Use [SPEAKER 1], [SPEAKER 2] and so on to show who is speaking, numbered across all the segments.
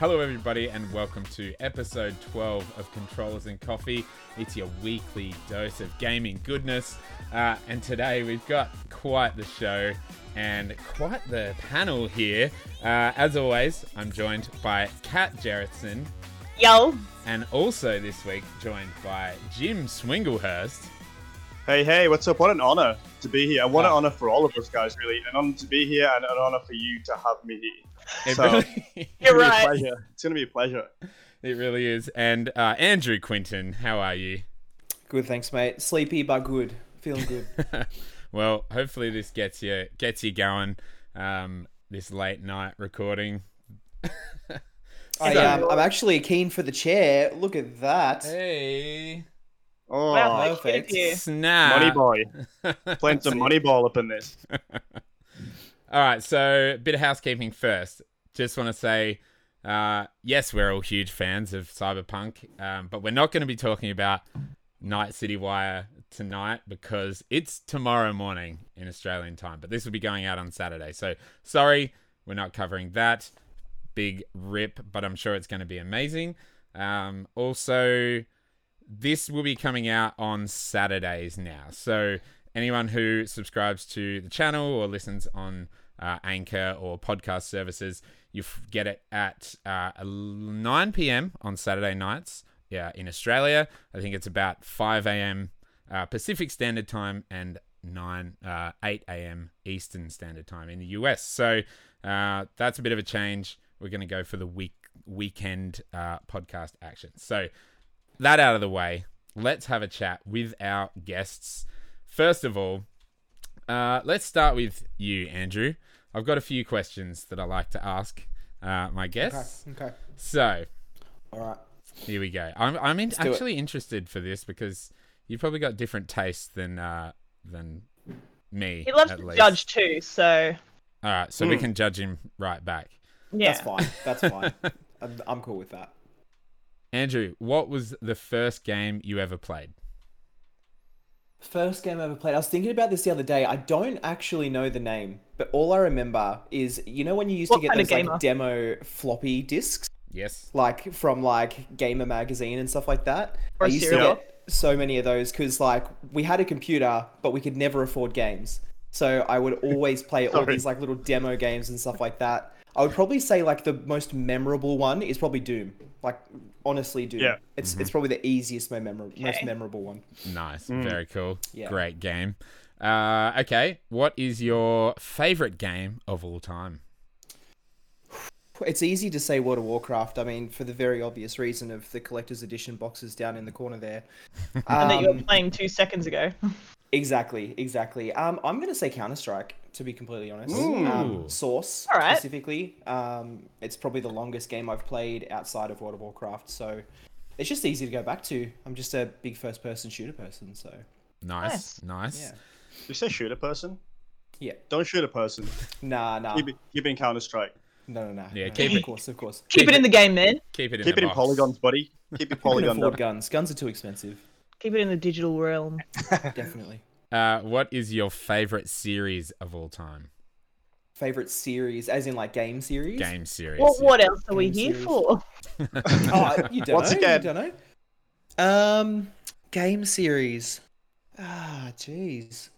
[SPEAKER 1] Hello, everybody, and welcome to episode 12 of Controllers and Coffee. It's your weekly dose of gaming goodness. Uh, and today we've got quite the show and quite the panel here. Uh, as always, I'm joined by Kat Gerritsen
[SPEAKER 2] Yo.
[SPEAKER 1] and also this week joined by Jim Swinglehurst.
[SPEAKER 3] Hey, hey, what's up? What an honor to be here. What an
[SPEAKER 1] Yeah.
[SPEAKER 3] honor for all of us guys, really. An honor to be here and an honor for you to have me here.
[SPEAKER 1] It
[SPEAKER 3] So-
[SPEAKER 1] really-
[SPEAKER 3] It's
[SPEAKER 2] You're
[SPEAKER 3] gonna be a
[SPEAKER 2] right.
[SPEAKER 3] pleasure. It's going to be a pleasure.
[SPEAKER 1] It really is. And uh, Andrew Quinton, how are you?
[SPEAKER 4] Good, thanks, mate. Sleepy but good. Feeling good.
[SPEAKER 1] well, hopefully this gets you gets you going. Um, this late night recording.
[SPEAKER 4] I,
[SPEAKER 1] So-
[SPEAKER 4] um, I'm actually keen for the chair. Look at that.
[SPEAKER 1] Hey,
[SPEAKER 3] Oh,
[SPEAKER 2] Wow, that's good
[SPEAKER 4] perfect.
[SPEAKER 2] of you.
[SPEAKER 1] snap!
[SPEAKER 3] Money Boy. Playing some Moneyball up in this.
[SPEAKER 1] All right, so bit of housekeeping first. Just want to say, uh, yes, we're all huge fans of Cyberpunk, um, but we're not going to be talking about Night City Wire tonight because it's tomorrow morning in Australian time. But this will be going out on Saturday, so sorry, we're not covering that. Big rip, but I'm sure it's going to be amazing. Um, also, this will be coming out on Saturdays now. So anyone who subscribes to the channel or listens on uh, Anchor or podcast services, you f- get it at uh, el- 9 p.m. on Saturday nights. Yeah, in Australia, I think it's about 5 a.m. Uh, Pacific Standard Time and 9 uh, 8 a.m. Eastern Standard Time in the US. So uh, that's a bit of a change. We're going to go for the week weekend uh, podcast action. So that out of the way, let's have a chat with our guests. First of all, uh, let's start with you, Andrew. I've got a few questions that I like to ask uh, my guests.
[SPEAKER 4] Okay.
[SPEAKER 1] So
[SPEAKER 4] All right.
[SPEAKER 1] here we go. I'm, I'm in,
[SPEAKER 4] do it.
[SPEAKER 1] actually interested for this because you've probably got different tastes than uh, than me.
[SPEAKER 2] He loves
[SPEAKER 1] at
[SPEAKER 2] to
[SPEAKER 1] least.
[SPEAKER 2] judge too, so
[SPEAKER 1] All right, so
[SPEAKER 4] Hmm.
[SPEAKER 1] we can judge him right back.
[SPEAKER 2] yeah.
[SPEAKER 4] That's fine. That's fine. I'm, I'm cool with that.
[SPEAKER 1] Andrew, what was the first game you ever played?
[SPEAKER 4] First game I ever played. I was thinking about this the other day. I don't actually know the name, but all I remember is you know when you used
[SPEAKER 2] What
[SPEAKER 4] to get
[SPEAKER 2] kind of
[SPEAKER 4] those like
[SPEAKER 2] gamer?
[SPEAKER 4] demo floppy discs,
[SPEAKER 1] Yes.
[SPEAKER 4] like from like Gamer Magazine and stuff like that.
[SPEAKER 2] Or
[SPEAKER 4] I used
[SPEAKER 2] cereal.
[SPEAKER 4] to get so many of those because like we had a computer, but we could never afford games. So I would always play all
[SPEAKER 3] Sorry.
[SPEAKER 4] these like little demo games and stuff like that. I would probably say like the most memorable one is probably Doom. Like honestly, Doom.
[SPEAKER 3] Yeah.
[SPEAKER 4] It's
[SPEAKER 2] Mm-hmm.
[SPEAKER 4] it's probably the easiest, my memor- most
[SPEAKER 2] Okay.
[SPEAKER 4] memorable one.
[SPEAKER 1] Nice. Very cool.
[SPEAKER 4] Hmm. Yeah.
[SPEAKER 1] Great game. Uh, okay. What is your favorite game of all time?
[SPEAKER 4] It's easy to say World of Warcraft. I mean, for the very obvious reason of the collector's edition boxes down in the corner there.
[SPEAKER 2] And that you were
[SPEAKER 4] Um,
[SPEAKER 2] playing two seconds ago.
[SPEAKER 4] Exactly, exactly. Um, I'm gonna say Counter Strike to be completely honest.
[SPEAKER 1] Ooh.
[SPEAKER 4] Um, Source
[SPEAKER 2] All right.
[SPEAKER 4] specifically. Um, it's probably the longest game I've played outside of World of Warcraft, so it's just easy to go back to. I'm just a big first-person shooter person, so
[SPEAKER 1] Nice. Nice.
[SPEAKER 4] yeah,
[SPEAKER 3] Did you say shoot a person?
[SPEAKER 4] yeah.
[SPEAKER 3] Don't shoot a person.
[SPEAKER 4] Nah, nah.
[SPEAKER 3] Keep, it- keep it in Counter Strike.
[SPEAKER 4] No, no, no.
[SPEAKER 1] Yeah,
[SPEAKER 4] no,
[SPEAKER 1] keep
[SPEAKER 4] Of
[SPEAKER 1] it.
[SPEAKER 4] course, of course.
[SPEAKER 2] Keep it in the game, man.
[SPEAKER 1] Keep it in
[SPEAKER 3] Keep
[SPEAKER 1] the
[SPEAKER 3] it in
[SPEAKER 1] box.
[SPEAKER 3] polygons, buddy. Keep it
[SPEAKER 4] Who can
[SPEAKER 3] polygoned
[SPEAKER 4] afford
[SPEAKER 3] up.
[SPEAKER 4] guns? Guns are too expensive.
[SPEAKER 2] Keep it in the digital realm.
[SPEAKER 4] Definitely.
[SPEAKER 1] Uh, what is your favorite series of all time?
[SPEAKER 4] Favorite series, as in like game series.
[SPEAKER 1] Game series.
[SPEAKER 2] What what else are we here
[SPEAKER 4] Game series.
[SPEAKER 2] for?
[SPEAKER 4] oh, you don't
[SPEAKER 3] Once
[SPEAKER 4] know.
[SPEAKER 3] again.
[SPEAKER 4] You don't know. Um, game series. Ah, jeez.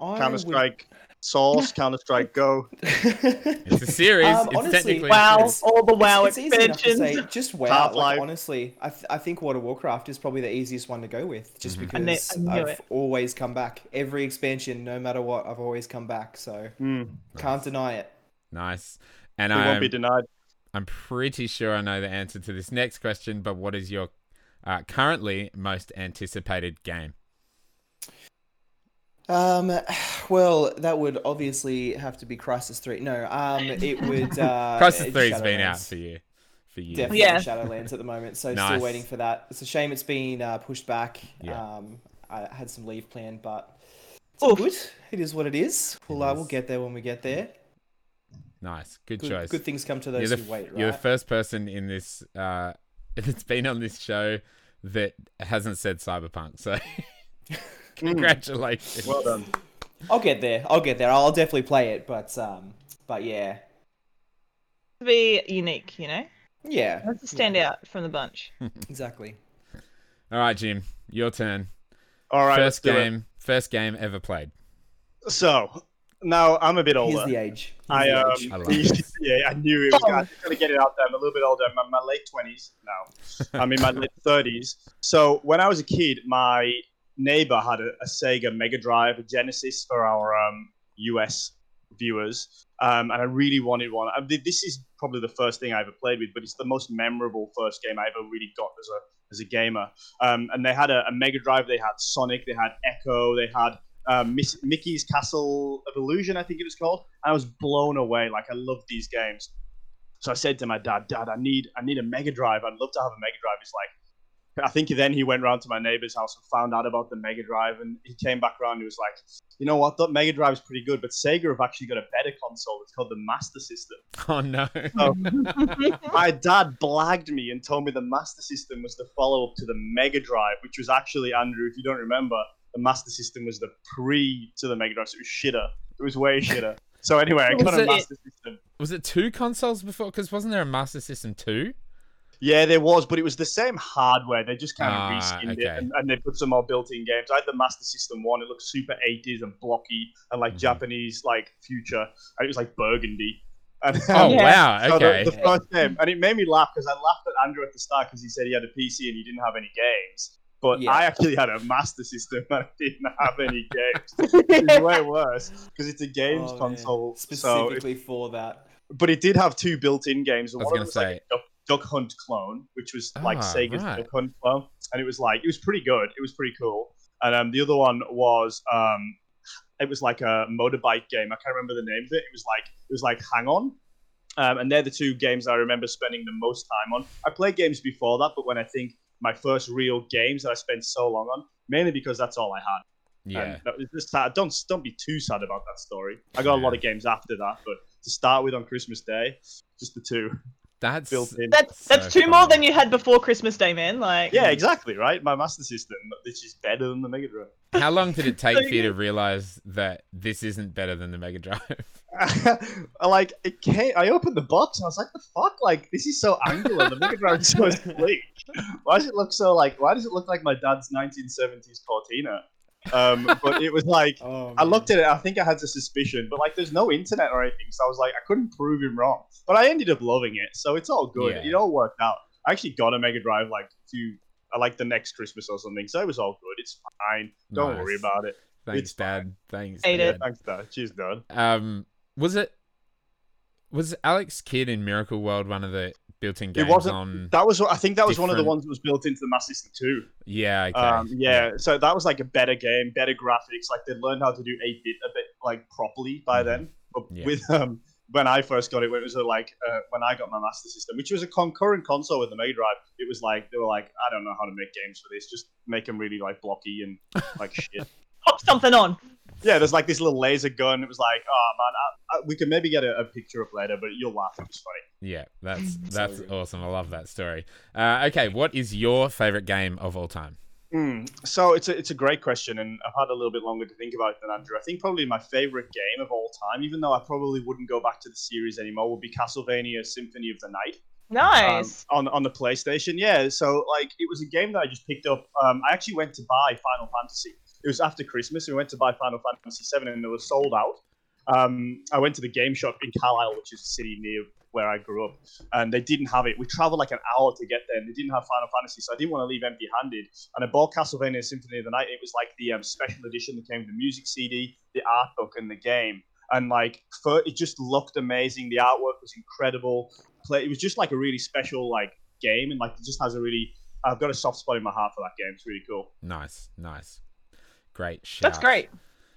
[SPEAKER 4] I
[SPEAKER 3] Counter
[SPEAKER 4] would-
[SPEAKER 3] Strike Source, Counter Strike Go.
[SPEAKER 1] It's a series.
[SPEAKER 4] Um,
[SPEAKER 1] it's
[SPEAKER 4] honestly-
[SPEAKER 1] technically a
[SPEAKER 2] Wow,
[SPEAKER 1] series.
[SPEAKER 2] all the wow
[SPEAKER 4] it's, it's easy enough to
[SPEAKER 2] expansions.
[SPEAKER 4] say just wow.
[SPEAKER 3] Half-Life.
[SPEAKER 4] Like, honestly, I, th- I think World of Warcraft is probably the easiest one to go with, just
[SPEAKER 1] Mhm.
[SPEAKER 2] I knew-
[SPEAKER 4] because
[SPEAKER 2] I knew
[SPEAKER 4] I've
[SPEAKER 2] it.
[SPEAKER 4] always come back. Every expansion, no matter what, I've always come back. So
[SPEAKER 3] Hmm.
[SPEAKER 4] can't deny it.
[SPEAKER 1] Nice. And
[SPEAKER 3] It won't
[SPEAKER 1] I'm,
[SPEAKER 3] be denied.
[SPEAKER 1] I'm pretty sure I know the answer to this next question, but what is your uh, currently most anticipated game?
[SPEAKER 4] Um, well, that would obviously have to be Crisis Three. No, um, it would. Uh,
[SPEAKER 1] Crisis 3 has been
[SPEAKER 4] Shadowlands.
[SPEAKER 1] out for you. For you.
[SPEAKER 4] Definitely
[SPEAKER 2] Yeah.
[SPEAKER 4] Shadowlands at the moment, so
[SPEAKER 1] Nice.
[SPEAKER 4] still waiting for that. It's a shame it's been uh, pushed back.
[SPEAKER 1] Yeah.
[SPEAKER 4] Um, I had some leave planned, but it's all
[SPEAKER 2] Oof.
[SPEAKER 4] good. It is what it is. We'll,
[SPEAKER 1] It
[SPEAKER 4] uh,
[SPEAKER 1] is.
[SPEAKER 4] we'll get there when we get there.
[SPEAKER 1] Nice. Good,
[SPEAKER 4] Good,
[SPEAKER 1] choice.
[SPEAKER 4] good things come to
[SPEAKER 1] you're
[SPEAKER 4] those
[SPEAKER 1] the,
[SPEAKER 4] who wait, right?
[SPEAKER 1] you're the first person in this uh, that's been on this show that hasn't said cyberpunk. So congratulations.
[SPEAKER 3] Hmm. Well done.
[SPEAKER 4] I'll get there. I'll get there. I'll definitely play it, but um, but yeah,
[SPEAKER 2] To be unique, you know?
[SPEAKER 4] Yeah,
[SPEAKER 2] That's a standout from the bunch.
[SPEAKER 4] exactly.
[SPEAKER 1] All right, Jim, your turn.
[SPEAKER 3] All right.
[SPEAKER 1] first
[SPEAKER 3] let's do it.
[SPEAKER 1] game, first game ever played.
[SPEAKER 3] So now I'm a bit
[SPEAKER 4] Here's
[SPEAKER 3] older.
[SPEAKER 4] the age. Here's
[SPEAKER 3] Oh, uh, I
[SPEAKER 4] the
[SPEAKER 3] um,
[SPEAKER 4] age.
[SPEAKER 1] I love this.
[SPEAKER 3] yeah, I knew it was gonna, I was gonna get it out there. I'm a little bit older. I'm in my late twenties now. I'm in my late thirties. So when I was a kid, my neighbor had a, a Sega Mega Drive, a Genesis for our um, US viewers, um, and I really wanted one. I, thi- this is probably the first thing I ever played with, but it's the most memorable first game I ever really got as a as a gamer. Um, and they had a, a Mega Drive. They had Sonic. They had Echo. They had um, Miss, Mickey's Castle of Illusion, I think it was called. I was blown away. Like I loved these games. So I said to my dad, "Dad, I need, I need a Mega Drive. I'd love to have a Mega Drive." He's like, I think then he went round to my neighbor's house and found out about the Mega Drive, and he came back around and he was like, "You know what? That Mega Drive's pretty good, but Sega have actually got a better console. It's called the Master System."
[SPEAKER 1] Oh no.
[SPEAKER 3] Oh. my dad blagged me and told me the Master System was the follow up to the Mega Drive, which was actually, Andrew, if you don't remember, the Master System was the pre to the Mega Drive, so it was shitter. It was way shitter. So anyway, I got
[SPEAKER 1] Was
[SPEAKER 3] a
[SPEAKER 1] it-
[SPEAKER 3] Master System.
[SPEAKER 1] Was it two consoles before? Because wasn't there a Master System two?
[SPEAKER 3] Yeah, there was, but it was the same hardware. They just kind of
[SPEAKER 1] Ah,
[SPEAKER 3] reskinned
[SPEAKER 1] okay.
[SPEAKER 3] it and, and they put some more built-in games. I had the Master System one. It looked super 80s and blocky and like
[SPEAKER 1] Mhm.
[SPEAKER 3] Japanese, like future. And it was like burgundy. And,
[SPEAKER 1] Oh
[SPEAKER 2] Yeah.
[SPEAKER 1] wow.
[SPEAKER 4] Ah,
[SPEAKER 3] So
[SPEAKER 1] Okay.
[SPEAKER 3] the, the first game, and it made me laugh because I laughed at Andrew at the start because he said he had a PC and he didn't have any games. But
[SPEAKER 4] Yeah.
[SPEAKER 3] I actually had a Master System and I didn't have any games. it's way worse because it's a games
[SPEAKER 4] Oh, man.
[SPEAKER 3] console. So, it-
[SPEAKER 4] specifically for that.
[SPEAKER 3] but it did have two built-in games.
[SPEAKER 1] I was
[SPEAKER 3] One
[SPEAKER 1] gonna
[SPEAKER 3] was like a Duck, Duck Hunt clone, which was like
[SPEAKER 1] Ah,
[SPEAKER 3] Sega's
[SPEAKER 1] right.
[SPEAKER 3] Duck Hunt clone, and it was like it was pretty good. It was pretty cool. And um, the other one was um, it was like a motorbike game. I can't remember the name of it. It was like it was like Hang On. Um, and they're the two games I remember spending the most time on. I played games before that, but when I think my first real games that I spent so long on, mainly because that's all I had.
[SPEAKER 1] yeah.
[SPEAKER 3] And that was just sad. Don't don't be too sad about that story. I got a lot
[SPEAKER 1] Yeah.
[SPEAKER 3] of games after that, but to start with on Christmas Day, just the two
[SPEAKER 1] That's
[SPEAKER 3] built in.
[SPEAKER 2] That's
[SPEAKER 1] So
[SPEAKER 2] that's two more
[SPEAKER 1] funny.
[SPEAKER 2] than you had before Christmas Day, man. Like
[SPEAKER 3] Yeah, exactly right. My Master System, which is better than the Mega Drive.
[SPEAKER 1] How long did it take
[SPEAKER 2] So
[SPEAKER 1] for you to realize that this isn't better than the Mega Drive?
[SPEAKER 3] I, like it came, I opened the box and I was like, "The fuck! Like this is so angular. The Mega Drive's so sleek. Why does it look so like? Why does it look like my dad's 1970s Cortina?" Um, but it was like
[SPEAKER 4] Oh,
[SPEAKER 3] I looked at it. I think I had a suspicion, but like, there's no internet or anything, so I was like, I couldn't prove him wrong. But I ended up loving it, so it's all good.
[SPEAKER 1] Yeah.
[SPEAKER 3] It all worked out. I actually got a Mega Drive like to I like the next Christmas or something, so it was all good. It's fine. Don't worry
[SPEAKER 1] Nice.
[SPEAKER 3] about it.
[SPEAKER 1] Thanks,
[SPEAKER 3] It's fine.
[SPEAKER 1] Dad. Thanks.
[SPEAKER 2] Ate
[SPEAKER 1] Dad.
[SPEAKER 2] it.
[SPEAKER 3] Thanks, Dad. She's done.
[SPEAKER 1] Um, was it was Alex Kidd in Miracle World one of the built-in games
[SPEAKER 3] wasn't-
[SPEAKER 1] on?
[SPEAKER 3] That was. I think that was one of the
[SPEAKER 1] Different-
[SPEAKER 3] ones that was built into the Master System too.
[SPEAKER 1] Yeah. Okay.
[SPEAKER 3] Um, yeah, so that was like a better game, better graphics. Like they learned how to do eight bit a bit like properly by
[SPEAKER 1] Mhm.
[SPEAKER 3] then. But
[SPEAKER 1] Yeah.
[SPEAKER 3] with um, when I first got it, when it was a, like uh, when I got my Master System, which was a concurrent console with the Mega Drive, it was like they were like, I don't know how to make games for this. Just make them really like blocky and like shit.
[SPEAKER 2] pop something on.
[SPEAKER 3] Yeah, there's like this little laser gun. It was like, oh man, I, I, we can maybe get a, a picture up later, but you'll laugh. It was funny.
[SPEAKER 1] Yeah. That's that's
[SPEAKER 4] good.
[SPEAKER 1] awesome. I love that story. Uh, okay. What is your favorite game of all time?
[SPEAKER 3] Hmm. So it's a, it's a great question, and I've had a little bit longer to think about it than Andrew. I think probably my favorite game of all time, even though I probably wouldn't go back to the series anymore, would be Castlevania Symphony of the Night um,
[SPEAKER 2] Nice.
[SPEAKER 3] on on the PlayStation. Yeah, so like it was a game that I just picked up. Um, I actually went to buy Final Fantasy. It was after Christmas, and we went to buy Final Fantasy VII, and it was sold out. Um, I went to the game shop in Carlisle, which is a city near where I grew up, and they didn't have it. We traveled like an hour to get there, and they didn't have Final Fantasy, so I didn't want to leave empty-handed. And I bought Castlevania Symphony of the Night. It was like the um, special edition that came with the music CD, the art book, and the game. And like, for, it just looked amazing. The artwork was incredible play. It was just like a really special like game, and like it just has a really. I've got a soft spot in my heart for that game. It's really cool.
[SPEAKER 1] Nice. Nice. Great. Shout.
[SPEAKER 2] That's great.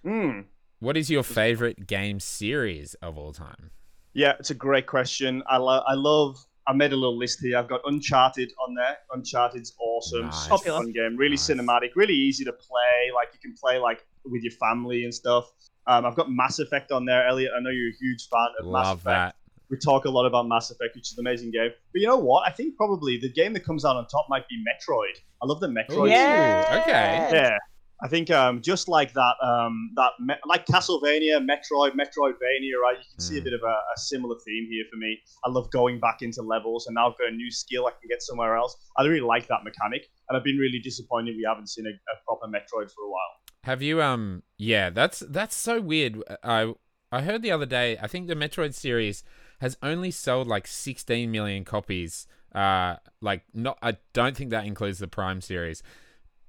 [SPEAKER 3] Mm.
[SPEAKER 1] What is your favorite game series of all time?
[SPEAKER 3] Yeah, it's a great question. I love. I love. I made a little list here. I've got Uncharted on there. Uncharted's awesome.
[SPEAKER 1] Nice.
[SPEAKER 3] Super fun game. Really
[SPEAKER 1] Nice.
[SPEAKER 3] cinematic. Really easy to play. Like you can play like with your family and stuff. Um, I've got Mass Effect on there, Elliot. I know you're a huge fan of Mass
[SPEAKER 1] love
[SPEAKER 3] Effect.
[SPEAKER 1] that.
[SPEAKER 3] We talk a lot about Mass Effect, which is an amazing game. But you know what? I think Oh, probably the game that comes out on top might be Metroid. I love the Metroid.
[SPEAKER 1] Ooh,
[SPEAKER 2] Yeah.
[SPEAKER 1] okay.
[SPEAKER 3] Yeah. I think um, just like that, um, that me- like Castlevania, Metroid, Metroidvania, right? You can see a
[SPEAKER 1] Mm.
[SPEAKER 3] bit of a, a similar theme here for me. I love going back into levels, and now I've got a new skill I can get somewhere else. I really like that mechanic, and I've been really disappointed we haven't seen a, a proper Metroid for a while.
[SPEAKER 1] Have you um yeah, that's that's so weird. I I heard the other day, I think the Metroid series has only sold like 16 million copies. Uh like not I don't think that includes the Prime series.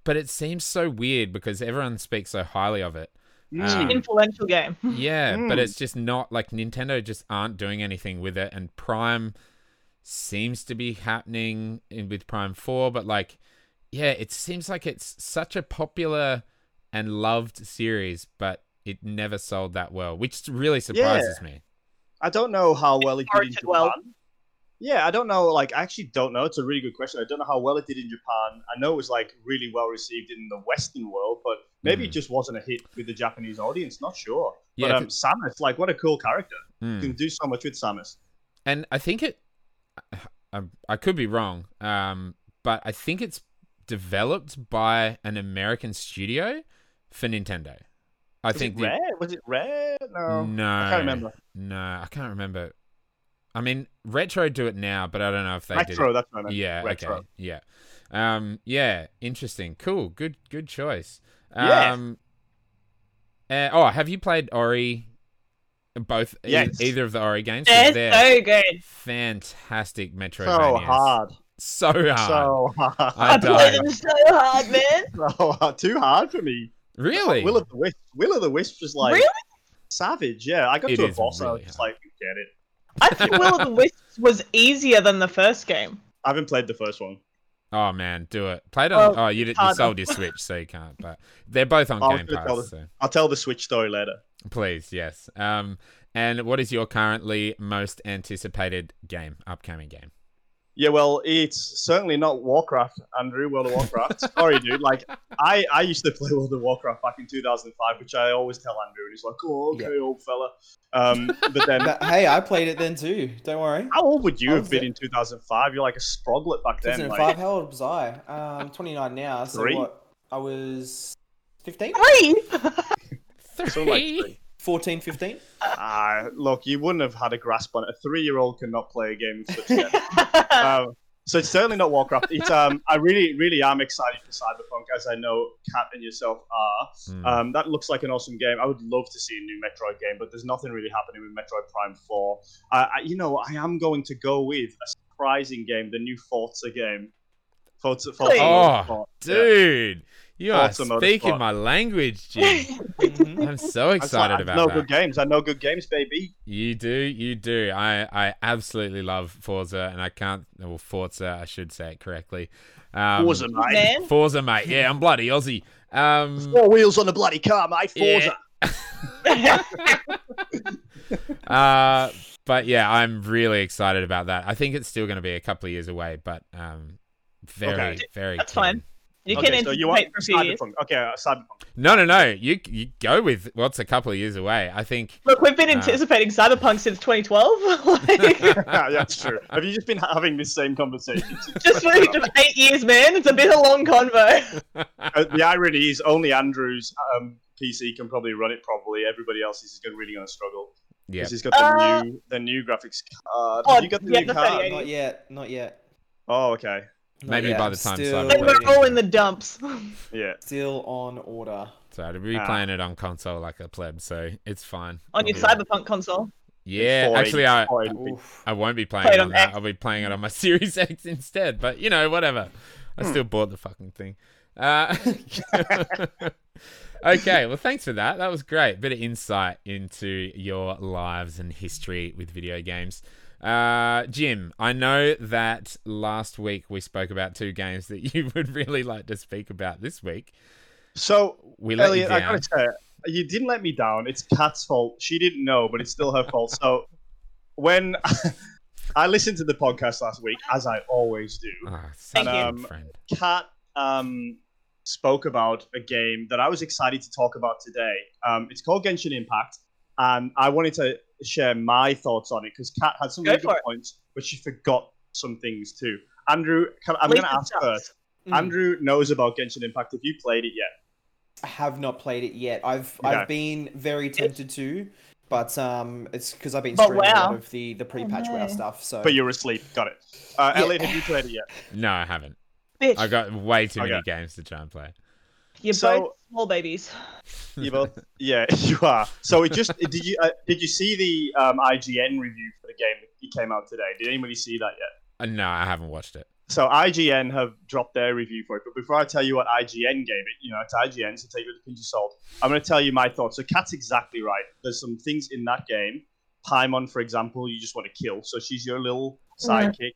[SPEAKER 1] But it seems so weird because everyone speaks so highly of it.
[SPEAKER 2] Mm.
[SPEAKER 1] Um,
[SPEAKER 2] Influential game.
[SPEAKER 1] Yeah, but
[SPEAKER 3] Mm.
[SPEAKER 1] it's just not like Nintendo just aren't doing anything with it, and Prime seems to be happening in, with Prime Four, but like, yeah, it seems like it's such a popular and loved series, but it never sold that well, which really surprises me.
[SPEAKER 3] I don't know how well it did in
[SPEAKER 2] Marketed
[SPEAKER 3] Japan.
[SPEAKER 2] well.
[SPEAKER 3] Yeah, I don't know. Like, I actually don't know. It's a really good question. I don't know how well it did in Japan. I know it was like really well received in the Western world, but maybe it
[SPEAKER 1] Mm.
[SPEAKER 3] just wasn't a hit with the Japanese audience. Not sure.
[SPEAKER 1] Yeah,
[SPEAKER 3] but um, Samus, like, what a cool character.
[SPEAKER 1] Mm.
[SPEAKER 3] You can do so much with Samus.
[SPEAKER 1] and I think it, I, I could be wrong, um, but I think it's developed by an American studio for Nintendo. I
[SPEAKER 3] Was
[SPEAKER 1] think
[SPEAKER 3] it
[SPEAKER 1] the- Mm,
[SPEAKER 3] Rare? Was it Rare? No.
[SPEAKER 1] no,
[SPEAKER 3] I can't remember.
[SPEAKER 1] No, I can't remember. I mean, retro do it now, but I don't know if they
[SPEAKER 3] Retro,
[SPEAKER 1] did.
[SPEAKER 3] that's what I
[SPEAKER 1] It.
[SPEAKER 3] meant.
[SPEAKER 1] Yeah.
[SPEAKER 3] Retro.
[SPEAKER 1] Okay. Yeah. Um. Yeah. Interesting. Cool. Good. Good choice.
[SPEAKER 3] Yeah.
[SPEAKER 1] Um. uh, oh, have you played Ori? Both. e-
[SPEAKER 3] Yes.
[SPEAKER 1] either of the Ori games. 'Cause
[SPEAKER 2] It's
[SPEAKER 1] they're
[SPEAKER 2] so good.
[SPEAKER 1] fantastic Metro.
[SPEAKER 3] So hard.
[SPEAKER 1] So hard.
[SPEAKER 3] So hard.
[SPEAKER 1] I
[SPEAKER 2] I played
[SPEAKER 1] died.
[SPEAKER 2] them so hard, man.
[SPEAKER 3] So hard. Too hard for me.
[SPEAKER 1] Really.
[SPEAKER 3] Will of the Wisp. Will of the Wisp was like
[SPEAKER 2] Really?
[SPEAKER 3] savage. Yeah, I got
[SPEAKER 1] It
[SPEAKER 3] to a
[SPEAKER 1] is
[SPEAKER 3] boss and I was
[SPEAKER 1] really
[SPEAKER 3] just
[SPEAKER 1] hard.
[SPEAKER 3] like, get it.
[SPEAKER 2] I think Will of the Wisps was easier than the first game.
[SPEAKER 3] I haven't played the first one.
[SPEAKER 1] Oh man, do it. Play it on.
[SPEAKER 2] Oh,
[SPEAKER 1] oh, you did. You
[SPEAKER 2] hard.
[SPEAKER 1] sold your Switch, so you can't. But they're both on
[SPEAKER 3] I was
[SPEAKER 1] Game
[SPEAKER 3] gonna tell
[SPEAKER 1] Pass. So.
[SPEAKER 3] I'll tell the Switch story later.
[SPEAKER 1] Please, yes. Um, and what is your currently most anticipated game, upcoming game?
[SPEAKER 3] Yeah, well, it's certainly not Warcraft, Andrew. World of Warcraft. Sorry, dude. Like, I, I used to play World of Warcraft back in 2005, which I always tell Andrew, and he's like, "Oh, okay, old fella." Um, but then,
[SPEAKER 4] But hey, I played it then too. Don't worry.
[SPEAKER 3] how old would you
[SPEAKER 4] I
[SPEAKER 3] have
[SPEAKER 4] was
[SPEAKER 3] been
[SPEAKER 4] there.
[SPEAKER 3] in 2005? You're like a sproglet back then.
[SPEAKER 4] 2005.
[SPEAKER 3] Like,
[SPEAKER 4] How old was I? Um, 29 now. So
[SPEAKER 3] Three?
[SPEAKER 4] what? I was 15,
[SPEAKER 2] Three.
[SPEAKER 1] 3
[SPEAKER 3] something like three.
[SPEAKER 4] 14, 15.
[SPEAKER 3] Ah, look, you wouldn't have had a grasp on it. A three-year-old cannot play a game with such depth. um, so it's certainly not Warcraft. It's um, I really, really am excited for Cyberpunk, as I know Kat and yourself are.
[SPEAKER 1] Hmm.
[SPEAKER 3] Um, that looks like an awesome game. I would love to see a new Metroid game, but there's nothing really happening with Metroid Prime 4. Uh, I, you know, I am going to go with a surprising game, the new Forza game. Forza, Forza
[SPEAKER 2] Really?
[SPEAKER 1] oh,
[SPEAKER 3] Motorsport. Yeah.
[SPEAKER 1] dude, you are
[SPEAKER 3] Awesome motorsport.
[SPEAKER 1] speaking my language, Jim.
[SPEAKER 2] Mm-hmm.
[SPEAKER 4] Mhm.
[SPEAKER 1] I'm so
[SPEAKER 3] That's
[SPEAKER 1] excited
[SPEAKER 3] why I
[SPEAKER 1] about
[SPEAKER 3] know
[SPEAKER 1] that.
[SPEAKER 3] good games. I know good games, baby.
[SPEAKER 1] You do, you do. I, I absolutely love Forza, and I can't. Well, Forza, I should say it correctly. Um,
[SPEAKER 3] Forza, mate.
[SPEAKER 2] man.
[SPEAKER 1] Forza, mate. Yeah, I'm bloody Aussie. Um,
[SPEAKER 3] Four wheels on a bloody car, mate. Forza.
[SPEAKER 1] Yeah. uh, but yeah, I'm really excited about that. I think it's still going to be a couple of years away, but um, very,
[SPEAKER 3] Okay.
[SPEAKER 1] very.
[SPEAKER 2] That's fine.
[SPEAKER 1] keen.
[SPEAKER 2] You
[SPEAKER 3] okay,
[SPEAKER 2] can
[SPEAKER 3] so
[SPEAKER 2] anticipate
[SPEAKER 3] you want
[SPEAKER 2] for a few years.
[SPEAKER 3] Cyberpunk. Okay, uh, Cyberpunk.
[SPEAKER 1] No, no, no. You you go with what's a couple of years away. I think.
[SPEAKER 2] Look, we've been
[SPEAKER 1] Uh.
[SPEAKER 2] anticipating Cyberpunk since 2012. like,
[SPEAKER 3] yeah, that's true. Have you just been having this same conversation?
[SPEAKER 2] just moved of eight years, man. It's a bit of a long convo.
[SPEAKER 3] Uh, the irony is only Andrew's um, PC can probably run it properly. Everybody else is gonna, really going to struggle
[SPEAKER 1] Yeah.
[SPEAKER 3] because he's got the
[SPEAKER 2] Uh,
[SPEAKER 3] new the new graphics card.
[SPEAKER 2] Oh,
[SPEAKER 3] Have you got the
[SPEAKER 2] yeah,
[SPEAKER 3] new
[SPEAKER 2] the
[SPEAKER 3] card?
[SPEAKER 2] 38.
[SPEAKER 4] Not yet. Not yet.
[SPEAKER 3] Oh, okay.
[SPEAKER 4] Not
[SPEAKER 1] Maybe
[SPEAKER 4] yet.
[SPEAKER 1] by
[SPEAKER 4] I'm
[SPEAKER 1] the time
[SPEAKER 4] still,
[SPEAKER 2] They
[SPEAKER 1] Cyberpunk-
[SPEAKER 2] were all in the dumps.
[SPEAKER 3] Yeah.
[SPEAKER 4] still on order.
[SPEAKER 1] So I'd be
[SPEAKER 3] Ah.
[SPEAKER 1] playing it on console like a pleb, so it's fine.
[SPEAKER 2] on your
[SPEAKER 1] Yeah.
[SPEAKER 2] cyberpunk console.
[SPEAKER 1] Yeah,
[SPEAKER 3] Four
[SPEAKER 1] actually, I
[SPEAKER 3] eight- four eight-
[SPEAKER 4] Oof.
[SPEAKER 1] I won't be playing
[SPEAKER 2] Play
[SPEAKER 1] it
[SPEAKER 2] it
[SPEAKER 1] on
[SPEAKER 2] on
[SPEAKER 1] that.
[SPEAKER 2] X.
[SPEAKER 1] I'll be playing it on my Series X instead. But you know, whatever. I
[SPEAKER 3] Hmm.
[SPEAKER 1] still bought the fucking thing. Uh, okay, well, thanks for that. That was great. Bit of insight into your lives and history with video games. Uh, Jim, I know that last week we spoke about two games that you would really like to speak about this week.
[SPEAKER 3] So,
[SPEAKER 1] We let
[SPEAKER 3] Elliot,
[SPEAKER 1] you
[SPEAKER 3] I
[SPEAKER 1] down.
[SPEAKER 3] gotta say, you didn't let me down. It's Kat's fault. She didn't know, but it's still her fault. So, when I listened to the podcast last week, as I always do,
[SPEAKER 1] Ah, such
[SPEAKER 2] Thank
[SPEAKER 1] a
[SPEAKER 3] you.
[SPEAKER 1] good
[SPEAKER 3] Um,
[SPEAKER 1] friend.
[SPEAKER 3] Kat um, spoke about a game that I was excited to talk about today. Um, it's called Genshin Impact, and I wanted to share my thoughts on it because Kat had some
[SPEAKER 2] Go
[SPEAKER 3] really
[SPEAKER 2] for
[SPEAKER 3] good
[SPEAKER 2] it.
[SPEAKER 3] points, but she forgot some things too. Andrew, can,
[SPEAKER 2] At
[SPEAKER 3] I'm
[SPEAKER 2] least
[SPEAKER 3] going
[SPEAKER 2] it
[SPEAKER 3] to ask
[SPEAKER 2] sucks.
[SPEAKER 3] first.
[SPEAKER 4] Mm.
[SPEAKER 3] Andrew knows about Genshin Impact. Have you played it yet?
[SPEAKER 4] I have not played it yet. I've
[SPEAKER 3] Yeah.
[SPEAKER 4] I've been very tempted to, but um, it's because I've been
[SPEAKER 2] But
[SPEAKER 4] streaming a lot
[SPEAKER 2] wow. Oh,
[SPEAKER 4] of the the pre-patch WoW
[SPEAKER 2] no.
[SPEAKER 4] stuff. So
[SPEAKER 3] But you're asleep. Got it. Uh,
[SPEAKER 4] Yeah.
[SPEAKER 3] Elliot, have you played it yet?
[SPEAKER 1] No, I haven't.
[SPEAKER 2] Bitch,
[SPEAKER 1] I've got way too many
[SPEAKER 3] Okay.
[SPEAKER 1] games to try and play.
[SPEAKER 2] you're
[SPEAKER 3] So-
[SPEAKER 2] both small babies.
[SPEAKER 3] You both? yeah, you are. So it just did you uh, did you see the um, IGN review for the game that came out today? Did anybody see that yet?
[SPEAKER 1] Uh, No, I haven't watched it.
[SPEAKER 3] So IGN have dropped their review for it, but before I tell you what IGN gave it, you know it's IGN, so take it with a pinch of salt. I'm going to tell you my thoughts. So Kat's exactly right. There's some things in that game. Paimon, for example, you just want to kill. So she's your little sidekick.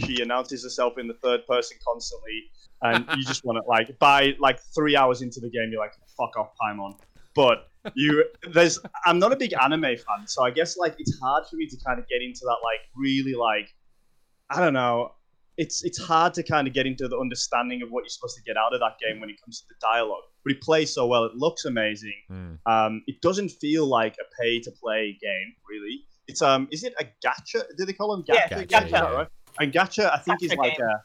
[SPEAKER 3] She announces herself in the third person constantly, and you just want to like by like three hours into the game, you're like, "Fuck off, Paimon." But you, there's. I'm not a big anime fan, so I guess like it's hard for me to kind of get into that like really like, I don't know. It's it's hard to kind of get into the understanding of what you're supposed to get out of that game when it comes to the dialogue. But he plays so well; it looks amazing.
[SPEAKER 1] Mm.
[SPEAKER 3] Um, it doesn't feel like a pay to play game, really. It's um, is it a gacha? Do they call them gacha?
[SPEAKER 2] Yeah,
[SPEAKER 1] Gacha,
[SPEAKER 3] games? Is that
[SPEAKER 1] yeah.
[SPEAKER 3] right? And gacha, I think, is
[SPEAKER 2] Gacha
[SPEAKER 3] like
[SPEAKER 2] game.
[SPEAKER 3] a.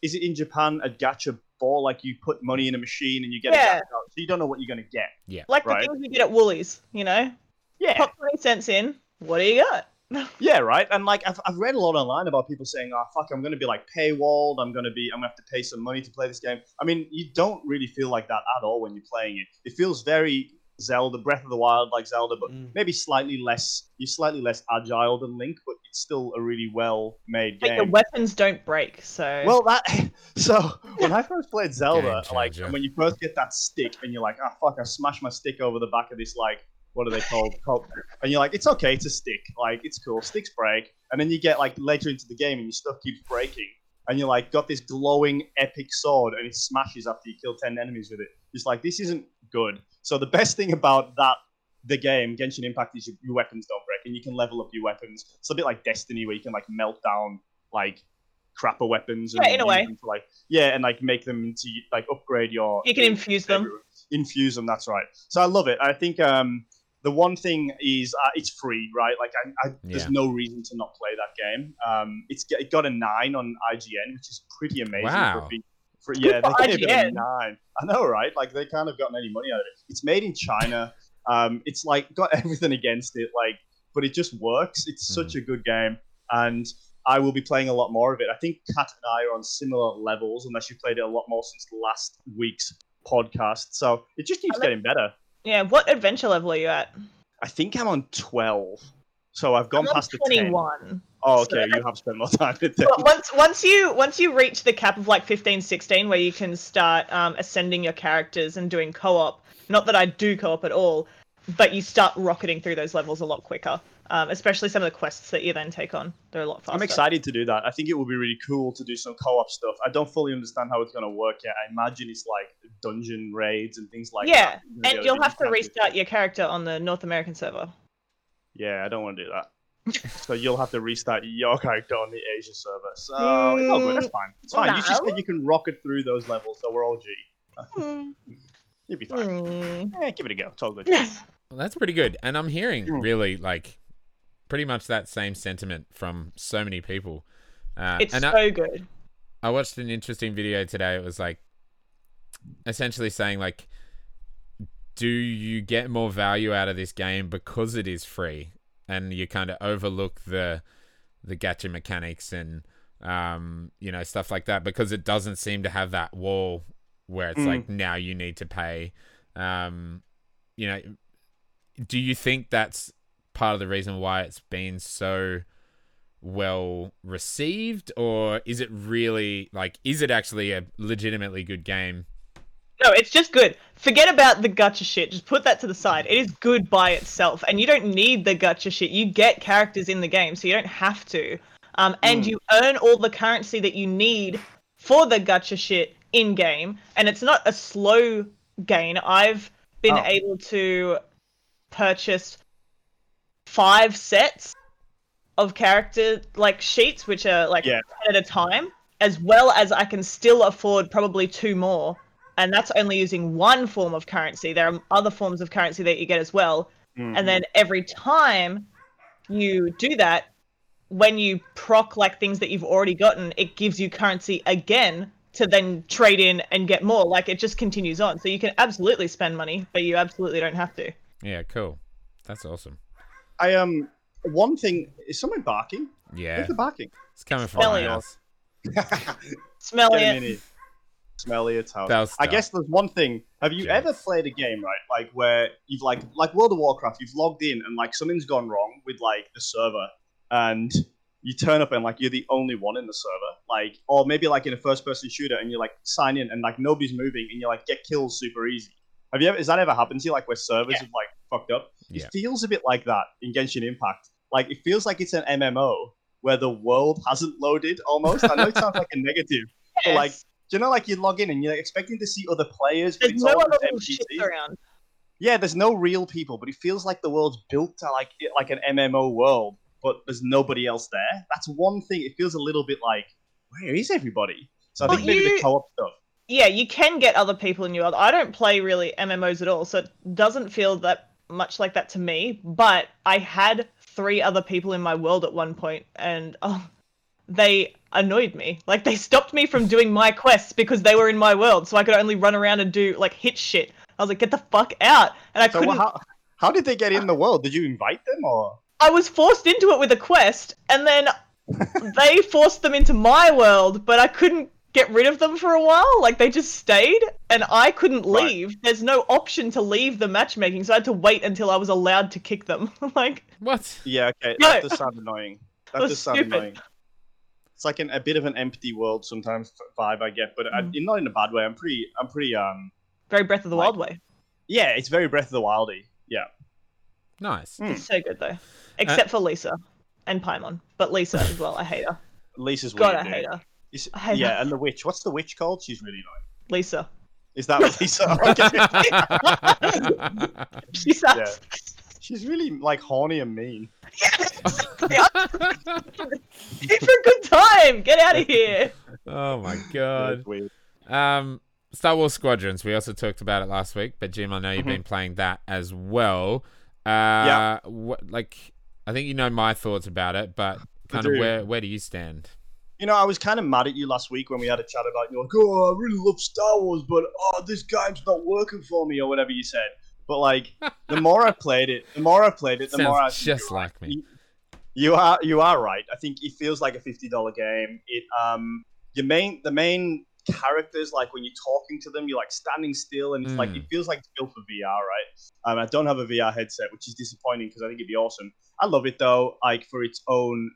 [SPEAKER 3] Is it in Japan a gacha ball? Like you put money in a machine and you get a
[SPEAKER 2] Yeah.
[SPEAKER 3] gacha, out, so you don't know what you're gonna get.
[SPEAKER 2] Like
[SPEAKER 3] Right.
[SPEAKER 2] the things we get at Woolies, you know?
[SPEAKER 3] Yeah,
[SPEAKER 2] Pop 20 cents in, what do you got?
[SPEAKER 3] yeah, right. And like I've, I've read a lot online about people saying, "Oh fuck, I'm gonna be like paywalled. I'm gonna be. I'm gonna have to pay some money to play this game." I mean, you don't really feel like that at all when you're playing it. It feels very Zelda, Breath of the Wild, like Zelda, but
[SPEAKER 4] Mm.
[SPEAKER 3] maybe slightly less. You're slightly less agile than Link, but it's still a really well made
[SPEAKER 2] But
[SPEAKER 3] game.
[SPEAKER 2] your weapons don't break, so.
[SPEAKER 3] Well, that so when I first played Zelda,
[SPEAKER 1] Game
[SPEAKER 3] like
[SPEAKER 1] changer.
[SPEAKER 3] when you first get that stick and you're like, oh fuck, I smashed my stick over the back of this like what are they called? Col- And you're like, it's okay, it's a stick, like it's cool, sticks break. And then you get like later into the game and your stuff keeps breaking, and you're like, got this glowing epic sword, and it smashes after you kill ten enemies with it. It's like this isn't good. So the best thing about that the game Genshin Impact is your, your weapons don't break, and you can level up your weapons. It's a bit like Destiny, where you can like melt down like crapper weapons. And
[SPEAKER 2] Yeah, in a
[SPEAKER 3] use
[SPEAKER 2] way.
[SPEAKER 3] them to, like yeah, and like make them into like upgrade your.
[SPEAKER 2] You can infuse them.
[SPEAKER 3] Infuse them. That's right. So I love it. I think um, the one thing is uh, it's free, right? Like I, I
[SPEAKER 1] Yeah.
[SPEAKER 3] there's no reason to not play that game. Um, it's g- it got a nine on IGN, which is pretty amazing.
[SPEAKER 1] Wow.
[SPEAKER 3] For being, for, yeah, they
[SPEAKER 2] for
[SPEAKER 3] gave it a
[SPEAKER 2] IGN.
[SPEAKER 3] nine. I know, right? Like they kind of gotten any money out of it. It's made in China. Um, it's like got everything against it, like, but it just works. It's such a good game, and I will be playing a lot more of it. I think Kat and I are on similar levels, unless you played it a lot more since last week's podcast. So it just keeps
[SPEAKER 2] I like-
[SPEAKER 3] getting better.
[SPEAKER 2] yeah, what adventure level are you at?
[SPEAKER 3] I think I'm on twelve, so I've gone
[SPEAKER 2] I'm on
[SPEAKER 3] past the ten.
[SPEAKER 2] 21.
[SPEAKER 3] Oh,
[SPEAKER 2] So Oh,
[SPEAKER 3] okay, you have spent more time with them.
[SPEAKER 2] But once once you once you reach the cap of like 15 16 where you can start um, ascending your characters and doing co-op not that i do co-op at all but you start rocketing through those levels a lot quicker um, especially some of the quests that you then take on they're a lot faster
[SPEAKER 3] I'm excited to do that. I think it will be really cool to do some co-op stuff. I don't fully understand how it's going to work yet. I imagine it's like dungeon raids and things like
[SPEAKER 2] Yeah,
[SPEAKER 3] that. Maybe
[SPEAKER 2] and
[SPEAKER 3] I-
[SPEAKER 2] you'll have to
[SPEAKER 3] can't do-
[SPEAKER 2] restart your character on the north american server
[SPEAKER 3] Yeah, I don't want to do that. so you'll have to restart your character on the Asia server. So it's all good. That's fine. It's fine. You just
[SPEAKER 2] No.
[SPEAKER 3] said you can rocket through those levels, so we're all G. You'll be fine.
[SPEAKER 2] Mm.
[SPEAKER 3] Yeah, give it a go. It's all good.
[SPEAKER 2] Yes.
[SPEAKER 1] Well, that's pretty good. And I'm hearing
[SPEAKER 2] Hmm.
[SPEAKER 3] Mm.
[SPEAKER 1] really like pretty much that same sentiment from so many people. Uh,
[SPEAKER 2] it's
[SPEAKER 1] and I-
[SPEAKER 2] so good
[SPEAKER 1] I watched an interesting video today. It was like essentially saying like, do you get more value out of this game because it is free, and you kind of overlook the the gacha mechanics and um you know stuff like that because it doesn't seem to have that wall where it's
[SPEAKER 3] Mm.
[SPEAKER 1] like now you need to pay. Um, you know, do you think that's part of the reason why it's been so? well received or is it really like is it actually a legitimately good game
[SPEAKER 2] No, it's just good. Forget about the gotcha shit. Just put that to the side. It is good by itself, and you don't need the gotcha shit. You get characters in the game, so you don't have to. Um, and
[SPEAKER 3] Mm.
[SPEAKER 2] you earn all the currency that you need for the gotcha shit in game, and it's not a slow gain. I've been
[SPEAKER 3] Oh.
[SPEAKER 2] able to purchase five sets of character like sheets, which are like
[SPEAKER 3] Yeah.
[SPEAKER 2] ten at a time, as well as I can still afford probably two more and that's only using one form of currency. There are other forms of currency that you get as well.
[SPEAKER 3] Mm-hmm.
[SPEAKER 2] And then every time you do that, when you proc like things that you've already gotten, it gives you currency again to then trade in and get more. Like it just continues on. So you can absolutely spend money, but you absolutely don't have to.
[SPEAKER 1] Yeah, cool. That's awesome.
[SPEAKER 3] I um one thing is someone barking?
[SPEAKER 1] Yeah,
[SPEAKER 3] Who's the barking?
[SPEAKER 1] it's coming from my
[SPEAKER 2] Spelling.
[SPEAKER 1] house.
[SPEAKER 2] Smell
[SPEAKER 3] Get him
[SPEAKER 2] it.
[SPEAKER 3] in here. Smelly it's how-
[SPEAKER 1] That was
[SPEAKER 3] I
[SPEAKER 1] tough.
[SPEAKER 3] guess there's one thing. Have you
[SPEAKER 1] Yeah.
[SPEAKER 3] ever played a game, right? Like where you've like like World of Warcraft, you've logged in and like something's gone wrong with like the server and you turn up and like you're the only one in the server. Like or maybe like in a first person shooter and you like sign in and like nobody's moving and you like get kills super easy. Have you ever has that ever happened to you like where servers have like fucked up?
[SPEAKER 1] Yeah.
[SPEAKER 3] It feels a bit like that in Genshin Impact. Like it feels like it's an MMO where the world hasn't loaded almost. I know it sounds like a negative. But, like,
[SPEAKER 2] Yes.
[SPEAKER 3] Do you know, like you log in and you're like, expecting to see other players, but
[SPEAKER 2] there's
[SPEAKER 3] it's
[SPEAKER 2] no
[SPEAKER 3] all
[SPEAKER 2] other
[SPEAKER 3] just
[SPEAKER 2] little
[SPEAKER 3] NPCs.
[SPEAKER 2] shit around.
[SPEAKER 3] Yeah, there's no real people, but it feels like the world's built to like it- like an MMO world, but there's nobody else there. That's one thing. It feels a little bit like, where is everybody? So I
[SPEAKER 2] Well,
[SPEAKER 3] think maybe
[SPEAKER 2] you-
[SPEAKER 3] the co-op stuff.
[SPEAKER 2] yeah, you can get other people in your world. I don't play really MMOs at all, so it doesn't feel that much like that to me. But I had three other people in my world at one point, and oh, they annoyed me. Like they stopped me from doing my quests because they were in my world, so I could only run around and do like hit shit. I was like, get the fuck out! And I
[SPEAKER 3] So
[SPEAKER 2] couldn't.
[SPEAKER 3] wha- how, how did they get in the world? Did you invite them or?
[SPEAKER 2] I was forced into it with a quest, and then they forced them into my world, but I couldn't get rid of them for a while. Like, they just stayed, and I couldn't
[SPEAKER 3] Right.
[SPEAKER 2] leave. There's no option to leave the matchmaking, so I had to wait until I was allowed to kick them. like,
[SPEAKER 1] What?
[SPEAKER 3] Yeah, okay.
[SPEAKER 2] No.
[SPEAKER 3] That does sound annoying. That
[SPEAKER 2] That was
[SPEAKER 3] does sound
[SPEAKER 2] stupid.
[SPEAKER 3] annoying. It's like an, a bit of an empty world sometimes f- vibe I get, but I,
[SPEAKER 2] Mm.
[SPEAKER 3] not in a bad way. I'm pretty, I'm pretty um,
[SPEAKER 2] very Breath of the Wild way.
[SPEAKER 3] Yeah, it's very Breath of the Wildy. Yeah.
[SPEAKER 1] Nice.
[SPEAKER 3] Hmm.
[SPEAKER 2] It's so good, though. Except for Lisa and Paimon. But Lisa as well, I hate her.
[SPEAKER 3] Lisa's
[SPEAKER 2] God,
[SPEAKER 3] weird.
[SPEAKER 2] I hate
[SPEAKER 3] dude.
[SPEAKER 2] her.
[SPEAKER 3] Is-
[SPEAKER 2] I hate
[SPEAKER 3] yeah,
[SPEAKER 2] her.
[SPEAKER 3] and the witch. What's the witch called? She's really annoying.
[SPEAKER 2] Lisa.
[SPEAKER 3] Is that Lisa? Okay.
[SPEAKER 2] She sucks.
[SPEAKER 3] She's really like horny and mean.
[SPEAKER 2] Hey, for a good time! Get out of here!
[SPEAKER 1] oh my
[SPEAKER 3] Yeah,
[SPEAKER 1] god.
[SPEAKER 3] it's weird.
[SPEAKER 1] Um, Star Wars Squadrons. We also talked about it last week, but Jim, I know you've
[SPEAKER 3] Mhm.
[SPEAKER 1] been playing that as well. Uh,
[SPEAKER 3] Yeah.
[SPEAKER 1] What, like, I think you know my thoughts about it, but kind of
[SPEAKER 3] do.
[SPEAKER 1] where where do you stand?
[SPEAKER 3] You know, I was kind of mad at you last week when we had a chat about you're like, oh, I really love Star Wars, but oh, this game's not working for me, or whatever you said. But like, the more I played it, the more I played it, the
[SPEAKER 1] Sounds
[SPEAKER 3] more I
[SPEAKER 1] just like me.
[SPEAKER 3] You are you are right. I think it feels like a fifty dollar game. It um your main the main characters like when you're talking to them, you're like standing still, and it's like
[SPEAKER 1] Mm.
[SPEAKER 3] it feels like it's built for VR, right? Um, I don't have a VR headset, which is disappointing because I think it'd be awesome. I love it though, like for its own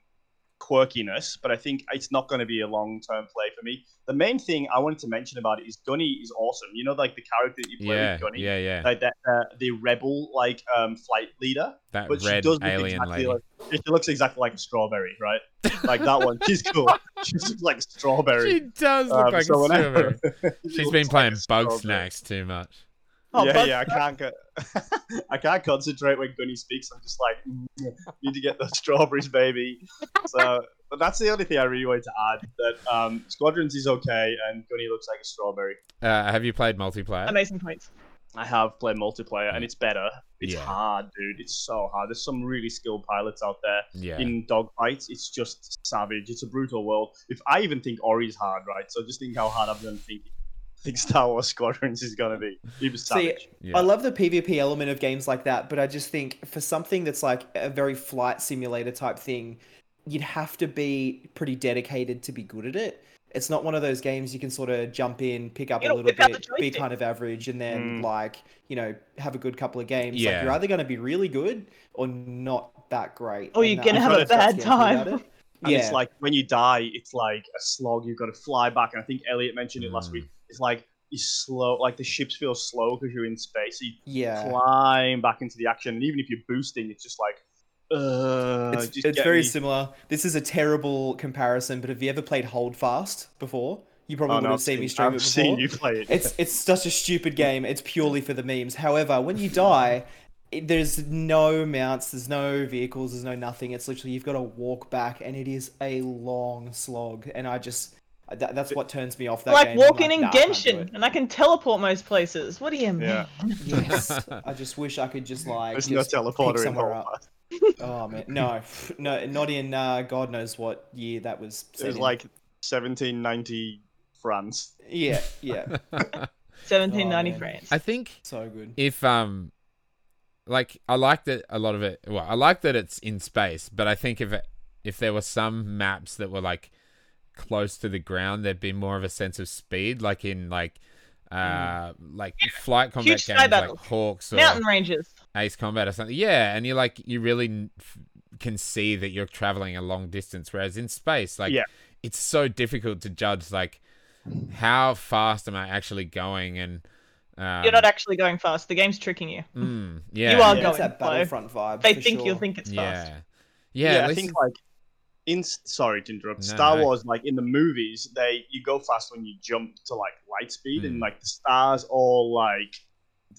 [SPEAKER 3] quirkiness, but I think it's not going to be a long term play for me. The main thing I wanted to mention about it is Gunny is awesome. You know, like the character that you play
[SPEAKER 1] Yeah,
[SPEAKER 3] with Gunny.
[SPEAKER 1] yeah, yeah.
[SPEAKER 3] Like that, uh, the rebel, like um, flight leader
[SPEAKER 1] That
[SPEAKER 3] but she
[SPEAKER 1] red
[SPEAKER 3] does look
[SPEAKER 1] alien lady.
[SPEAKER 3] exactly like she looks exactly like a strawberry, right? Like that one. She's cool. She looks like a strawberry.
[SPEAKER 1] she does look
[SPEAKER 3] Um,
[SPEAKER 1] like
[SPEAKER 3] so
[SPEAKER 1] a
[SPEAKER 3] when I-
[SPEAKER 1] strawberry.
[SPEAKER 3] She
[SPEAKER 1] She's
[SPEAKER 3] looks
[SPEAKER 1] been
[SPEAKER 3] like
[SPEAKER 1] playing
[SPEAKER 3] a
[SPEAKER 1] Bug
[SPEAKER 3] strawberry.
[SPEAKER 1] Snacks too much.
[SPEAKER 2] Oh,
[SPEAKER 3] yeah,
[SPEAKER 2] Bug
[SPEAKER 3] yeah, I can't go- I can't concentrate when Gunny speaks. I'm just like, "Mm, need to get those strawberries, baby. So, but that's the only thing I really wanted to add. That um, Squadrons is okay, and Gunny looks like a strawberry.
[SPEAKER 1] Uh, have you played
[SPEAKER 3] Uh,
[SPEAKER 1] multiplayer?
[SPEAKER 2] Amazing points.
[SPEAKER 3] I have played multiplayer, and it's better. It's
[SPEAKER 1] Mm. Yeah.
[SPEAKER 3] hard, dude. It's so hard. There's some really skilled pilots out there.
[SPEAKER 1] yeah.
[SPEAKER 3] in dogfights. It's just savage. It's a brutal world. If I even think Ori's hard, right? So just think how hard I'm gonna think. Think Star Wars Squadrons is gonna be. He was
[SPEAKER 4] See,
[SPEAKER 3] savage.
[SPEAKER 1] yeah.
[SPEAKER 4] I love the PvP element of games like that, but I just think for something that's like a very flight simulator type thing, you'd have to be pretty dedicated to be good at it. It's not one of those games you can sort of jump in, pick up
[SPEAKER 2] You
[SPEAKER 4] a
[SPEAKER 2] know,
[SPEAKER 4] little
[SPEAKER 2] whip out the
[SPEAKER 4] bit, be
[SPEAKER 2] joystick.
[SPEAKER 4] kind of average, and then
[SPEAKER 3] Mm.
[SPEAKER 4] like you know have a good couple of games.
[SPEAKER 1] Yeah.
[SPEAKER 4] Like you're either going to be really good or not that great.
[SPEAKER 2] Or
[SPEAKER 4] and uh,
[SPEAKER 2] you're
[SPEAKER 4] that-
[SPEAKER 2] gonna
[SPEAKER 4] I
[SPEAKER 2] have
[SPEAKER 4] think
[SPEAKER 3] a
[SPEAKER 4] that's what's
[SPEAKER 2] bad
[SPEAKER 4] scary about
[SPEAKER 2] time.
[SPEAKER 4] it.
[SPEAKER 3] And
[SPEAKER 4] yeah,
[SPEAKER 3] it's like when you die, it's like a slog. You've got to fly back. And I think Elliot mentioned it last
[SPEAKER 1] Mm.
[SPEAKER 3] week. It's like you slow, like the ships feel slow because you're in space. So you
[SPEAKER 4] yeah.
[SPEAKER 3] climb back into the action, and even if you're boosting, it's just like, uh,
[SPEAKER 4] It's,
[SPEAKER 3] just
[SPEAKER 4] it's
[SPEAKER 3] get
[SPEAKER 4] very
[SPEAKER 3] me.
[SPEAKER 4] similar. This is a terrible comparison, but have you ever played Holdfast before? You
[SPEAKER 3] Oh,
[SPEAKER 4] probably
[SPEAKER 3] no,
[SPEAKER 4] would
[SPEAKER 3] I've
[SPEAKER 4] have seen
[SPEAKER 3] seen-
[SPEAKER 4] me stream it
[SPEAKER 3] I've
[SPEAKER 4] before.
[SPEAKER 3] seen you play it.
[SPEAKER 4] It's it's such a stupid game. It's purely for the memes. However, when you die, it, there's no mounts, there's no vehicles, there's no nothing. It's literally you've got to walk back, and it is a long slog. And I just uh, that, that's what turns me off that
[SPEAKER 2] like
[SPEAKER 4] game. I'm
[SPEAKER 2] walking in
[SPEAKER 4] "Nah, I can't do
[SPEAKER 2] Genshin, and I can teleport most places. What do you mean?
[SPEAKER 3] Yeah.
[SPEAKER 4] it." Yes, I just wish I could just like
[SPEAKER 3] There's no
[SPEAKER 4] just pick
[SPEAKER 3] teleporter in
[SPEAKER 4] somewhere
[SPEAKER 3] Holdfast.
[SPEAKER 4] up. Oh man, no, no, not in uh, God knows what year that was.
[SPEAKER 3] It
[SPEAKER 4] set
[SPEAKER 3] was
[SPEAKER 4] in.
[SPEAKER 3] like 1794 France.
[SPEAKER 4] Yeah, yeah.
[SPEAKER 2] 1790
[SPEAKER 4] Oh, man.
[SPEAKER 2] France.
[SPEAKER 1] I think
[SPEAKER 4] so good.
[SPEAKER 1] if um like I like that a lot of it well, I like that it's in space, but I think if it, if there were some maps that were like close to the ground, there'd be more of a sense of speed, like in like uh like flight combat
[SPEAKER 2] Huge sky
[SPEAKER 1] games like
[SPEAKER 2] battles.
[SPEAKER 1] Hawks or
[SPEAKER 2] Mountain ranges.
[SPEAKER 1] Ace Combat or something. Yeah, and you like you really n- f- can see that you're traveling a long distance, whereas in space, like
[SPEAKER 3] Yeah.
[SPEAKER 1] it's so difficult to judge like how fast am I actually going and um,
[SPEAKER 2] You're not actually going fast. The game's tricking you.
[SPEAKER 1] mm, yeah,
[SPEAKER 2] you are
[SPEAKER 3] Yeah,
[SPEAKER 4] That's
[SPEAKER 2] going
[SPEAKER 4] that
[SPEAKER 2] slow.
[SPEAKER 4] Battlefront vibe.
[SPEAKER 2] They
[SPEAKER 4] for
[SPEAKER 2] think
[SPEAKER 4] sure.
[SPEAKER 2] you'll think it's fast.
[SPEAKER 1] Yeah. Yeah, at
[SPEAKER 3] I
[SPEAKER 1] least-
[SPEAKER 3] think like in sorry to interrupt.
[SPEAKER 1] No,
[SPEAKER 3] Star
[SPEAKER 1] no.
[SPEAKER 3] Wars, like in the movies, they you go fast when you jump to like light speed,
[SPEAKER 1] Mm.
[SPEAKER 3] and like the stars all like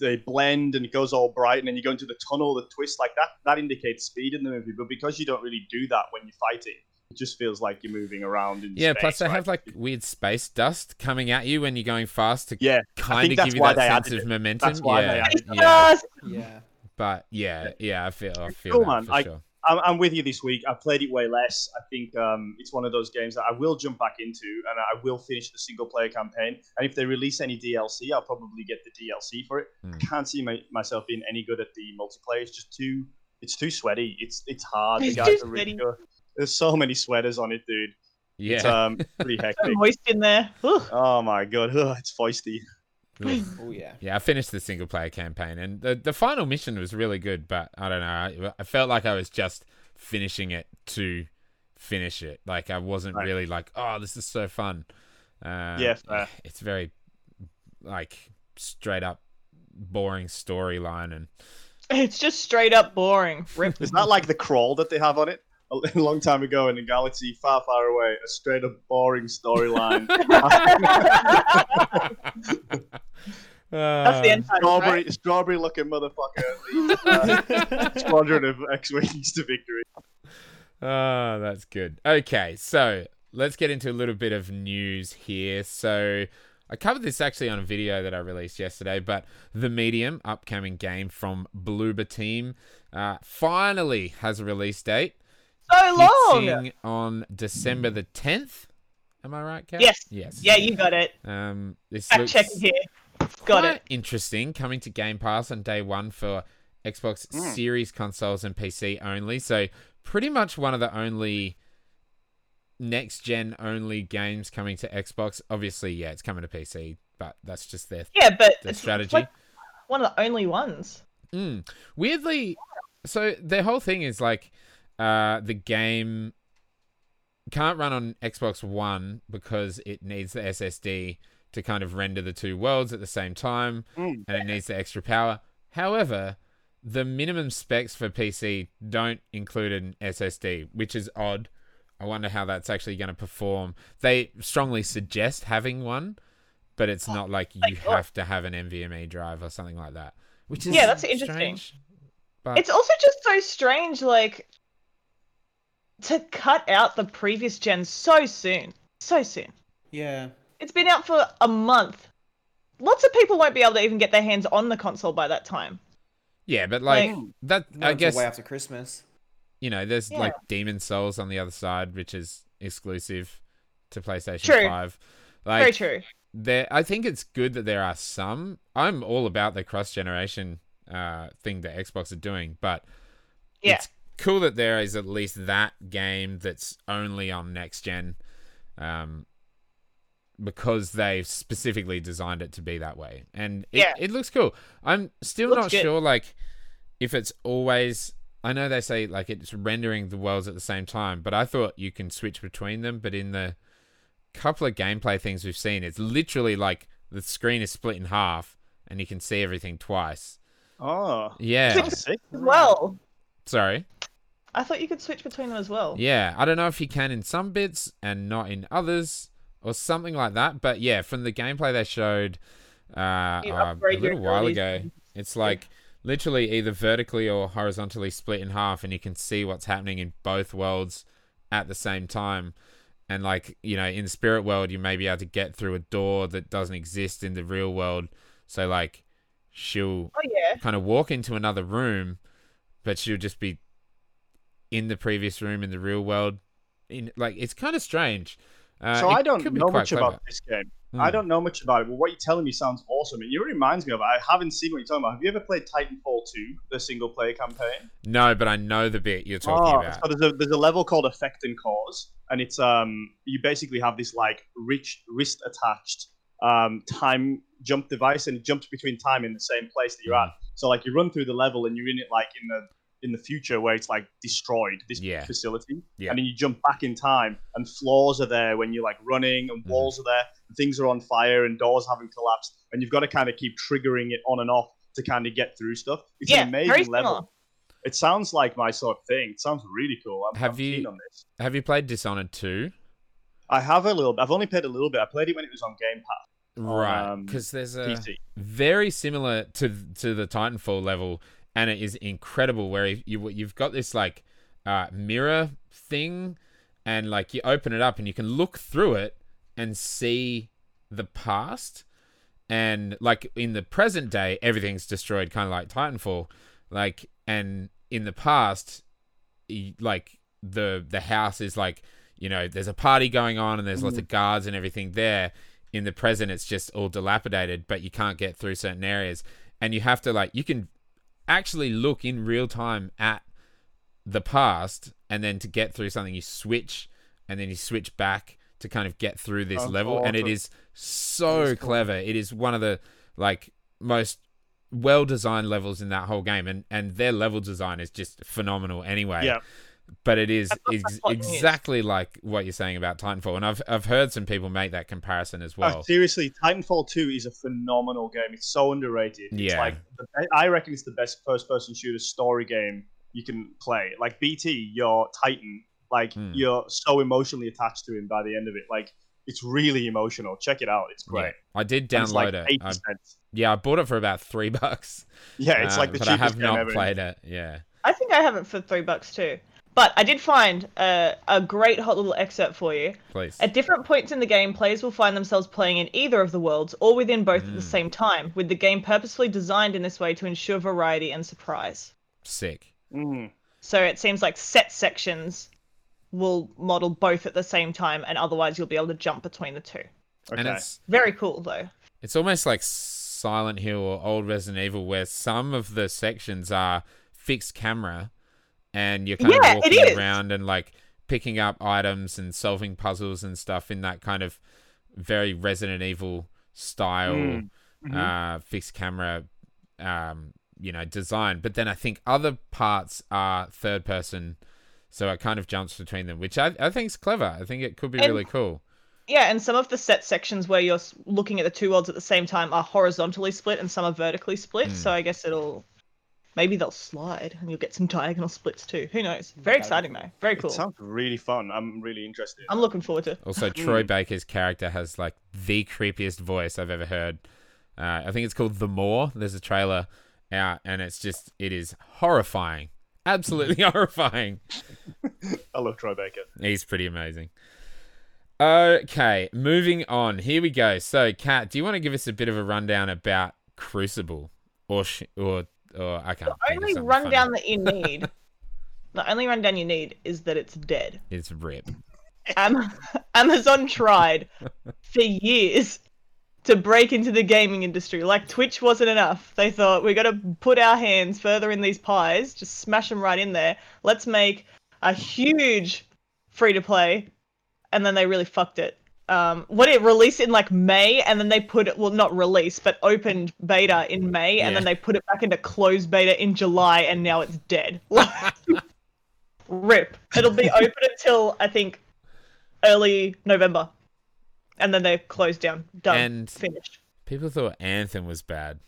[SPEAKER 3] they blend and it goes all bright, and then you go into the tunnel, the twist like that. That indicates speed in the movie, but because you don't really do that when you're fighting, it just feels like you're moving around. In
[SPEAKER 1] yeah, plus
[SPEAKER 3] space,
[SPEAKER 1] they
[SPEAKER 3] right?
[SPEAKER 1] have like weird space dust coming at you when you're going fast to
[SPEAKER 3] yeah,
[SPEAKER 1] kind of
[SPEAKER 3] that's
[SPEAKER 1] give you
[SPEAKER 3] why
[SPEAKER 1] that
[SPEAKER 3] they
[SPEAKER 1] sense
[SPEAKER 3] added
[SPEAKER 1] of
[SPEAKER 3] it.
[SPEAKER 1] momentum.
[SPEAKER 3] why they
[SPEAKER 1] yeah,
[SPEAKER 3] added
[SPEAKER 2] It's
[SPEAKER 1] yeah.
[SPEAKER 2] fast!
[SPEAKER 4] Yeah.
[SPEAKER 1] But yeah, yeah, I feel I feel
[SPEAKER 3] cool,
[SPEAKER 1] that
[SPEAKER 3] man.
[SPEAKER 1] for
[SPEAKER 3] I-
[SPEAKER 1] sure.
[SPEAKER 3] I'm, I'm with you this week. I played it way less. I think um, it's one of those games that I will jump back into, and I will finish the single player campaign. And if they release any DLC, I'll probably get the DLC for it.
[SPEAKER 1] Hmm.
[SPEAKER 3] I can't see my, myself being any good at the multiplayer. It's just too. It's too sweaty. It's it's hard. The
[SPEAKER 2] It's
[SPEAKER 3] guys
[SPEAKER 2] too
[SPEAKER 3] are really
[SPEAKER 2] sweaty.
[SPEAKER 3] good. There's so many sweaters on it, dude. It's
[SPEAKER 1] Yeah.
[SPEAKER 3] um, pretty
[SPEAKER 2] So
[SPEAKER 3] hectic.
[SPEAKER 2] moist in there. Ugh.
[SPEAKER 3] Oh my god, Ugh, it's feisty.
[SPEAKER 1] Ugh.
[SPEAKER 4] Oh yeah.
[SPEAKER 1] Yeah, I finished the single player campaign, and the the final mission was really good. But I don't know, I, I felt like I was just finishing it to finish it. Like I wasn't
[SPEAKER 3] Right.
[SPEAKER 1] really like, oh, this is so fun. Uh,
[SPEAKER 3] Yeah, fair.
[SPEAKER 1] it's very like straight up boring storyline, and
[SPEAKER 2] It's just straight up boring. Rip.
[SPEAKER 3] Is that like the crawl that they have on it? A long time ago in a galaxy far, far away, a straight up boring storyline.
[SPEAKER 2] That's the
[SPEAKER 1] uh,
[SPEAKER 2] end title,
[SPEAKER 3] strawberry,
[SPEAKER 2] right?
[SPEAKER 3] strawberry looking motherfucker leads uh, squadron of X-wings to victory.
[SPEAKER 1] Oh, that's good. Okay, so let's get into a little bit of news here. So I covered this actually on a video that I released yesterday, but The Medium, upcoming game from Bloober Team, uh, finally has a release date.
[SPEAKER 2] So long.
[SPEAKER 1] Hitting on December the 10th. Am I right, Kat?
[SPEAKER 2] Yes.
[SPEAKER 1] Yes.
[SPEAKER 2] Yeah, you got it.
[SPEAKER 1] Um, this
[SPEAKER 2] Fact
[SPEAKER 1] looks
[SPEAKER 2] check it here. Got
[SPEAKER 1] quite
[SPEAKER 2] it.
[SPEAKER 1] interesting coming to Game Pass on day one for Xbox
[SPEAKER 2] Hmm.
[SPEAKER 3] Mm.
[SPEAKER 1] Series consoles and PC only. So pretty much one of the only next gen only games coming to Xbox. Obviously, yeah, it's coming to PC, but that's just their
[SPEAKER 2] Yeah, but
[SPEAKER 1] their
[SPEAKER 2] it's
[SPEAKER 1] strategy.
[SPEAKER 2] like one of the only ones.
[SPEAKER 1] Mm. Weirdly, so their whole thing is like uh, the game can't run on Xbox One because it needs the SSD to kind of render the two worlds at the same time
[SPEAKER 3] Mm.
[SPEAKER 1] and it needs the extra power. However, the minimum specs for PC don't include an SSD, which is odd. I wonder how that's actually going to perform. They strongly suggest having one, but it's not like you
[SPEAKER 2] God.
[SPEAKER 1] have to have an NVMe E drive or something like that which is
[SPEAKER 2] Yeah, that's interesting.
[SPEAKER 1] strange, but
[SPEAKER 2] It's also just so strange, like, to cut out the previous gen so soon. So soon.
[SPEAKER 4] Yeah.
[SPEAKER 2] It's been out for a month. Lots of people won't be able to even get their hands on the console by that time.
[SPEAKER 1] yeah, but like
[SPEAKER 2] like- hmm,
[SPEAKER 1] that,
[SPEAKER 4] Not
[SPEAKER 1] I
[SPEAKER 4] until
[SPEAKER 1] guess
[SPEAKER 4] way after Christmas.
[SPEAKER 1] you know, there's
[SPEAKER 2] Yeah.
[SPEAKER 1] like Demon Souls on the other side, which is exclusive to PlayStation
[SPEAKER 2] True.
[SPEAKER 1] Five.
[SPEAKER 2] Very
[SPEAKER 1] Like
[SPEAKER 2] true.
[SPEAKER 1] there, I think it's good that there are some. I'm all about the cross generation uh, thing that Xbox are doing, but
[SPEAKER 2] Yeah.
[SPEAKER 1] it's cool that there is at least that game that's only on next gen. Um, because they specifically designed it to be that way, and it,
[SPEAKER 2] Yeah.
[SPEAKER 1] it looks cool. I'm still
[SPEAKER 2] Looks
[SPEAKER 1] not
[SPEAKER 2] good.
[SPEAKER 1] sure, like, if it's always. I know they say like it's rendering the worlds at the same time, but I thought you can switch between them. But in the couple of gameplay things we've seen, it's literally like the screen is split in half and you can see everything twice.
[SPEAKER 3] Oh,
[SPEAKER 1] Yeah.
[SPEAKER 3] that's sick.
[SPEAKER 2] As well.
[SPEAKER 1] Sorry.
[SPEAKER 2] I thought you could switch between them as well.
[SPEAKER 1] Yeah, I don't know if you can in some bits and not in others or something like that. But yeah, from the gameplay they showed uh,
[SPEAKER 2] You
[SPEAKER 1] uh, a
[SPEAKER 2] upgrade your
[SPEAKER 1] little while
[SPEAKER 2] abilities.
[SPEAKER 1] ago, it's like literally either vertically or horizontally split in half, and you can see what's happening in both worlds at the same time. And like you know, in the spirit world, you may be able to get through a door that doesn't exist in the real world. So like, she'll
[SPEAKER 2] Oh yeah.
[SPEAKER 1] kind of walk into another room, but she'll just be in the previous room in the real world. In like it's kind of strange. Uh,
[SPEAKER 3] so
[SPEAKER 1] it
[SPEAKER 3] I don't
[SPEAKER 1] could be
[SPEAKER 3] know
[SPEAKER 1] quite
[SPEAKER 3] much
[SPEAKER 1] clever.
[SPEAKER 3] about this game.
[SPEAKER 1] Mm.
[SPEAKER 3] I don't know much about it, but what you're telling me sounds awesome. It reminds me of I haven't seen what you're talking about. Have you ever played Titanfall 2, the single player campaign?
[SPEAKER 1] No, but I know the bit you're talking
[SPEAKER 3] Oh,
[SPEAKER 1] about.
[SPEAKER 3] So there's a there's a level called Effect and Cause, and it's um you basically have this like rich wrist attached um time jump device, and it jumps between time in the same place that you're
[SPEAKER 1] Mm.
[SPEAKER 3] at. So like you run through the level, and you're in it like in the in the future where it's like destroyed this
[SPEAKER 1] Yeah.
[SPEAKER 3] facility,
[SPEAKER 1] Yeah.
[SPEAKER 3] and then you jump back in time, and floors are there when you're like running, and
[SPEAKER 1] Mhm.
[SPEAKER 3] walls are there, and things are on fire, and doors haven't collapsed, and you've got to kind of keep triggering it on and off to kind of get through stuff. It's
[SPEAKER 2] Yeah,
[SPEAKER 3] an
[SPEAKER 2] very
[SPEAKER 3] amazing level.
[SPEAKER 2] similar.
[SPEAKER 3] It sounds like my sort of thing. It sounds really cool. I'm,
[SPEAKER 1] Have
[SPEAKER 3] I'm
[SPEAKER 1] you-
[SPEAKER 3] keen on this.
[SPEAKER 1] Have you played Dishonored 2?
[SPEAKER 3] I have a little. I've only played a little bit. I played it when it was on Game Pass
[SPEAKER 1] Right,
[SPEAKER 3] um,
[SPEAKER 1] because there's a
[SPEAKER 3] PC.
[SPEAKER 1] very similar to to the Titanfall level, and it is incredible. Where you- you you've got this like uh, mirror thing, and like you open it up and you can look through it and see the past, and like in the present day everything's destroyed, kind of like Titanfall, like and in the past, y- like the the house is like you know there's a party going on and there's lots of guards and everything there in the present it's just all dilapidated but you can't get through certain areas and you have to like you can actually look in real time at the past and then to get through something you switch and then you switch back to kind of get through this
[SPEAKER 3] Sounds
[SPEAKER 1] level and it
[SPEAKER 3] awesome.
[SPEAKER 1] is so clever it is one of the like most well designed levels in that whole game and and their level design is just phenomenal anyway
[SPEAKER 3] Yeah.
[SPEAKER 1] but it is
[SPEAKER 2] what
[SPEAKER 1] ex-
[SPEAKER 2] Titanfall is.
[SPEAKER 1] exactly like what you're saying about Titanfall, and I've I've heard some people make that comparison as
[SPEAKER 3] Uh,
[SPEAKER 1] well.
[SPEAKER 3] seriously, Titanfall 2 is a phenomenal game. It's so underrated. It's
[SPEAKER 1] Yeah.
[SPEAKER 3] like the be- I reckon it's the best first-person shooter story game you can play. Like BT, your Titan, like
[SPEAKER 1] Hmm.
[SPEAKER 3] you're so emotionally attached to him by the end of it. Like it's really emotional. Check it out. It's
[SPEAKER 1] Yeah.
[SPEAKER 3] great.
[SPEAKER 1] I did
[SPEAKER 3] And it's like
[SPEAKER 1] download it.
[SPEAKER 3] 80
[SPEAKER 1] I,
[SPEAKER 3] cents.
[SPEAKER 1] yeah, I bought it for about three bucks.
[SPEAKER 3] Yeah, it's
[SPEAKER 1] uh,
[SPEAKER 3] like the
[SPEAKER 1] but
[SPEAKER 3] cheapest
[SPEAKER 1] I have
[SPEAKER 3] game
[SPEAKER 1] not
[SPEAKER 3] ever.
[SPEAKER 1] played it. Yeah.
[SPEAKER 2] I think I have it for three bucks too. But I did find uh, a great hot little excerpt for you.
[SPEAKER 1] Please.
[SPEAKER 2] At different points in the game, players will find themselves playing in either of the worlds or within both at the
[SPEAKER 1] Mm.
[SPEAKER 2] same time, with the game purposefully designed in this way to ensure variety and surprise.
[SPEAKER 1] Sick.
[SPEAKER 3] Mm.
[SPEAKER 2] So it seems like set sections will model both at the same time, and otherwise you'll be able to jump between the two.
[SPEAKER 3] Okay.
[SPEAKER 1] And it's
[SPEAKER 2] Very cool, though.
[SPEAKER 1] it's almost like Silent Hill or old Resident Evil, where some of the sections are fixed camera, and you're kind
[SPEAKER 2] Yeah,
[SPEAKER 1] of
[SPEAKER 2] it
[SPEAKER 1] walking
[SPEAKER 2] is.
[SPEAKER 1] around and like picking up items and solving puzzles and stuff in that kind of very Resident Evil style.
[SPEAKER 3] Mm. Mhm.
[SPEAKER 2] Mm-hmm.
[SPEAKER 1] uh, fixed camera, um, you know, design. But then I think other parts are third person, so it kind of jumps between them, which I, I think is clever. I think it could be
[SPEAKER 2] And-
[SPEAKER 1] really cool.
[SPEAKER 2] Yeah, and some of the set sections where you're s- looking at the two worlds at the same time are horizontally split and some are vertically
[SPEAKER 1] Hmm.
[SPEAKER 2] split. So I guess it'll. Maybe they'll slide and you'll get some diagonal splits too. Who knows?
[SPEAKER 1] Hmm,
[SPEAKER 2] Very exciting, though. Very cool.
[SPEAKER 3] It sounds really fun. I'm really interested.
[SPEAKER 2] I'm looking forward to
[SPEAKER 1] Also, Troy Baker's character has like the creepiest voice I've ever heard. Uh, I think it's called The More. There's a trailer out, and it's just it is horrifying, absolutely horrifying.
[SPEAKER 3] I love Troy Baker.
[SPEAKER 1] He's pretty amazing. Okay, moving on. Here we go. So, Kat, do you want to give us a bit of a rundown about Crucible, or sh- or or I can't. think of
[SPEAKER 2] only
[SPEAKER 1] something
[SPEAKER 2] rundown
[SPEAKER 1] funny.
[SPEAKER 2] that you need. the only rundown you need is that it's dead.
[SPEAKER 1] It's rip.
[SPEAKER 2] Am- Amazon tried for years to break into the gaming industry. Like Twitch wasn't enough. They thought we got to put our hands further in these pies, just smash them right in there. Let's make a huge free to play, and then they really fucked it. Um, what it released in like May, and then they put it well, not release, but opened beta in May, and
[SPEAKER 1] Yeah.
[SPEAKER 2] then they put it back into closed beta in July, and now it's dead. Rip. It'll be open until I think early November, and then they close down. Done.
[SPEAKER 1] And-
[SPEAKER 2] finished.
[SPEAKER 1] People thought Anthem was bad.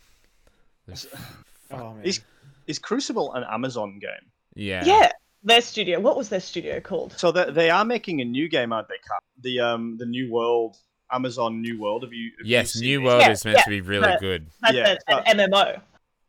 [SPEAKER 4] Oh, man.
[SPEAKER 3] Is is Crucible an Amazon game?
[SPEAKER 1] Yeah.
[SPEAKER 2] Yeah. Their studio. What was their studio called?
[SPEAKER 3] So they, they are making a new game, aren't they? Kat? The um the New World Amazon New World. Have you? Have you
[SPEAKER 1] Yes,
[SPEAKER 3] seen
[SPEAKER 1] New
[SPEAKER 3] it?
[SPEAKER 1] World
[SPEAKER 2] Yeah,
[SPEAKER 1] is meant
[SPEAKER 2] yeah,
[SPEAKER 1] to be really
[SPEAKER 2] but-
[SPEAKER 1] good.
[SPEAKER 2] That's
[SPEAKER 3] yeah,
[SPEAKER 2] a- an MMO.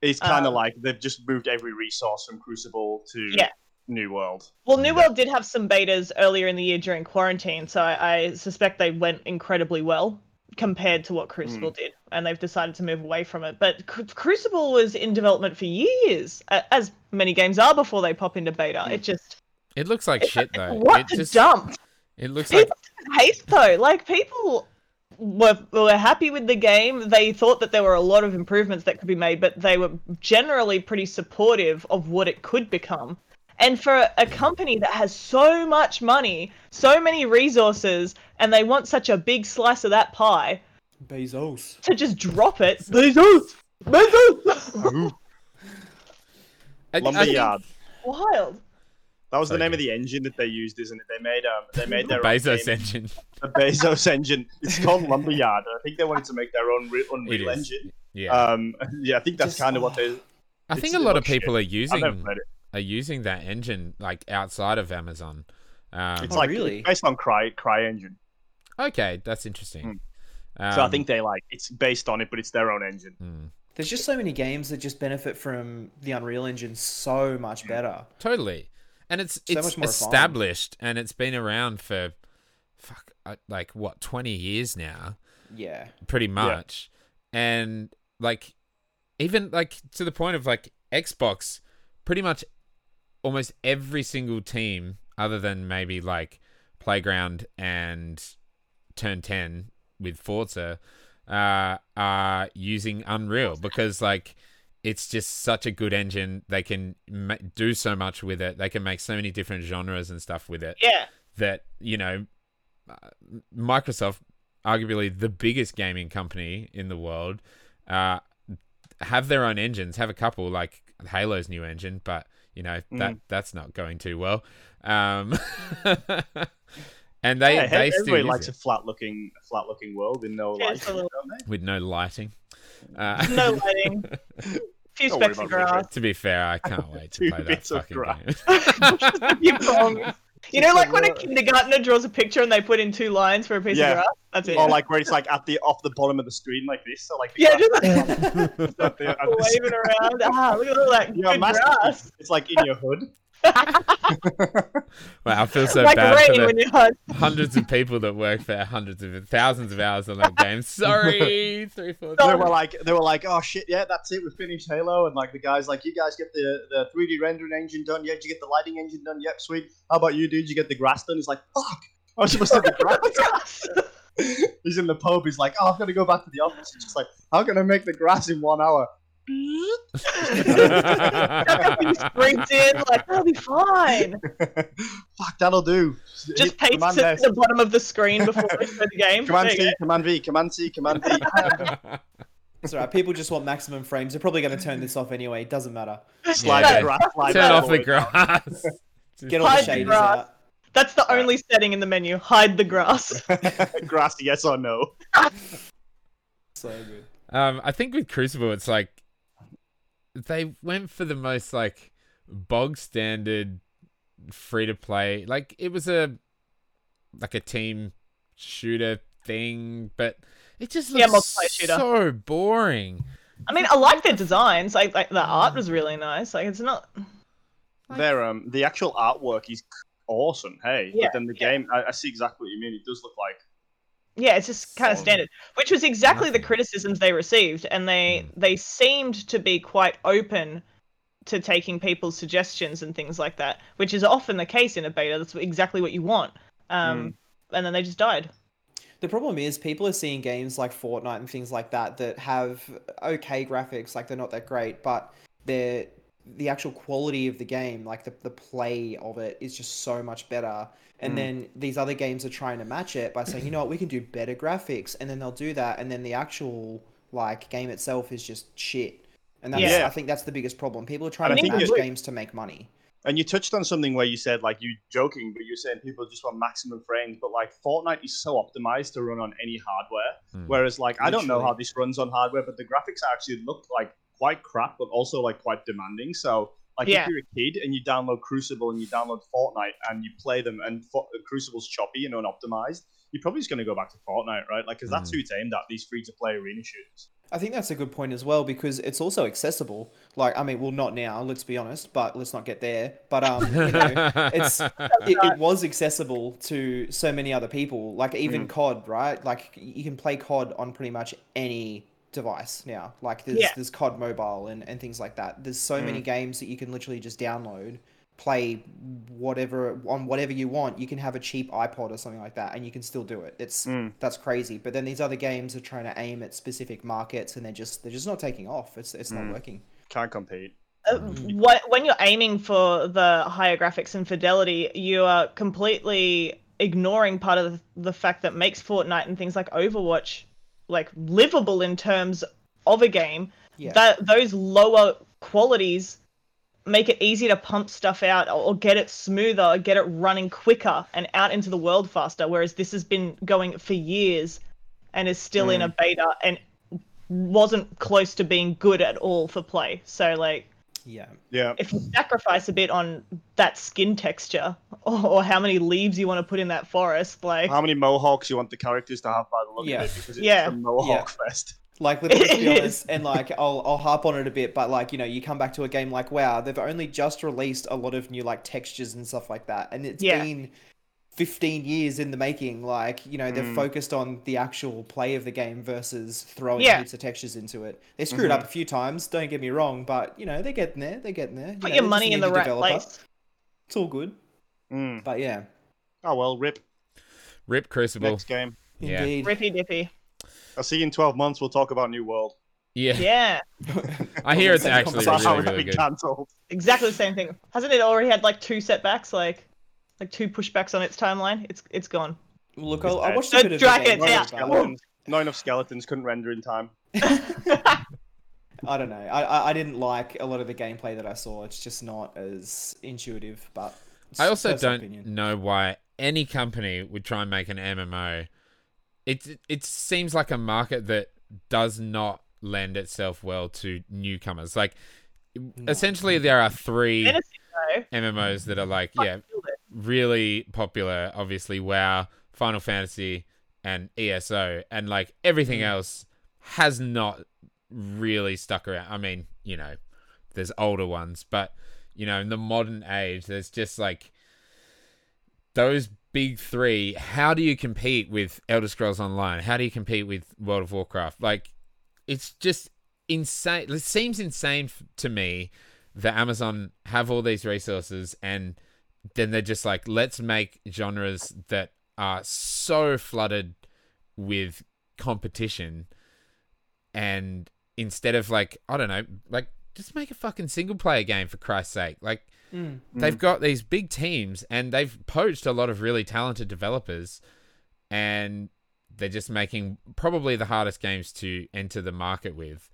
[SPEAKER 3] It's kind of
[SPEAKER 2] um,
[SPEAKER 3] like they've just moved every resource from Crucible to
[SPEAKER 2] Yeah.
[SPEAKER 3] New World.
[SPEAKER 2] Well, New World did have some betas earlier in the year during quarantine, so I, I suspect they went incredibly well compared to what Crucible did, and they've decided to move away from it. But Cru- Crucible was in development for years, a- as many games are before they pop into beta. It just
[SPEAKER 1] It looks like Hmm. shit though.
[SPEAKER 2] what
[SPEAKER 1] it
[SPEAKER 2] to
[SPEAKER 1] just
[SPEAKER 2] dump.
[SPEAKER 1] it looks like
[SPEAKER 2] It's hate though. Like people were were happy with the game. They thought that there were a lot of improvements that could be made, but they were generally pretty supportive of what it could become. And for a company that has so much money, so many resources, and they want such a big slice of that pie
[SPEAKER 4] Bezos.
[SPEAKER 2] to just drop it. Bezos! Bezos!
[SPEAKER 1] I- I think-
[SPEAKER 3] Lumberyard.
[SPEAKER 2] Wild.
[SPEAKER 3] That was the
[SPEAKER 1] Okay.
[SPEAKER 3] name of the engine that they used, isn't it? They made um, they made their
[SPEAKER 1] Bezos
[SPEAKER 3] own name,
[SPEAKER 1] engine.
[SPEAKER 3] the Bezos engine. It's called Lumberyard. I think they wanted to make their own re-
[SPEAKER 1] It
[SPEAKER 3] Unreal
[SPEAKER 1] is.
[SPEAKER 3] engine.
[SPEAKER 1] Yeah.
[SPEAKER 3] Um, yeah, I think that's
[SPEAKER 4] Just-
[SPEAKER 3] kind of what they.
[SPEAKER 1] I
[SPEAKER 3] it's
[SPEAKER 1] think a
[SPEAKER 3] still
[SPEAKER 1] lot
[SPEAKER 3] like
[SPEAKER 1] of people are
[SPEAKER 3] I've never
[SPEAKER 1] using
[SPEAKER 3] played it.
[SPEAKER 1] are using that engine like outside of Amazon. Um,
[SPEAKER 3] It's
[SPEAKER 4] Oh,
[SPEAKER 3] like
[SPEAKER 4] really?
[SPEAKER 3] it's based on Cry Cry Engine,
[SPEAKER 1] okay, that's interesting. Um,
[SPEAKER 3] Hmm. so I think they like it's based on it, but it's their own engine.
[SPEAKER 1] hmm,
[SPEAKER 4] There's just so many games that just benefit from the Unreal Engine so much better.
[SPEAKER 1] totally, and it's it's
[SPEAKER 4] much more refined.
[SPEAKER 1] established and it's been around for fuck I- like what twenty years now.
[SPEAKER 4] Yeah.
[SPEAKER 1] pretty much and like even like to the point of like xbox pretty much almost every single team other than maybe like playground and turn 10 with forza uh are using unreal because like it's just such a good engine they can ma- do so much with it they can make so many different genres and stuff with it
[SPEAKER 2] Yeah.
[SPEAKER 1] that you know uh, Microsoft, arguably the biggest gaming company in the world, uh, have their own engines. Have a couple like Halo's new engine, but you know
[SPEAKER 3] Mm.
[SPEAKER 1] that that's not going too well. Um, and they
[SPEAKER 3] Yeah,
[SPEAKER 1] they still
[SPEAKER 3] everybody
[SPEAKER 1] use
[SPEAKER 3] likes
[SPEAKER 1] it
[SPEAKER 3] a flat looking flat looking world in no
[SPEAKER 2] Yeah,
[SPEAKER 3] light,
[SPEAKER 2] it's a
[SPEAKER 3] don't
[SPEAKER 2] little-
[SPEAKER 3] they?
[SPEAKER 1] with no lighting. Uh,
[SPEAKER 2] No lighting. Few
[SPEAKER 3] Don't worry
[SPEAKER 2] specks of
[SPEAKER 3] about
[SPEAKER 2] grass.
[SPEAKER 1] to be fair, I can't wait to
[SPEAKER 3] Two
[SPEAKER 1] play that
[SPEAKER 3] bits of
[SPEAKER 1] fucking
[SPEAKER 3] grass.
[SPEAKER 1] game.
[SPEAKER 2] You promise. You know,
[SPEAKER 3] Just
[SPEAKER 2] like when a
[SPEAKER 3] alert.
[SPEAKER 2] kindergartner draws a picture and they put in two lines for a piece
[SPEAKER 3] Yeah.
[SPEAKER 2] of grass. That's it.
[SPEAKER 3] Or oh, like where it's like at the off the bottom of the screen like this, so like the
[SPEAKER 2] yeah,
[SPEAKER 3] grass
[SPEAKER 2] just like
[SPEAKER 3] is at the- at the-
[SPEAKER 2] waving around. Ah, look at all that
[SPEAKER 3] You're a
[SPEAKER 2] good
[SPEAKER 3] master-
[SPEAKER 2] grass.
[SPEAKER 3] It's like in your hood.
[SPEAKER 1] Wow, I feel so
[SPEAKER 2] like
[SPEAKER 1] bad for
[SPEAKER 2] rain
[SPEAKER 1] the
[SPEAKER 2] when you're hot.
[SPEAKER 1] hundreds of people that work for hundreds of thousands of hours on that game. Sorry, three, four,
[SPEAKER 3] They
[SPEAKER 1] three.
[SPEAKER 3] were like, they were like, oh shit, yeah, that's it, we finished Halo, and like the guys like, you guys get the the 3D rendering engine done yet? Did you get the lighting engine done? Yep, sweet. How about you, dude? Did you get the grass done? He's like, fuck. I was supposed to get the
[SPEAKER 2] Grass.
[SPEAKER 3] grass. he's in the pub. He's like, oh, I've got to go back to the office. He's just like, how can I make the grass in one hour?
[SPEAKER 2] Everything springs in like that'll be fine.
[SPEAKER 3] Fuck, that'll do.
[SPEAKER 2] Just
[SPEAKER 3] Hit
[SPEAKER 2] pastes
[SPEAKER 3] command
[SPEAKER 2] it
[SPEAKER 3] S.
[SPEAKER 2] to the bottom of the screen before we play the game.
[SPEAKER 3] Command
[SPEAKER 2] There you
[SPEAKER 3] C, Command V, Command C, Command V.
[SPEAKER 4] It's alright. People just want maximum frames. They're probably going to turn this off anyway. It doesn't matter.
[SPEAKER 3] Slide
[SPEAKER 1] Yeah.
[SPEAKER 3] the grass. Slide
[SPEAKER 1] Turn
[SPEAKER 3] that
[SPEAKER 1] off the
[SPEAKER 3] forward.
[SPEAKER 1] grass.
[SPEAKER 4] Get all the
[SPEAKER 2] Hide the
[SPEAKER 4] shaders
[SPEAKER 2] grass.
[SPEAKER 4] out.
[SPEAKER 2] go. That's the only setting in the menu. Hide the grass.
[SPEAKER 3] grass. Yes or no?
[SPEAKER 4] So good.
[SPEAKER 1] Um, I think with Crucible, it's like they went for the most like bog standard free to play. Like it was a like a team shooter thing, but it just
[SPEAKER 2] Yeah,
[SPEAKER 1] looks
[SPEAKER 2] multiplayer shooter.
[SPEAKER 1] so boring.
[SPEAKER 2] I mean, I like their designs. Like, like the art was really nice. Like it's not.
[SPEAKER 3] Their um, the actual artwork is awesome. Hey,
[SPEAKER 2] Yeah,
[SPEAKER 3] but then the
[SPEAKER 2] yeah.
[SPEAKER 3] game, I, I see exactly what you mean. It does look like
[SPEAKER 2] Yeah, it's just kind of
[SPEAKER 3] Solid.
[SPEAKER 2] standard, which was exactly the
[SPEAKER 1] Nothing.
[SPEAKER 2] criticisms they received, and they they seemed to be quite open to taking people's suggestions and things like that, which is often the case in a beta. That's exactly what you want. Um, And then they just died.
[SPEAKER 4] The problem is people are seeing games like Fortnite and things like that that have okay graphics, like they're not that great, but they're the actual quality of the game, like the, the play of it is just so much better. And
[SPEAKER 3] Mm.
[SPEAKER 4] then these other games are trying to match it by saying, you know what, we can do better graphics and then they'll do that and then the actual like game itself is just shit. And that's
[SPEAKER 3] Yeah.
[SPEAKER 4] I think that's the biggest problem. People are trying
[SPEAKER 3] And
[SPEAKER 2] I
[SPEAKER 4] to
[SPEAKER 2] think
[SPEAKER 4] match
[SPEAKER 2] it-
[SPEAKER 4] games to make money.
[SPEAKER 3] And you touched on something where you said like you joking, but you're saying people just want maximum frames. But like Fortnite is so optimized to run on any hardware,
[SPEAKER 1] Hmm.
[SPEAKER 3] whereas like I don't know
[SPEAKER 4] Literally.
[SPEAKER 3] how this runs on hardware, but the graphics actually look like quite crap, but also like quite demanding. So like
[SPEAKER 2] Yeah.
[SPEAKER 3] if you're a kid and you download Crucible and you download Fortnite and you play them, and Fo- Crucible's choppy and unoptimized, you're probably just gonna go back to Fortnite, right? Like because that's
[SPEAKER 1] Hmm.
[SPEAKER 3] who it's aimed at these free to play arena shooters.
[SPEAKER 4] I think that's a good point as well because it's also accessible. Like, I mean, well, not now. Let's be honest, but let's not get there. But um, you know, it's it, it was accessible to so many other people. Like even COD, right? Like you can play COD on pretty much any device now. Like there's
[SPEAKER 2] Yeah.
[SPEAKER 4] there's COD mobile and and things like that. There's so many games that you can literally just download play whatever on whatever you want. You can have a cheap iPod or something like that, and you can still do it. It's
[SPEAKER 3] Mm.
[SPEAKER 4] that's crazy. But then these other games are trying to aim at specific markets, and they're just they're just not taking off. It's it's
[SPEAKER 3] Mm.
[SPEAKER 4] not working.
[SPEAKER 3] Can't compete.
[SPEAKER 2] Uh, wh- when you're aiming for the higher graphics and fidelity, you are completely ignoring part of the, the fact that makes Fortnite and things like Overwatch like livable in terms of a game.
[SPEAKER 4] Yeah.
[SPEAKER 2] That those lower qualities make it easy to pump stuff out or, or get it smoother, or get it running quicker and out into the world faster. Whereas this has been going for years and is still in a beta and wasn't close to being good at all for play. So like
[SPEAKER 4] yeah.
[SPEAKER 3] Yeah.
[SPEAKER 2] if you sacrifice a bit on that skin texture or, or how many leaves you want to put in that forest, like
[SPEAKER 3] How many mohawks you want the characters to have by the look
[SPEAKER 4] Yeah.
[SPEAKER 3] of it? Because it's
[SPEAKER 2] Yeah.
[SPEAKER 3] a mohawk fest.
[SPEAKER 4] Like let's let's
[SPEAKER 2] It
[SPEAKER 4] be
[SPEAKER 2] is.
[SPEAKER 4] honest, and like I'll I'll harp on it a bit, but like you know, you come back to a game like WoW, they've only just released a lot of new like textures and stuff like that, and it's
[SPEAKER 2] Yeah.
[SPEAKER 4] been fifteen years in the making. Like you know, they've focused on the actual play of the game versus throwing
[SPEAKER 2] Yeah.
[SPEAKER 4] heaps of textures into it. They screwed up a few times, don't get me wrong, but you know they're getting there, they're getting there. You
[SPEAKER 2] put your
[SPEAKER 4] know, they're just
[SPEAKER 2] money
[SPEAKER 4] an
[SPEAKER 2] in the
[SPEAKER 4] indie
[SPEAKER 2] right
[SPEAKER 4] developer.
[SPEAKER 2] place.
[SPEAKER 4] It's all good,
[SPEAKER 3] Mm.
[SPEAKER 4] but yeah,
[SPEAKER 3] Oh well, rip.
[SPEAKER 1] Rip Crucible.
[SPEAKER 3] Next game.
[SPEAKER 1] Yeah.
[SPEAKER 4] indeed.
[SPEAKER 2] Rippy dippy.
[SPEAKER 3] I'll see you in 12 months. We'll talk about New World.
[SPEAKER 1] Yeah.
[SPEAKER 2] Yeah.
[SPEAKER 1] I hear it's
[SPEAKER 4] Sounds
[SPEAKER 1] actually
[SPEAKER 4] like
[SPEAKER 3] Somehow
[SPEAKER 1] really,
[SPEAKER 3] it's
[SPEAKER 1] really
[SPEAKER 3] been
[SPEAKER 1] good.
[SPEAKER 3] cancelled.
[SPEAKER 2] Exactly the same thing. Hasn't it already had like two setbacks, like like two pushbacks on its timeline? It's it's gone.
[SPEAKER 4] Look, I'll,
[SPEAKER 3] bad.
[SPEAKER 4] I watched a
[SPEAKER 2] Don't
[SPEAKER 4] bit of
[SPEAKER 2] drag
[SPEAKER 4] the
[SPEAKER 2] it
[SPEAKER 4] game,
[SPEAKER 3] Not
[SPEAKER 2] Yeah.
[SPEAKER 3] enough
[SPEAKER 4] but-
[SPEAKER 3] skeletons. Not enough skeletons. Couldn't render in time.
[SPEAKER 4] I don't know. I, I I didn't like a lot of the gameplay that I saw. It's just not as intuitive. But it's
[SPEAKER 1] I also
[SPEAKER 4] personal
[SPEAKER 1] don't
[SPEAKER 4] opinion.
[SPEAKER 1] know why any company would try and make an MMO. It it seems like a market that does not lend itself well to newcomers. Like
[SPEAKER 4] Hmm.
[SPEAKER 1] essentially there are 3
[SPEAKER 2] Fantasy though.
[SPEAKER 1] MMOs that are like yeah, really popular obviously WoW, Final Fantasy and ESO and like everything else has not really stuck around. I mean, you know, there's older ones, but you know, in the modern age there's just like those big three, how do you compete with Elder Scrolls Online? How do you compete with World of Warcraft? Like, it's just insane. It seems insane f- to me that Amazon have all these resources and then they're just like, let's make genres that are so flooded with competition and instead of like, I don't know, like just make a fucking single player game for Christ's sake. Like,
[SPEAKER 4] Mm.
[SPEAKER 1] they've got these big teams and they've poached a lot of really talented developers and they're just making probably the hardest games to enter the market with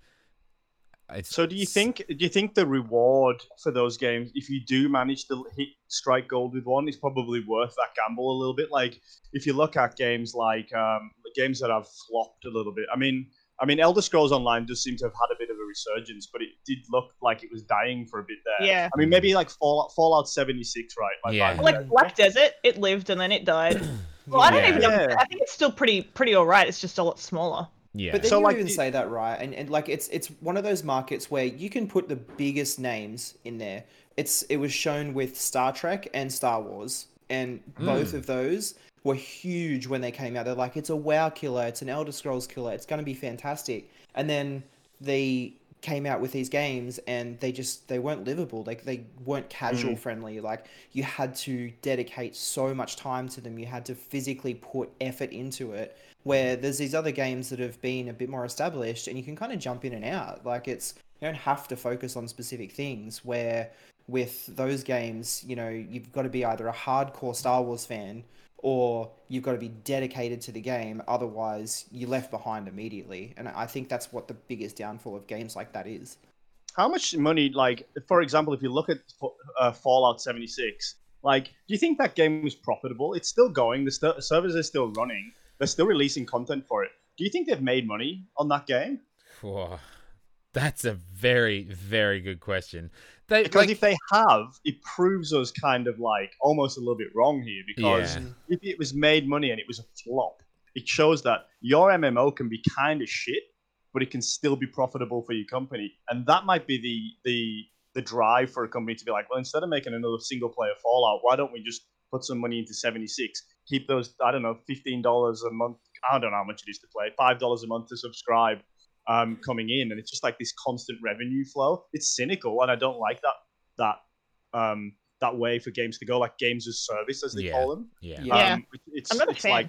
[SPEAKER 1] it's,
[SPEAKER 3] So do you think do you think the reward for those games, if you do manage to hit strike gold with one, is probably worth that gamble a little bit? Like if you look at games like um, games that have flopped a little bit. I mean, I mean, Elder Scrolls Online does seem to have had a bit of a resurgence, but it did look like it was dying for a bit there.
[SPEAKER 2] Yeah.
[SPEAKER 3] I mean, maybe like Fallout, Fallout 76, right? Like
[SPEAKER 1] Yeah.
[SPEAKER 3] back
[SPEAKER 2] Like
[SPEAKER 3] then.
[SPEAKER 2] Black Desert, it lived and then it died. Well, I don't
[SPEAKER 1] Yeah.
[SPEAKER 2] even know.
[SPEAKER 3] Yeah.
[SPEAKER 2] I think it's still pretty pretty alright. It's just a lot smaller.
[SPEAKER 1] yeah
[SPEAKER 4] But then
[SPEAKER 3] So,
[SPEAKER 4] you
[SPEAKER 3] like,
[SPEAKER 4] even
[SPEAKER 3] the-
[SPEAKER 4] say that right, and, and like it's it's one of those markets where you can put the biggest names in there. It's it was shown with Star Trek and Star Wars, and
[SPEAKER 1] Hmm.
[SPEAKER 4] both of those were huge when they came out. They're like it's a WoW killer, it's an Elder Scrolls killer, it's going to be fantastic. And then they came out with these games and they just they weren't livable like they weren't casual friendly like you had to dedicate so much time to them you had to physically put effort into it where there's these other games that have been a bit more established and you can kind of jump in and out like it's you don't have to focus on specific things where with those games you know you've got to be either a hardcore star wars fan or you've got to be dedicated to the game otherwise you're left behind immediately and i think that's what the biggest downfall of games like that is
[SPEAKER 3] how much money like for example if you look at uh, fallout 76 like do you think that game was profitable it's still going the st- servers are still running they're still releasing content for it do you think they've made money on that game
[SPEAKER 1] Whoa. that's a very very good question they
[SPEAKER 3] because
[SPEAKER 1] like,
[SPEAKER 3] if they have it proves us kind of like almost a little bit wrong here because
[SPEAKER 1] Yeah.
[SPEAKER 3] if it was made money and it was a flop it shows that your mmo can be kind of shit but it can still be profitable for your company and that might be the the the drive for a company to be like well instead of making another single player fallout why don't we just put some money into 76 keep those i don't know $15 a month i don't know how much it is to play $5 a month to subscribe um, coming in, and it's just like this constant revenue flow. It's cynical, and I don't like that that um, that way for games to go, like games as service as they
[SPEAKER 1] Yeah.
[SPEAKER 3] call them.
[SPEAKER 1] Yeah.
[SPEAKER 4] Yeah.
[SPEAKER 3] Um, it's
[SPEAKER 2] I'm not a
[SPEAKER 3] it's
[SPEAKER 2] fan.
[SPEAKER 3] like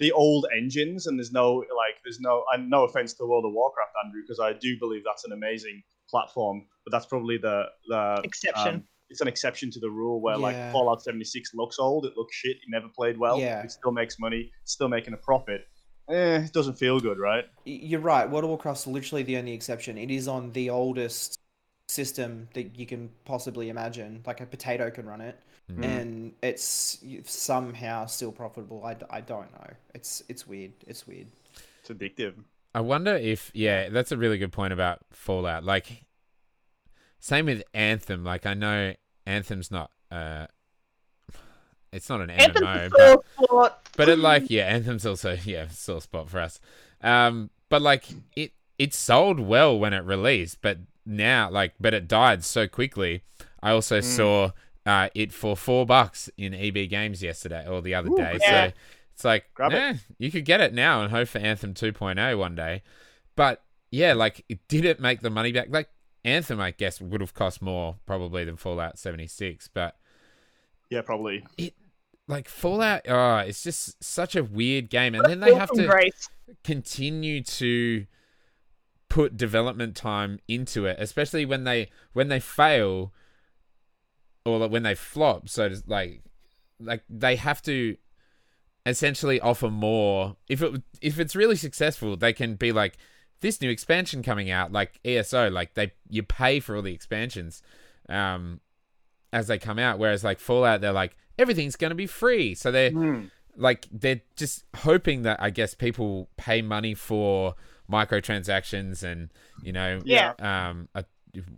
[SPEAKER 3] the old engines, and there's no like there's no and no offense to World of Warcraft, Andrew, because I do believe that's an amazing platform, but that's probably the the
[SPEAKER 2] Exception.
[SPEAKER 3] um, it's an exception to the rule where
[SPEAKER 4] Yeah.
[SPEAKER 3] like Fallout 76 looks old, it looks shit, it never played well,
[SPEAKER 4] Yeah.
[SPEAKER 3] it still makes money, it's still making a profit. Eh, it doesn't feel good, right?
[SPEAKER 4] Y- You're right. World of Warcraft's literally the only exception. It is on the oldest system that you can possibly imagine. Like a potato can run it,
[SPEAKER 1] Mm.
[SPEAKER 4] and it's somehow still profitable. I, d- I don't know. It's it's weird. It's weird.
[SPEAKER 3] It's addictive.
[SPEAKER 1] I wonder if yeah, that's a really good point about Fallout. Like same with Anthem. Like I know Anthem's not uh it's not an
[SPEAKER 2] Anthem's
[SPEAKER 1] MMO,
[SPEAKER 2] a
[SPEAKER 1] but,
[SPEAKER 2] sore spot.
[SPEAKER 1] but it
[SPEAKER 3] Um,
[SPEAKER 1] like yeah, Anthem's also yeah, sore spot for us. Um but like it it sold well when it released, but now like but it died so quickly. I also
[SPEAKER 3] Mm.
[SPEAKER 1] saw uh it for 4 bucks in EB Games yesterday or the other day.
[SPEAKER 2] yeah.
[SPEAKER 1] So it's like
[SPEAKER 3] Grab it.
[SPEAKER 1] eh, you could get it now and hope for Anthem 2.0 one day. But yeah, like it- did it make the money back? Like Anthem, I guess, would have cost more probably than Fallout 76, but
[SPEAKER 3] Yeah, probably.
[SPEAKER 1] like Fallout, oh, it's just such a weird game, and
[SPEAKER 2] What a
[SPEAKER 1] then they have
[SPEAKER 2] falcon
[SPEAKER 1] to
[SPEAKER 2] grace.
[SPEAKER 1] continue to put development time into it, especially when they when they fail or like, when they flop. So to- like like they have to essentially offer more. If it if it's really successful, they can be like this new expansion coming out, like ESO, like they you pay for all the expansions um as they come out. Whereas like Fallout, they're like everything's gonna be free, so they're
[SPEAKER 3] Hmm.
[SPEAKER 1] like they're just hoping that I guess people pay money for microtransactions and you know
[SPEAKER 2] Yeah.
[SPEAKER 1] um uh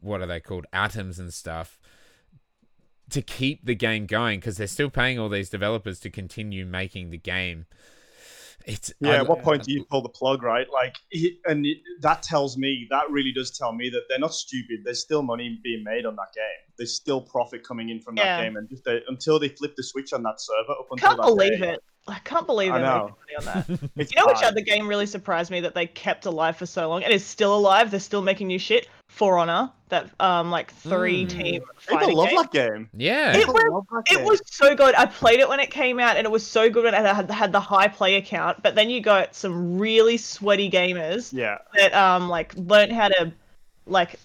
[SPEAKER 1] what are they called atoms and stuff to keep the game going because they're still paying all these developers to continue making the game. It's I-
[SPEAKER 3] Yeah, at what point do you pull the plug, right? Like, it- and it, that tells me, that really does tell me that they're not stupid. There's still money being made on that game. There's still profit coming in from that
[SPEAKER 2] Yeah.
[SPEAKER 3] game, and just they, until they flip the switch on that server, up until
[SPEAKER 2] Can't
[SPEAKER 3] that
[SPEAKER 2] believe
[SPEAKER 3] day,
[SPEAKER 2] it. I can't believe
[SPEAKER 3] I
[SPEAKER 2] they're
[SPEAKER 3] know.
[SPEAKER 2] making money on that.
[SPEAKER 3] It's
[SPEAKER 2] You know which
[SPEAKER 3] bad.
[SPEAKER 2] other game really surprised me that they kept alive for so long? It is still alive. They're still making new shit. For Honor, that um like three
[SPEAKER 1] Mm.
[SPEAKER 2] team
[SPEAKER 3] People
[SPEAKER 2] fighting
[SPEAKER 3] love
[SPEAKER 2] game.
[SPEAKER 3] that game.
[SPEAKER 1] yeah,
[SPEAKER 2] It
[SPEAKER 3] People
[SPEAKER 2] was-
[SPEAKER 3] love that
[SPEAKER 2] It
[SPEAKER 3] game.
[SPEAKER 2] was so good. I played it when it came out, and it was so good when it had, had the high play account. But then you got some really sweaty gamers
[SPEAKER 3] Yeah,
[SPEAKER 2] that um like learned how to like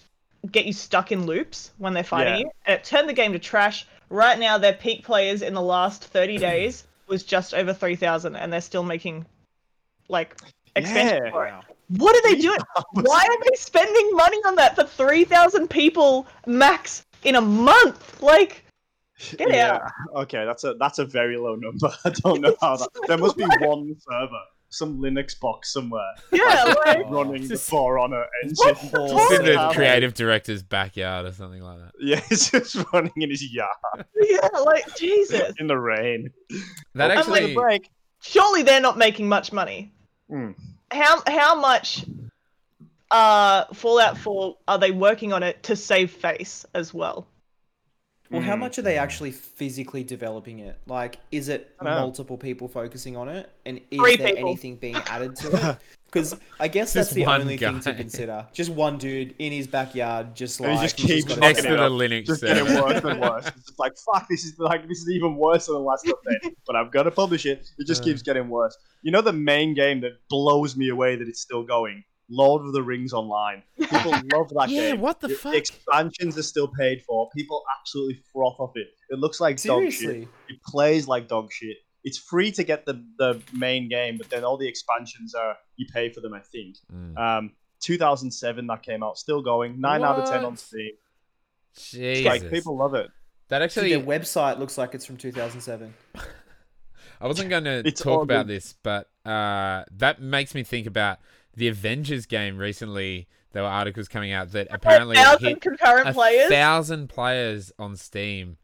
[SPEAKER 2] get you stuck in loops when they're fighting
[SPEAKER 3] Yeah.
[SPEAKER 2] you, and it turned the game to trash. Right now, their peak players in the last thirty days was just over three thousand, and they're still making like expansion
[SPEAKER 3] Yeah.
[SPEAKER 2] for it. What are they doing? Why are they spending money on that for three thousand people max in a month? Like, get out.
[SPEAKER 3] Okay, that's a that's a very low number. I don't know how that. There must be one server, some Linux box somewhere,
[SPEAKER 2] Yeah, like,
[SPEAKER 4] Oh.
[SPEAKER 3] running the
[SPEAKER 1] Just-
[SPEAKER 3] For Honor engine.
[SPEAKER 4] Horse
[SPEAKER 1] it's in the
[SPEAKER 3] uh,
[SPEAKER 4] hell?
[SPEAKER 1] creative director's backyard or something like that.
[SPEAKER 3] Yeah, it's just running in his yard
[SPEAKER 2] yeah, like Jesus.
[SPEAKER 3] in the rain.
[SPEAKER 1] That
[SPEAKER 3] After
[SPEAKER 1] actually,
[SPEAKER 3] the break.
[SPEAKER 2] Surely they're not making much money.
[SPEAKER 1] Hmm.
[SPEAKER 3] Mm.
[SPEAKER 2] How how much uh Fallout 4 are they working on it to save face as well?
[SPEAKER 4] Well, how
[SPEAKER 3] Mm.
[SPEAKER 4] much are they actually physically developing it? Like, is it
[SPEAKER 3] I don't know.
[SPEAKER 4] multiple people focusing on it, and is
[SPEAKER 2] Three
[SPEAKER 4] there
[SPEAKER 2] people.
[SPEAKER 4] anything being added to it? Because I guess
[SPEAKER 1] Just
[SPEAKER 4] that's the
[SPEAKER 1] one
[SPEAKER 4] only thing to
[SPEAKER 1] guy.
[SPEAKER 4] consider. Just one dude in his backyard, just
[SPEAKER 3] And
[SPEAKER 4] like
[SPEAKER 3] he just
[SPEAKER 4] he's
[SPEAKER 3] keeps
[SPEAKER 4] got
[SPEAKER 1] next
[SPEAKER 4] his-
[SPEAKER 1] to
[SPEAKER 3] fucking it
[SPEAKER 1] the
[SPEAKER 3] up.
[SPEAKER 1] Linux
[SPEAKER 3] just
[SPEAKER 1] server.
[SPEAKER 3] getting worse and worse. It's just like fuck. This is like this is even worse than the last update. But I've got to publish it. It just
[SPEAKER 1] Uh.
[SPEAKER 3] keeps getting worse. You know the main game that blows me away that it's still going. Lord of the Rings Online. People love that
[SPEAKER 1] yeah,
[SPEAKER 3] game.
[SPEAKER 1] what the
[SPEAKER 3] The
[SPEAKER 1] fuck?
[SPEAKER 3] Expansions are still paid for. People absolutely froth off it. It looks like dog shit.
[SPEAKER 4] Seriously,
[SPEAKER 3] It plays like dog shit. It's free to get the, the main game, but then all the expansions are you pay for them, I think.
[SPEAKER 1] Mm.
[SPEAKER 3] Um, 2007 that came out, still going. Nine out of ten on
[SPEAKER 1] What?
[SPEAKER 3] Steam.
[SPEAKER 1] Jesus,
[SPEAKER 3] Like people love it.
[SPEAKER 1] that
[SPEAKER 4] Dude,
[SPEAKER 1] actually
[SPEAKER 4] their website looks like it's from 2007.
[SPEAKER 1] I wasn't going to
[SPEAKER 3] It's
[SPEAKER 1] talk
[SPEAKER 3] all
[SPEAKER 1] about
[SPEAKER 3] good.
[SPEAKER 1] this, but uh, that makes me think about the Avengers game recently. There were articles coming out that apparently it
[SPEAKER 2] thousand
[SPEAKER 1] hit
[SPEAKER 2] concurrent
[SPEAKER 1] a
[SPEAKER 2] players.
[SPEAKER 1] thousand players on Steam,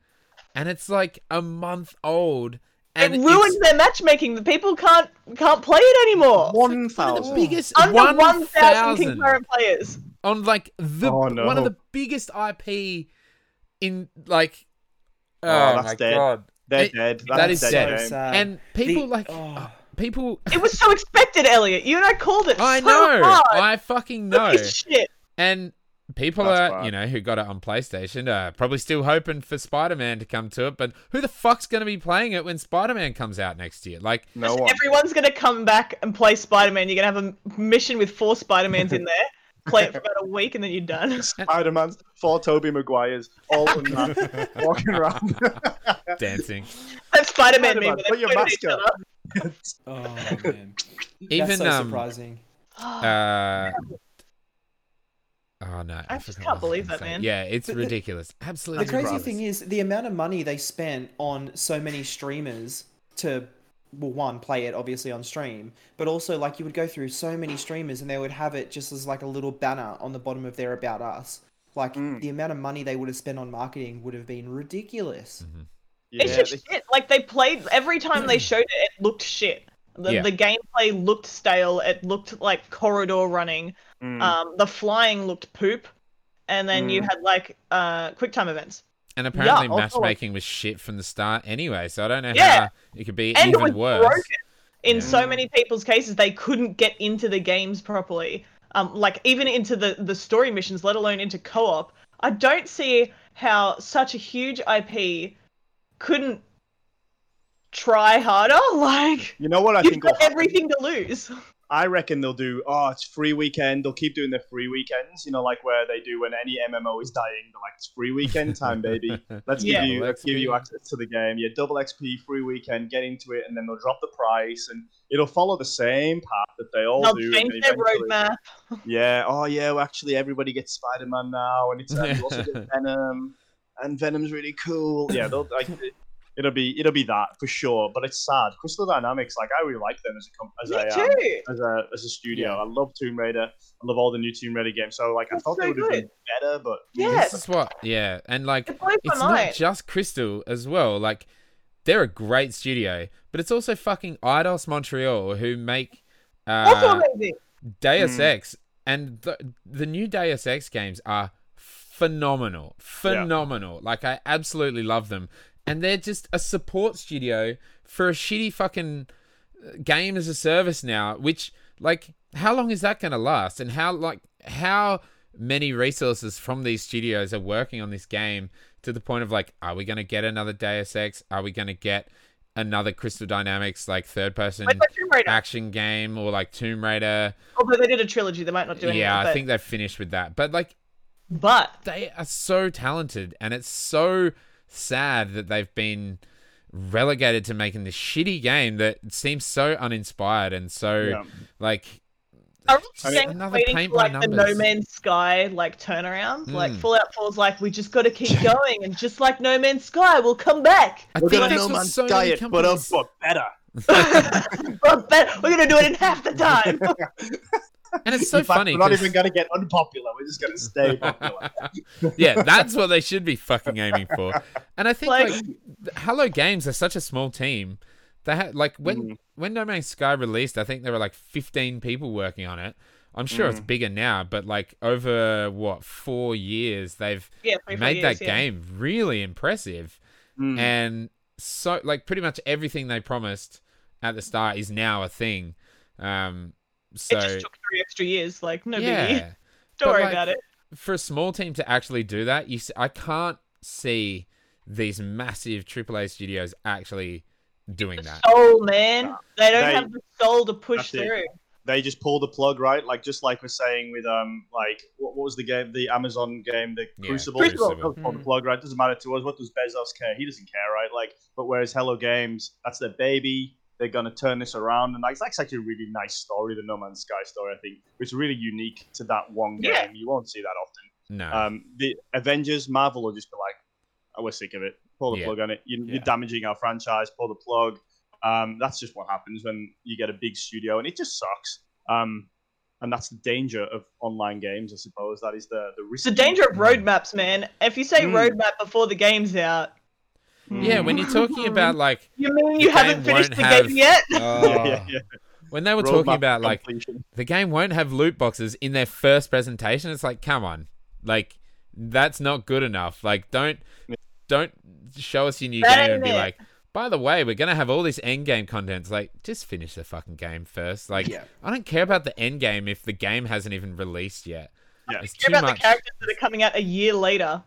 [SPEAKER 1] and it's like a month old,
[SPEAKER 2] it
[SPEAKER 1] and
[SPEAKER 2] ruins
[SPEAKER 1] it's
[SPEAKER 2] their matchmaking. The people can't can't play it anymore.
[SPEAKER 3] One
[SPEAKER 1] one of the
[SPEAKER 3] thousand.
[SPEAKER 1] biggest
[SPEAKER 2] Under
[SPEAKER 1] one
[SPEAKER 2] 1,000
[SPEAKER 1] thousand
[SPEAKER 2] concurrent players.
[SPEAKER 1] on like the
[SPEAKER 3] Oh, no.
[SPEAKER 1] one of the biggest IP in like. Oh,
[SPEAKER 3] Oh, that's
[SPEAKER 1] my
[SPEAKER 3] dead.
[SPEAKER 1] god!
[SPEAKER 3] They're
[SPEAKER 1] It-
[SPEAKER 3] dead.
[SPEAKER 1] that
[SPEAKER 3] That's
[SPEAKER 1] is
[SPEAKER 3] dead
[SPEAKER 1] sad.
[SPEAKER 3] game.
[SPEAKER 2] Uh,
[SPEAKER 4] sad.
[SPEAKER 1] and people like
[SPEAKER 4] oh.
[SPEAKER 1] people.
[SPEAKER 2] It was so expected, Elliot. You and I called it.
[SPEAKER 1] I
[SPEAKER 2] so
[SPEAKER 1] know.
[SPEAKER 2] Hard.
[SPEAKER 1] I fucking know.
[SPEAKER 2] Look at shit.
[SPEAKER 1] And people
[SPEAKER 3] That's
[SPEAKER 1] are,
[SPEAKER 3] right.
[SPEAKER 1] you know, who got it on PlayStation are probably still hoping for Spider Man to come to it, but who the fuck's going to be playing it when Spider Man comes out next year? Like,
[SPEAKER 3] No one.
[SPEAKER 2] Everyone's gonna come back and play Spider Man. You're gonna have a m- mission with four Spider Mans in there. Play it for about a week and then you're done.
[SPEAKER 3] Spider Man's four Toby Maguires, all in that, walking around.
[SPEAKER 1] dancing.
[SPEAKER 2] That Spider Man meme where
[SPEAKER 3] Spider-Man,
[SPEAKER 2] they
[SPEAKER 3] put your
[SPEAKER 2] point at
[SPEAKER 3] mask
[SPEAKER 2] each other.
[SPEAKER 3] up.
[SPEAKER 4] Oh man,
[SPEAKER 1] Even
[SPEAKER 4] that's so
[SPEAKER 1] um,
[SPEAKER 4] surprising.
[SPEAKER 1] uh, oh no,
[SPEAKER 2] I
[SPEAKER 1] forgot
[SPEAKER 2] just
[SPEAKER 1] what
[SPEAKER 2] can't
[SPEAKER 1] was
[SPEAKER 2] believe
[SPEAKER 1] gonna
[SPEAKER 2] it,
[SPEAKER 1] say.
[SPEAKER 2] man.
[SPEAKER 1] Yeah, it's
[SPEAKER 4] The- the-
[SPEAKER 1] ridiculous. Absolutely.
[SPEAKER 4] The crazy
[SPEAKER 1] ridiculous.
[SPEAKER 4] thing is the amount of money they spent on so many streamers to well one play it obviously on stream but also like you would go through so many streamers and they would have it just as like a little banner on the bottom of their about us like the amount of money they would have spent on marketing would have been ridiculous
[SPEAKER 2] It's
[SPEAKER 3] Yeah,
[SPEAKER 2] just
[SPEAKER 3] they-
[SPEAKER 2] shit. Like they played every time they showed it, it looked shit. The,
[SPEAKER 1] Yeah.
[SPEAKER 2] the gameplay looked stale. It looked like corridor running.
[SPEAKER 3] Mm.
[SPEAKER 2] Um, the flying looked poop, and then you
[SPEAKER 3] Mm.
[SPEAKER 2] had like uh, quick time events.
[SPEAKER 1] And apparently,
[SPEAKER 2] Yeah, also, like-
[SPEAKER 1] matchmaking was shit from the start anyway, so I don't know
[SPEAKER 2] Yeah.
[SPEAKER 1] how it could be
[SPEAKER 2] and it was
[SPEAKER 1] even worse.
[SPEAKER 2] broken. In
[SPEAKER 1] Yeah.
[SPEAKER 2] so many people's cases, they couldn't get into the games properly. Um, like even into the the story missions, let alone into co-op. I don't see how such a huge IP couldn't try harder. Like
[SPEAKER 3] You know what I
[SPEAKER 2] you've
[SPEAKER 3] think? will
[SPEAKER 2] got
[SPEAKER 3] happen?
[SPEAKER 2] everything to lose.
[SPEAKER 3] I reckon they'll do. Oh, it's free weekend. They'll keep doing their free weekends. You know, like where they do when any MMO is dying. They're like, it's free weekend time, baby. Let's
[SPEAKER 2] Yeah.
[SPEAKER 3] give you
[SPEAKER 1] Double
[SPEAKER 3] let's give you
[SPEAKER 1] XP.
[SPEAKER 3] access to the game. Yeah, double XP, free weekend. Get into it, and then they'll drop the price, and it'll follow the same path that they all
[SPEAKER 2] They'll
[SPEAKER 3] do. and
[SPEAKER 2] change
[SPEAKER 3] then
[SPEAKER 2] their
[SPEAKER 3] eventually-
[SPEAKER 2] roadmap.
[SPEAKER 3] Yeah. Oh, yeah. Well, actually, everybody gets Spider Man now, and it's uh, you also get Venom, and Venom's really cool. Yeah, they'll like. it- It'll be it'll be that for sure, but it's sad. Crystal Dynamics, like I really like them as a com- as
[SPEAKER 2] Me
[SPEAKER 3] a um,
[SPEAKER 2] too.
[SPEAKER 3] as a as a studio.
[SPEAKER 4] Yeah.
[SPEAKER 3] I love Tomb Raider. I love all the new Tomb Raider games. So like I
[SPEAKER 2] That's
[SPEAKER 3] thought they
[SPEAKER 2] so
[SPEAKER 3] would have been
[SPEAKER 2] good.
[SPEAKER 3] better, but
[SPEAKER 2] Yeah,
[SPEAKER 1] This is what, yeah, and like,
[SPEAKER 2] it blows my
[SPEAKER 1] it's
[SPEAKER 2] mind.
[SPEAKER 1] not just Crystal as well. Like, they're a great studio, but it's also fucking Idos Montreal who make
[SPEAKER 2] also
[SPEAKER 1] uh,
[SPEAKER 2] amazing.
[SPEAKER 1] Deus
[SPEAKER 3] Mm.
[SPEAKER 1] Ex, and the the new Deus Ex games are phenomenal, phenomenal. Like, I absolutely love them, and they're just a support studio for a shitty fucking uh, game as a service now which like how long is that going to last and how like how many resources from these studios are working on this game to the point of like are we going to get another deus ex are we going to get another crystal dynamics like third person
[SPEAKER 2] Like my Tomb Raider.
[SPEAKER 1] action game or like tomb raider
[SPEAKER 2] Although they did a trilogy, they might not do anything.
[SPEAKER 1] yeah
[SPEAKER 2] but,
[SPEAKER 1] i think they've finished with that but like
[SPEAKER 2] but
[SPEAKER 1] they are so talented and it's so sad that they've been relegated to making this shitty game that seems so uninspired and so
[SPEAKER 3] yeah.
[SPEAKER 1] like
[SPEAKER 2] Are we
[SPEAKER 1] I mean-
[SPEAKER 2] saying
[SPEAKER 1] Another
[SPEAKER 2] waiting
[SPEAKER 1] paint
[SPEAKER 2] for
[SPEAKER 1] by
[SPEAKER 2] like the No
[SPEAKER 1] numbers.
[SPEAKER 2] Man's Sky like turnaround? Like
[SPEAKER 1] Mm.
[SPEAKER 2] Fallout 4's like we just got to keep going, and just like No Man's Sky, we'll come back.
[SPEAKER 1] I
[SPEAKER 3] we're
[SPEAKER 1] think
[SPEAKER 3] gonna
[SPEAKER 1] that's
[SPEAKER 3] no
[SPEAKER 1] what
[SPEAKER 3] man's
[SPEAKER 1] so many
[SPEAKER 3] diet, but uh,
[SPEAKER 1] companies-
[SPEAKER 3] but better.
[SPEAKER 2] But bet- we're gonna do it in half the time.
[SPEAKER 1] and it's so
[SPEAKER 3] In fact,
[SPEAKER 1] funny
[SPEAKER 3] We're not
[SPEAKER 1] 'cause-
[SPEAKER 3] even gonna get unpopular. We're just gonna stay popular.
[SPEAKER 1] yeah, that's what they should be fucking aiming for. And I think like,
[SPEAKER 2] Like-
[SPEAKER 1] Hello Games are such a small team. They had like when when No Man's Sky released, I think there were like 15 people working on it. I'm sure
[SPEAKER 2] Mm.
[SPEAKER 1] it's bigger now, but like over what four years they've
[SPEAKER 2] yeah, three, four
[SPEAKER 1] made
[SPEAKER 2] years,
[SPEAKER 1] that
[SPEAKER 2] yeah.
[SPEAKER 1] game really impressive.
[SPEAKER 3] Mm.
[SPEAKER 1] And so like pretty much everything they promised at the start is now a thing. Um, so
[SPEAKER 2] It just took three extra years. Like no biggie.
[SPEAKER 1] yeah,
[SPEAKER 2] Don't
[SPEAKER 1] but,
[SPEAKER 2] worry
[SPEAKER 1] like,
[SPEAKER 2] about it.
[SPEAKER 1] for a small team to actually do that, you s- I can't see these massive AAA studios actually doing that.
[SPEAKER 2] Soul man, they don't
[SPEAKER 3] They-
[SPEAKER 2] have the soul to push
[SPEAKER 3] That's it.
[SPEAKER 2] through.
[SPEAKER 3] they just pull the plug, right? Like just like we're saying with um like what, what was the game, the Amazon game, the
[SPEAKER 1] Yeah,
[SPEAKER 3] Crucible.
[SPEAKER 1] Crucible.
[SPEAKER 3] They'll Pull the
[SPEAKER 4] Mm.
[SPEAKER 3] plug, right? Doesn't matter to us. What does Bezos care? He doesn't care, right? Like, but whereas Hello Games, that's their baby. They're gonna turn this around, and like, that's actually a really nice story, the No Man's Sky story. I think it's really unique to that one game.
[SPEAKER 2] Yeah.
[SPEAKER 3] You won't see that often.
[SPEAKER 1] No.
[SPEAKER 3] Um, the Avengers, Marvel will just be like, oh, we're sick of it. Pull the
[SPEAKER 1] Yeah.
[SPEAKER 3] plug on it. You,
[SPEAKER 4] Yeah.
[SPEAKER 3] You're damaging our franchise. Pull the plug. Um, that's just what happens when you get a big studio, and it just sucks. Um, and that's the danger of online games, I suppose. That is the the
[SPEAKER 2] It's
[SPEAKER 3] risk.
[SPEAKER 2] the danger
[SPEAKER 1] Hmm.
[SPEAKER 2] of roadmaps, man. If you say
[SPEAKER 3] Mm.
[SPEAKER 2] roadmap before the game's out,
[SPEAKER 1] yeah, when you're talking about like
[SPEAKER 2] you mean
[SPEAKER 1] The
[SPEAKER 2] you haven't
[SPEAKER 1] game
[SPEAKER 2] finished
[SPEAKER 1] won't
[SPEAKER 2] the
[SPEAKER 1] have-
[SPEAKER 2] game yet?
[SPEAKER 3] Mm. yeah, yeah, yeah.
[SPEAKER 1] when they were talking
[SPEAKER 3] Roadmap
[SPEAKER 1] about like
[SPEAKER 3] completion.
[SPEAKER 1] the game won't have loot boxes in their first presentation, it's like come on, like that's not good enough. Like don't don't show us your new
[SPEAKER 2] That
[SPEAKER 1] game and
[SPEAKER 2] ain't
[SPEAKER 1] be
[SPEAKER 2] it.
[SPEAKER 1] like. By the way, we're gonna have all this end game content. It's like, just finish the fucking game first. Like,
[SPEAKER 4] Yeah.
[SPEAKER 1] I don't care about the end game if the game hasn't even released yet.
[SPEAKER 3] Yeah.
[SPEAKER 1] It's
[SPEAKER 2] Hear
[SPEAKER 1] too
[SPEAKER 2] about
[SPEAKER 1] much.
[SPEAKER 2] the characters that are coming out a year later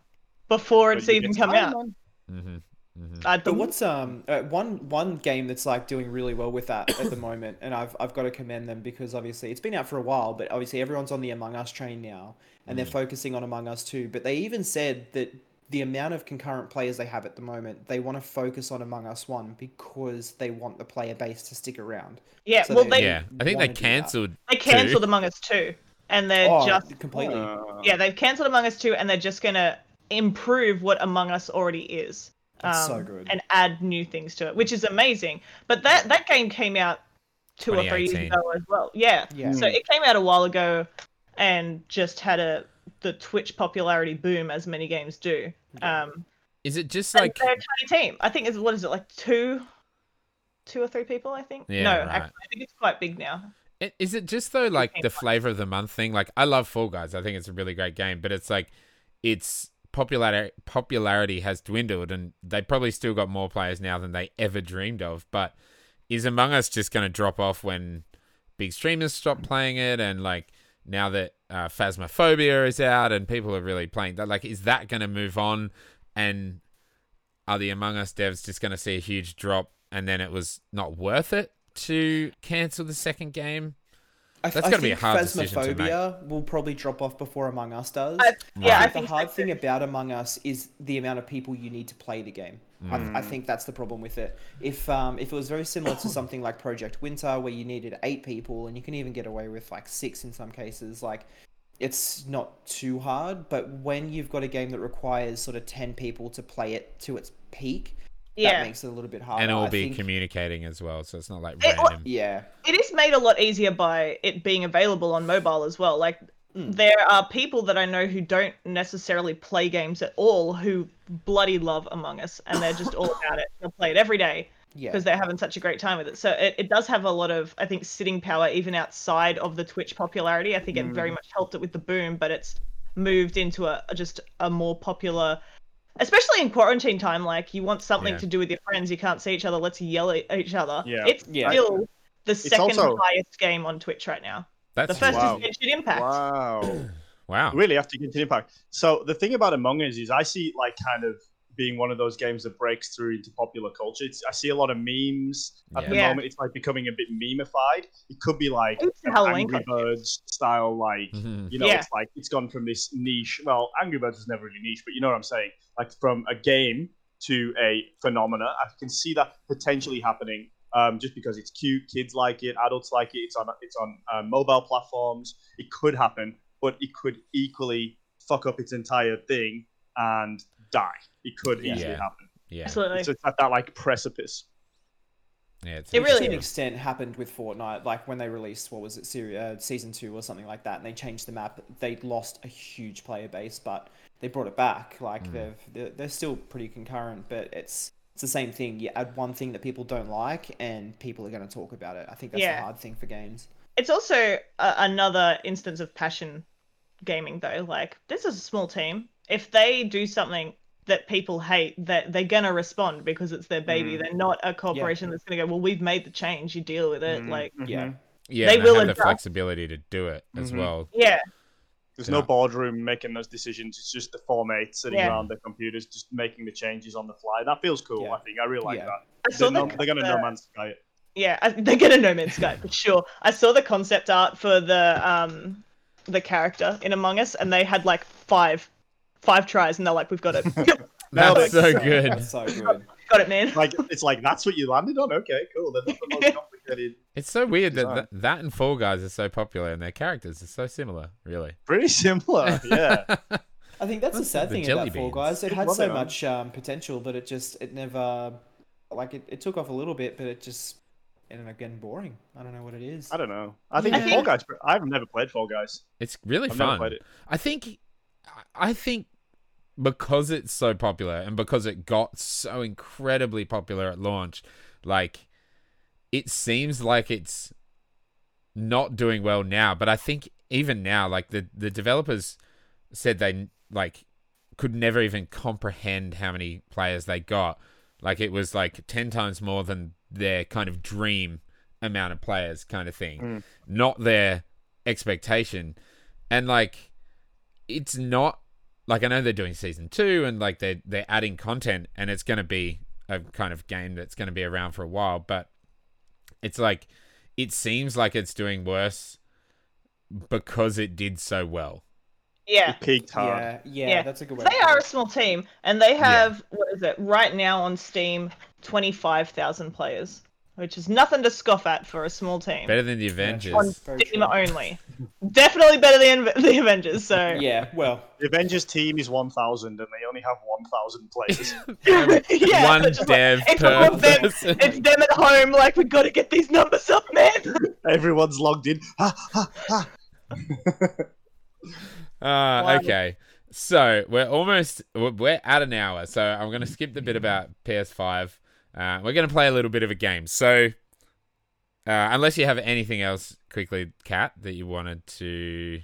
[SPEAKER 2] before it's
[SPEAKER 3] But you
[SPEAKER 2] even
[SPEAKER 3] get
[SPEAKER 2] come
[SPEAKER 3] time
[SPEAKER 2] out.
[SPEAKER 3] on-
[SPEAKER 1] hmm hmm
[SPEAKER 2] I'd
[SPEAKER 4] But
[SPEAKER 2] be-
[SPEAKER 4] what's um uh, one one game that's like doing really well with that at the moment, and I've I've got to commend them because obviously it's been out for a while, but obviously everyone's on the Among Us train now, and
[SPEAKER 2] Mm.
[SPEAKER 4] they're focusing on Among Us too. But they even said that the amount of concurrent players they have at the moment, they want to focus on Among Us one because they want the player base to stick around.
[SPEAKER 2] yeah,
[SPEAKER 4] so
[SPEAKER 2] well
[SPEAKER 4] they-
[SPEAKER 2] they
[SPEAKER 1] Yeah, I think
[SPEAKER 4] wanna
[SPEAKER 1] they
[SPEAKER 4] do that.
[SPEAKER 1] cancelled.
[SPEAKER 2] they cancelled Among Us too, and they're
[SPEAKER 4] oh,
[SPEAKER 2] just
[SPEAKER 4] completely.
[SPEAKER 3] Uh,
[SPEAKER 2] yeah they've cancelled Among Us too, and they're just gonna improve what Among Us already is. um,
[SPEAKER 4] That's so good.
[SPEAKER 2] And add new things to it, which is amazing. But that that game came out two or three years
[SPEAKER 1] 2018.
[SPEAKER 2] ago as well. Yeah.
[SPEAKER 4] Yeah.
[SPEAKER 2] So it came out a while ago, and just had a the Twitch popularity boom as many games do. Um,
[SPEAKER 1] Is it just
[SPEAKER 2] and
[SPEAKER 1] like
[SPEAKER 2] they're a tiny team. I think it's what is it like two, two or three people? I think.
[SPEAKER 1] Yeah,
[SPEAKER 2] no,
[SPEAKER 1] right.
[SPEAKER 2] actually, I think it's quite big now.
[SPEAKER 1] I- Is it just though like
[SPEAKER 2] Okay,
[SPEAKER 1] the flavor of the month thing? Like I love Fall Guys. I think it's a really great game, but it's like its popularity popularity has dwindled, and they probably still got more players now than they ever dreamed of. But is Among Us just going to drop off when big streamers stop playing it, and like now that uh, Phasmophobia is out and people are really playing that? Like, is that going to move on? And are the Among Us devs just going to see a huge drop, and then it was not worth it? To cancel the second game,
[SPEAKER 4] I, th-
[SPEAKER 1] That's
[SPEAKER 4] I
[SPEAKER 1] gotta be a
[SPEAKER 4] think
[SPEAKER 1] hard decision to make.
[SPEAKER 4] Phasmophobia will probably drop off before Among Us does.
[SPEAKER 2] I, yeah,
[SPEAKER 1] Right.
[SPEAKER 2] I
[SPEAKER 4] the
[SPEAKER 2] think so
[SPEAKER 4] hard
[SPEAKER 2] too.
[SPEAKER 4] thing about Among Us is the amount of people you need to play the game.
[SPEAKER 1] Mm.
[SPEAKER 4] I, I think that's the problem with it. If um, if it was very similar to something like Project Winter, where you needed eight people, and you can even get away with like six in some cases, like it's not too hard. But when you've got a game that requires sort of ten people to play it to its peak,
[SPEAKER 2] Yeah.
[SPEAKER 4] that makes it a little bit harder.
[SPEAKER 1] and it will
[SPEAKER 4] I
[SPEAKER 1] be
[SPEAKER 4] think-
[SPEAKER 1] communicating as well, so it's not like
[SPEAKER 2] It-
[SPEAKER 1] random.
[SPEAKER 4] Yeah,
[SPEAKER 2] it is made a lot easier by it being available on mobile as well. Like
[SPEAKER 4] Hmm.
[SPEAKER 2] there are people that I know who don't necessarily play games at all who bloody love Among Us and they're just all about it. They'll play it every day
[SPEAKER 4] yeah.
[SPEAKER 2] because they're having such a great time with it. So it, it does have a lot of I think sitting power even outside of the Twitch popularity. I think it
[SPEAKER 3] Mm.
[SPEAKER 2] very much helped it with the boom, but it's moved into a a- just a more popular especially in quarantine time like you want something
[SPEAKER 1] Yeah.
[SPEAKER 2] to do with your friends you can't see each other let's yell at each other
[SPEAKER 3] Yeah.
[SPEAKER 2] it's
[SPEAKER 4] Yeah.
[SPEAKER 2] still the second
[SPEAKER 3] also-
[SPEAKER 2] highest game on twitch right now the
[SPEAKER 1] That's
[SPEAKER 2] first
[SPEAKER 3] Wow.
[SPEAKER 2] is Genshin impact
[SPEAKER 3] Wow.
[SPEAKER 2] Oh.
[SPEAKER 1] wow.
[SPEAKER 3] really after you get to impact so the thing about among us is i see it like kind of being one of those games that breaks through into popular culture it's, i see a lot of memes at the
[SPEAKER 2] Yeah. Yeah.
[SPEAKER 3] moment it's like becoming a bit memeified it could be like
[SPEAKER 2] It's
[SPEAKER 3] an
[SPEAKER 2] Halloween
[SPEAKER 3] angry
[SPEAKER 2] costumes.
[SPEAKER 3] birds style like
[SPEAKER 1] Mhm.
[SPEAKER 3] you know
[SPEAKER 2] Yeah.
[SPEAKER 3] it's like it's gone from this niche well angry birds was never really niche but you know what i'm saying like from a game to a phenomena i can see that potentially happening um, just because it's cute kids like it adults like it it's on it's on uh, mobile platforms it could happen but it could equally fuck up its entire thing and die. It could
[SPEAKER 4] Yeah.
[SPEAKER 3] easily
[SPEAKER 1] Yeah.
[SPEAKER 3] happen.
[SPEAKER 1] Yeah,
[SPEAKER 2] absolutely
[SPEAKER 3] So it's at that like precipice.
[SPEAKER 1] yeah. It's
[SPEAKER 2] It really
[SPEAKER 4] to an
[SPEAKER 1] interesting.
[SPEAKER 4] extent happened with Fortnite. Like when they released what was it, seri- uh, season two or something like that, and they changed the map. They lost a huge player base, but they brought it back. Like
[SPEAKER 1] Hmm.
[SPEAKER 4] they've they're, they're still pretty concurrent, but it's it's the same thing. You add one thing that people don't like, and people are going to talk about it. I think that's
[SPEAKER 2] Yeah.
[SPEAKER 4] the hard thing for games.
[SPEAKER 2] it's also a- another instance of passion gaming though like this is a small team if they do something that people hate that they're gonna respond because it's their baby
[SPEAKER 3] Mm.
[SPEAKER 2] they're not a corporation that's gonna go well we've made the change you deal with
[SPEAKER 3] Mm.
[SPEAKER 2] it like
[SPEAKER 1] Mm-hmm.
[SPEAKER 3] Mm-hmm.
[SPEAKER 4] Yeah,
[SPEAKER 1] Yeah,
[SPEAKER 2] They
[SPEAKER 1] and
[SPEAKER 2] will
[SPEAKER 1] have the
[SPEAKER 2] adjust.
[SPEAKER 1] flexibility to do it as
[SPEAKER 3] Mhm.
[SPEAKER 1] well.
[SPEAKER 2] yeah
[SPEAKER 3] There's
[SPEAKER 1] Yeah.
[SPEAKER 3] no boardroom making those decisions. It's just the form eight sitting
[SPEAKER 2] Yeah.
[SPEAKER 3] around their computers, just making the changes on the fly. That feels cool.
[SPEAKER 4] Yeah.
[SPEAKER 3] I think I really like
[SPEAKER 4] Yeah.
[SPEAKER 3] that.
[SPEAKER 2] I saw
[SPEAKER 3] They're,
[SPEAKER 2] the,
[SPEAKER 3] no, they're gonna
[SPEAKER 2] the-
[SPEAKER 3] no man's sky it.
[SPEAKER 2] Yeah, I, they're gonna No Man's Sky for sure. I saw the concept art for the um the character in Among Us, and they had like five five tries, and they're like, "We've got it, got
[SPEAKER 3] Nailed
[SPEAKER 1] That's
[SPEAKER 3] it.
[SPEAKER 1] so good.
[SPEAKER 4] That's so good.
[SPEAKER 2] it, man."
[SPEAKER 3] Like it's like that's what you landed on. Okay, cool. They're not the most complicated.
[SPEAKER 1] It's so weird that
[SPEAKER 3] Design.
[SPEAKER 1] th- that and Fall Guys are so popular, and their characters are so similar. Really.
[SPEAKER 3] Pretty similar. Yeah.
[SPEAKER 4] I think that's the
[SPEAKER 1] That's
[SPEAKER 4] sad
[SPEAKER 1] the
[SPEAKER 4] thing
[SPEAKER 1] jelly
[SPEAKER 4] about Fall
[SPEAKER 1] beans.
[SPEAKER 4] Guys. It
[SPEAKER 3] Good
[SPEAKER 4] had
[SPEAKER 3] love,
[SPEAKER 4] so
[SPEAKER 3] Aaron.
[SPEAKER 4] much um, potential, but it just it never like it, it took off a little bit, but it just ended up getting boring. I don't know what it is.
[SPEAKER 3] I don't know. I think
[SPEAKER 2] I
[SPEAKER 3] Fall
[SPEAKER 2] think-
[SPEAKER 3] Guys. I've never played Fall Guys.
[SPEAKER 1] It's really
[SPEAKER 3] I've never
[SPEAKER 1] fun.
[SPEAKER 3] played it.
[SPEAKER 1] I think, I think, because it's so popular and because it got so incredibly popular at launch, like, it seems like it's not doing well now. But I think even now, like the the developers said they like could never even comprehend how many players they got. Like it was like ten times more than their kind of dream amount
[SPEAKER 3] Mm.
[SPEAKER 1] of players, kind of thing, not their expectation. And like it's not like I know they're doing season two and like they they're adding content and it's gonna be a kind of game that's gonna be around for a while, but it's like it seems like it's doing worse because it did so well.
[SPEAKER 2] Yeah.
[SPEAKER 3] It peaked hard.
[SPEAKER 4] Yeah, yeah,
[SPEAKER 2] Yeah.
[SPEAKER 4] that's a good way.
[SPEAKER 2] They
[SPEAKER 4] to put
[SPEAKER 2] are a
[SPEAKER 4] it.
[SPEAKER 2] small team, and they have what is it right now on Steam? Twenty five thousand players, which is nothing to scoff at for a small team.
[SPEAKER 1] Better than the
[SPEAKER 2] on
[SPEAKER 1] Avengers.
[SPEAKER 4] Very
[SPEAKER 2] Steam
[SPEAKER 4] true.
[SPEAKER 2] only, definitely better than the Avengers. So
[SPEAKER 4] Yeah, well,
[SPEAKER 3] The Avengers team is 1,000 and they only have 1,000 players.
[SPEAKER 2] Yeah,
[SPEAKER 1] One
[SPEAKER 2] which is like-
[SPEAKER 1] dev
[SPEAKER 2] it's
[SPEAKER 1] per
[SPEAKER 2] all of them.
[SPEAKER 1] person.
[SPEAKER 2] It's them at home. Like we got to get these numbers up, man.
[SPEAKER 3] Everyone's logged in. Ha, ha, ha.
[SPEAKER 1] Uh, okay. So we're almost we're- we're at an hour. So I'm gonna skip the bit about PS5. Uh, we're gonna play a little bit of a game. So uh, unless you have anything else quickly, Kat, that you wanted to.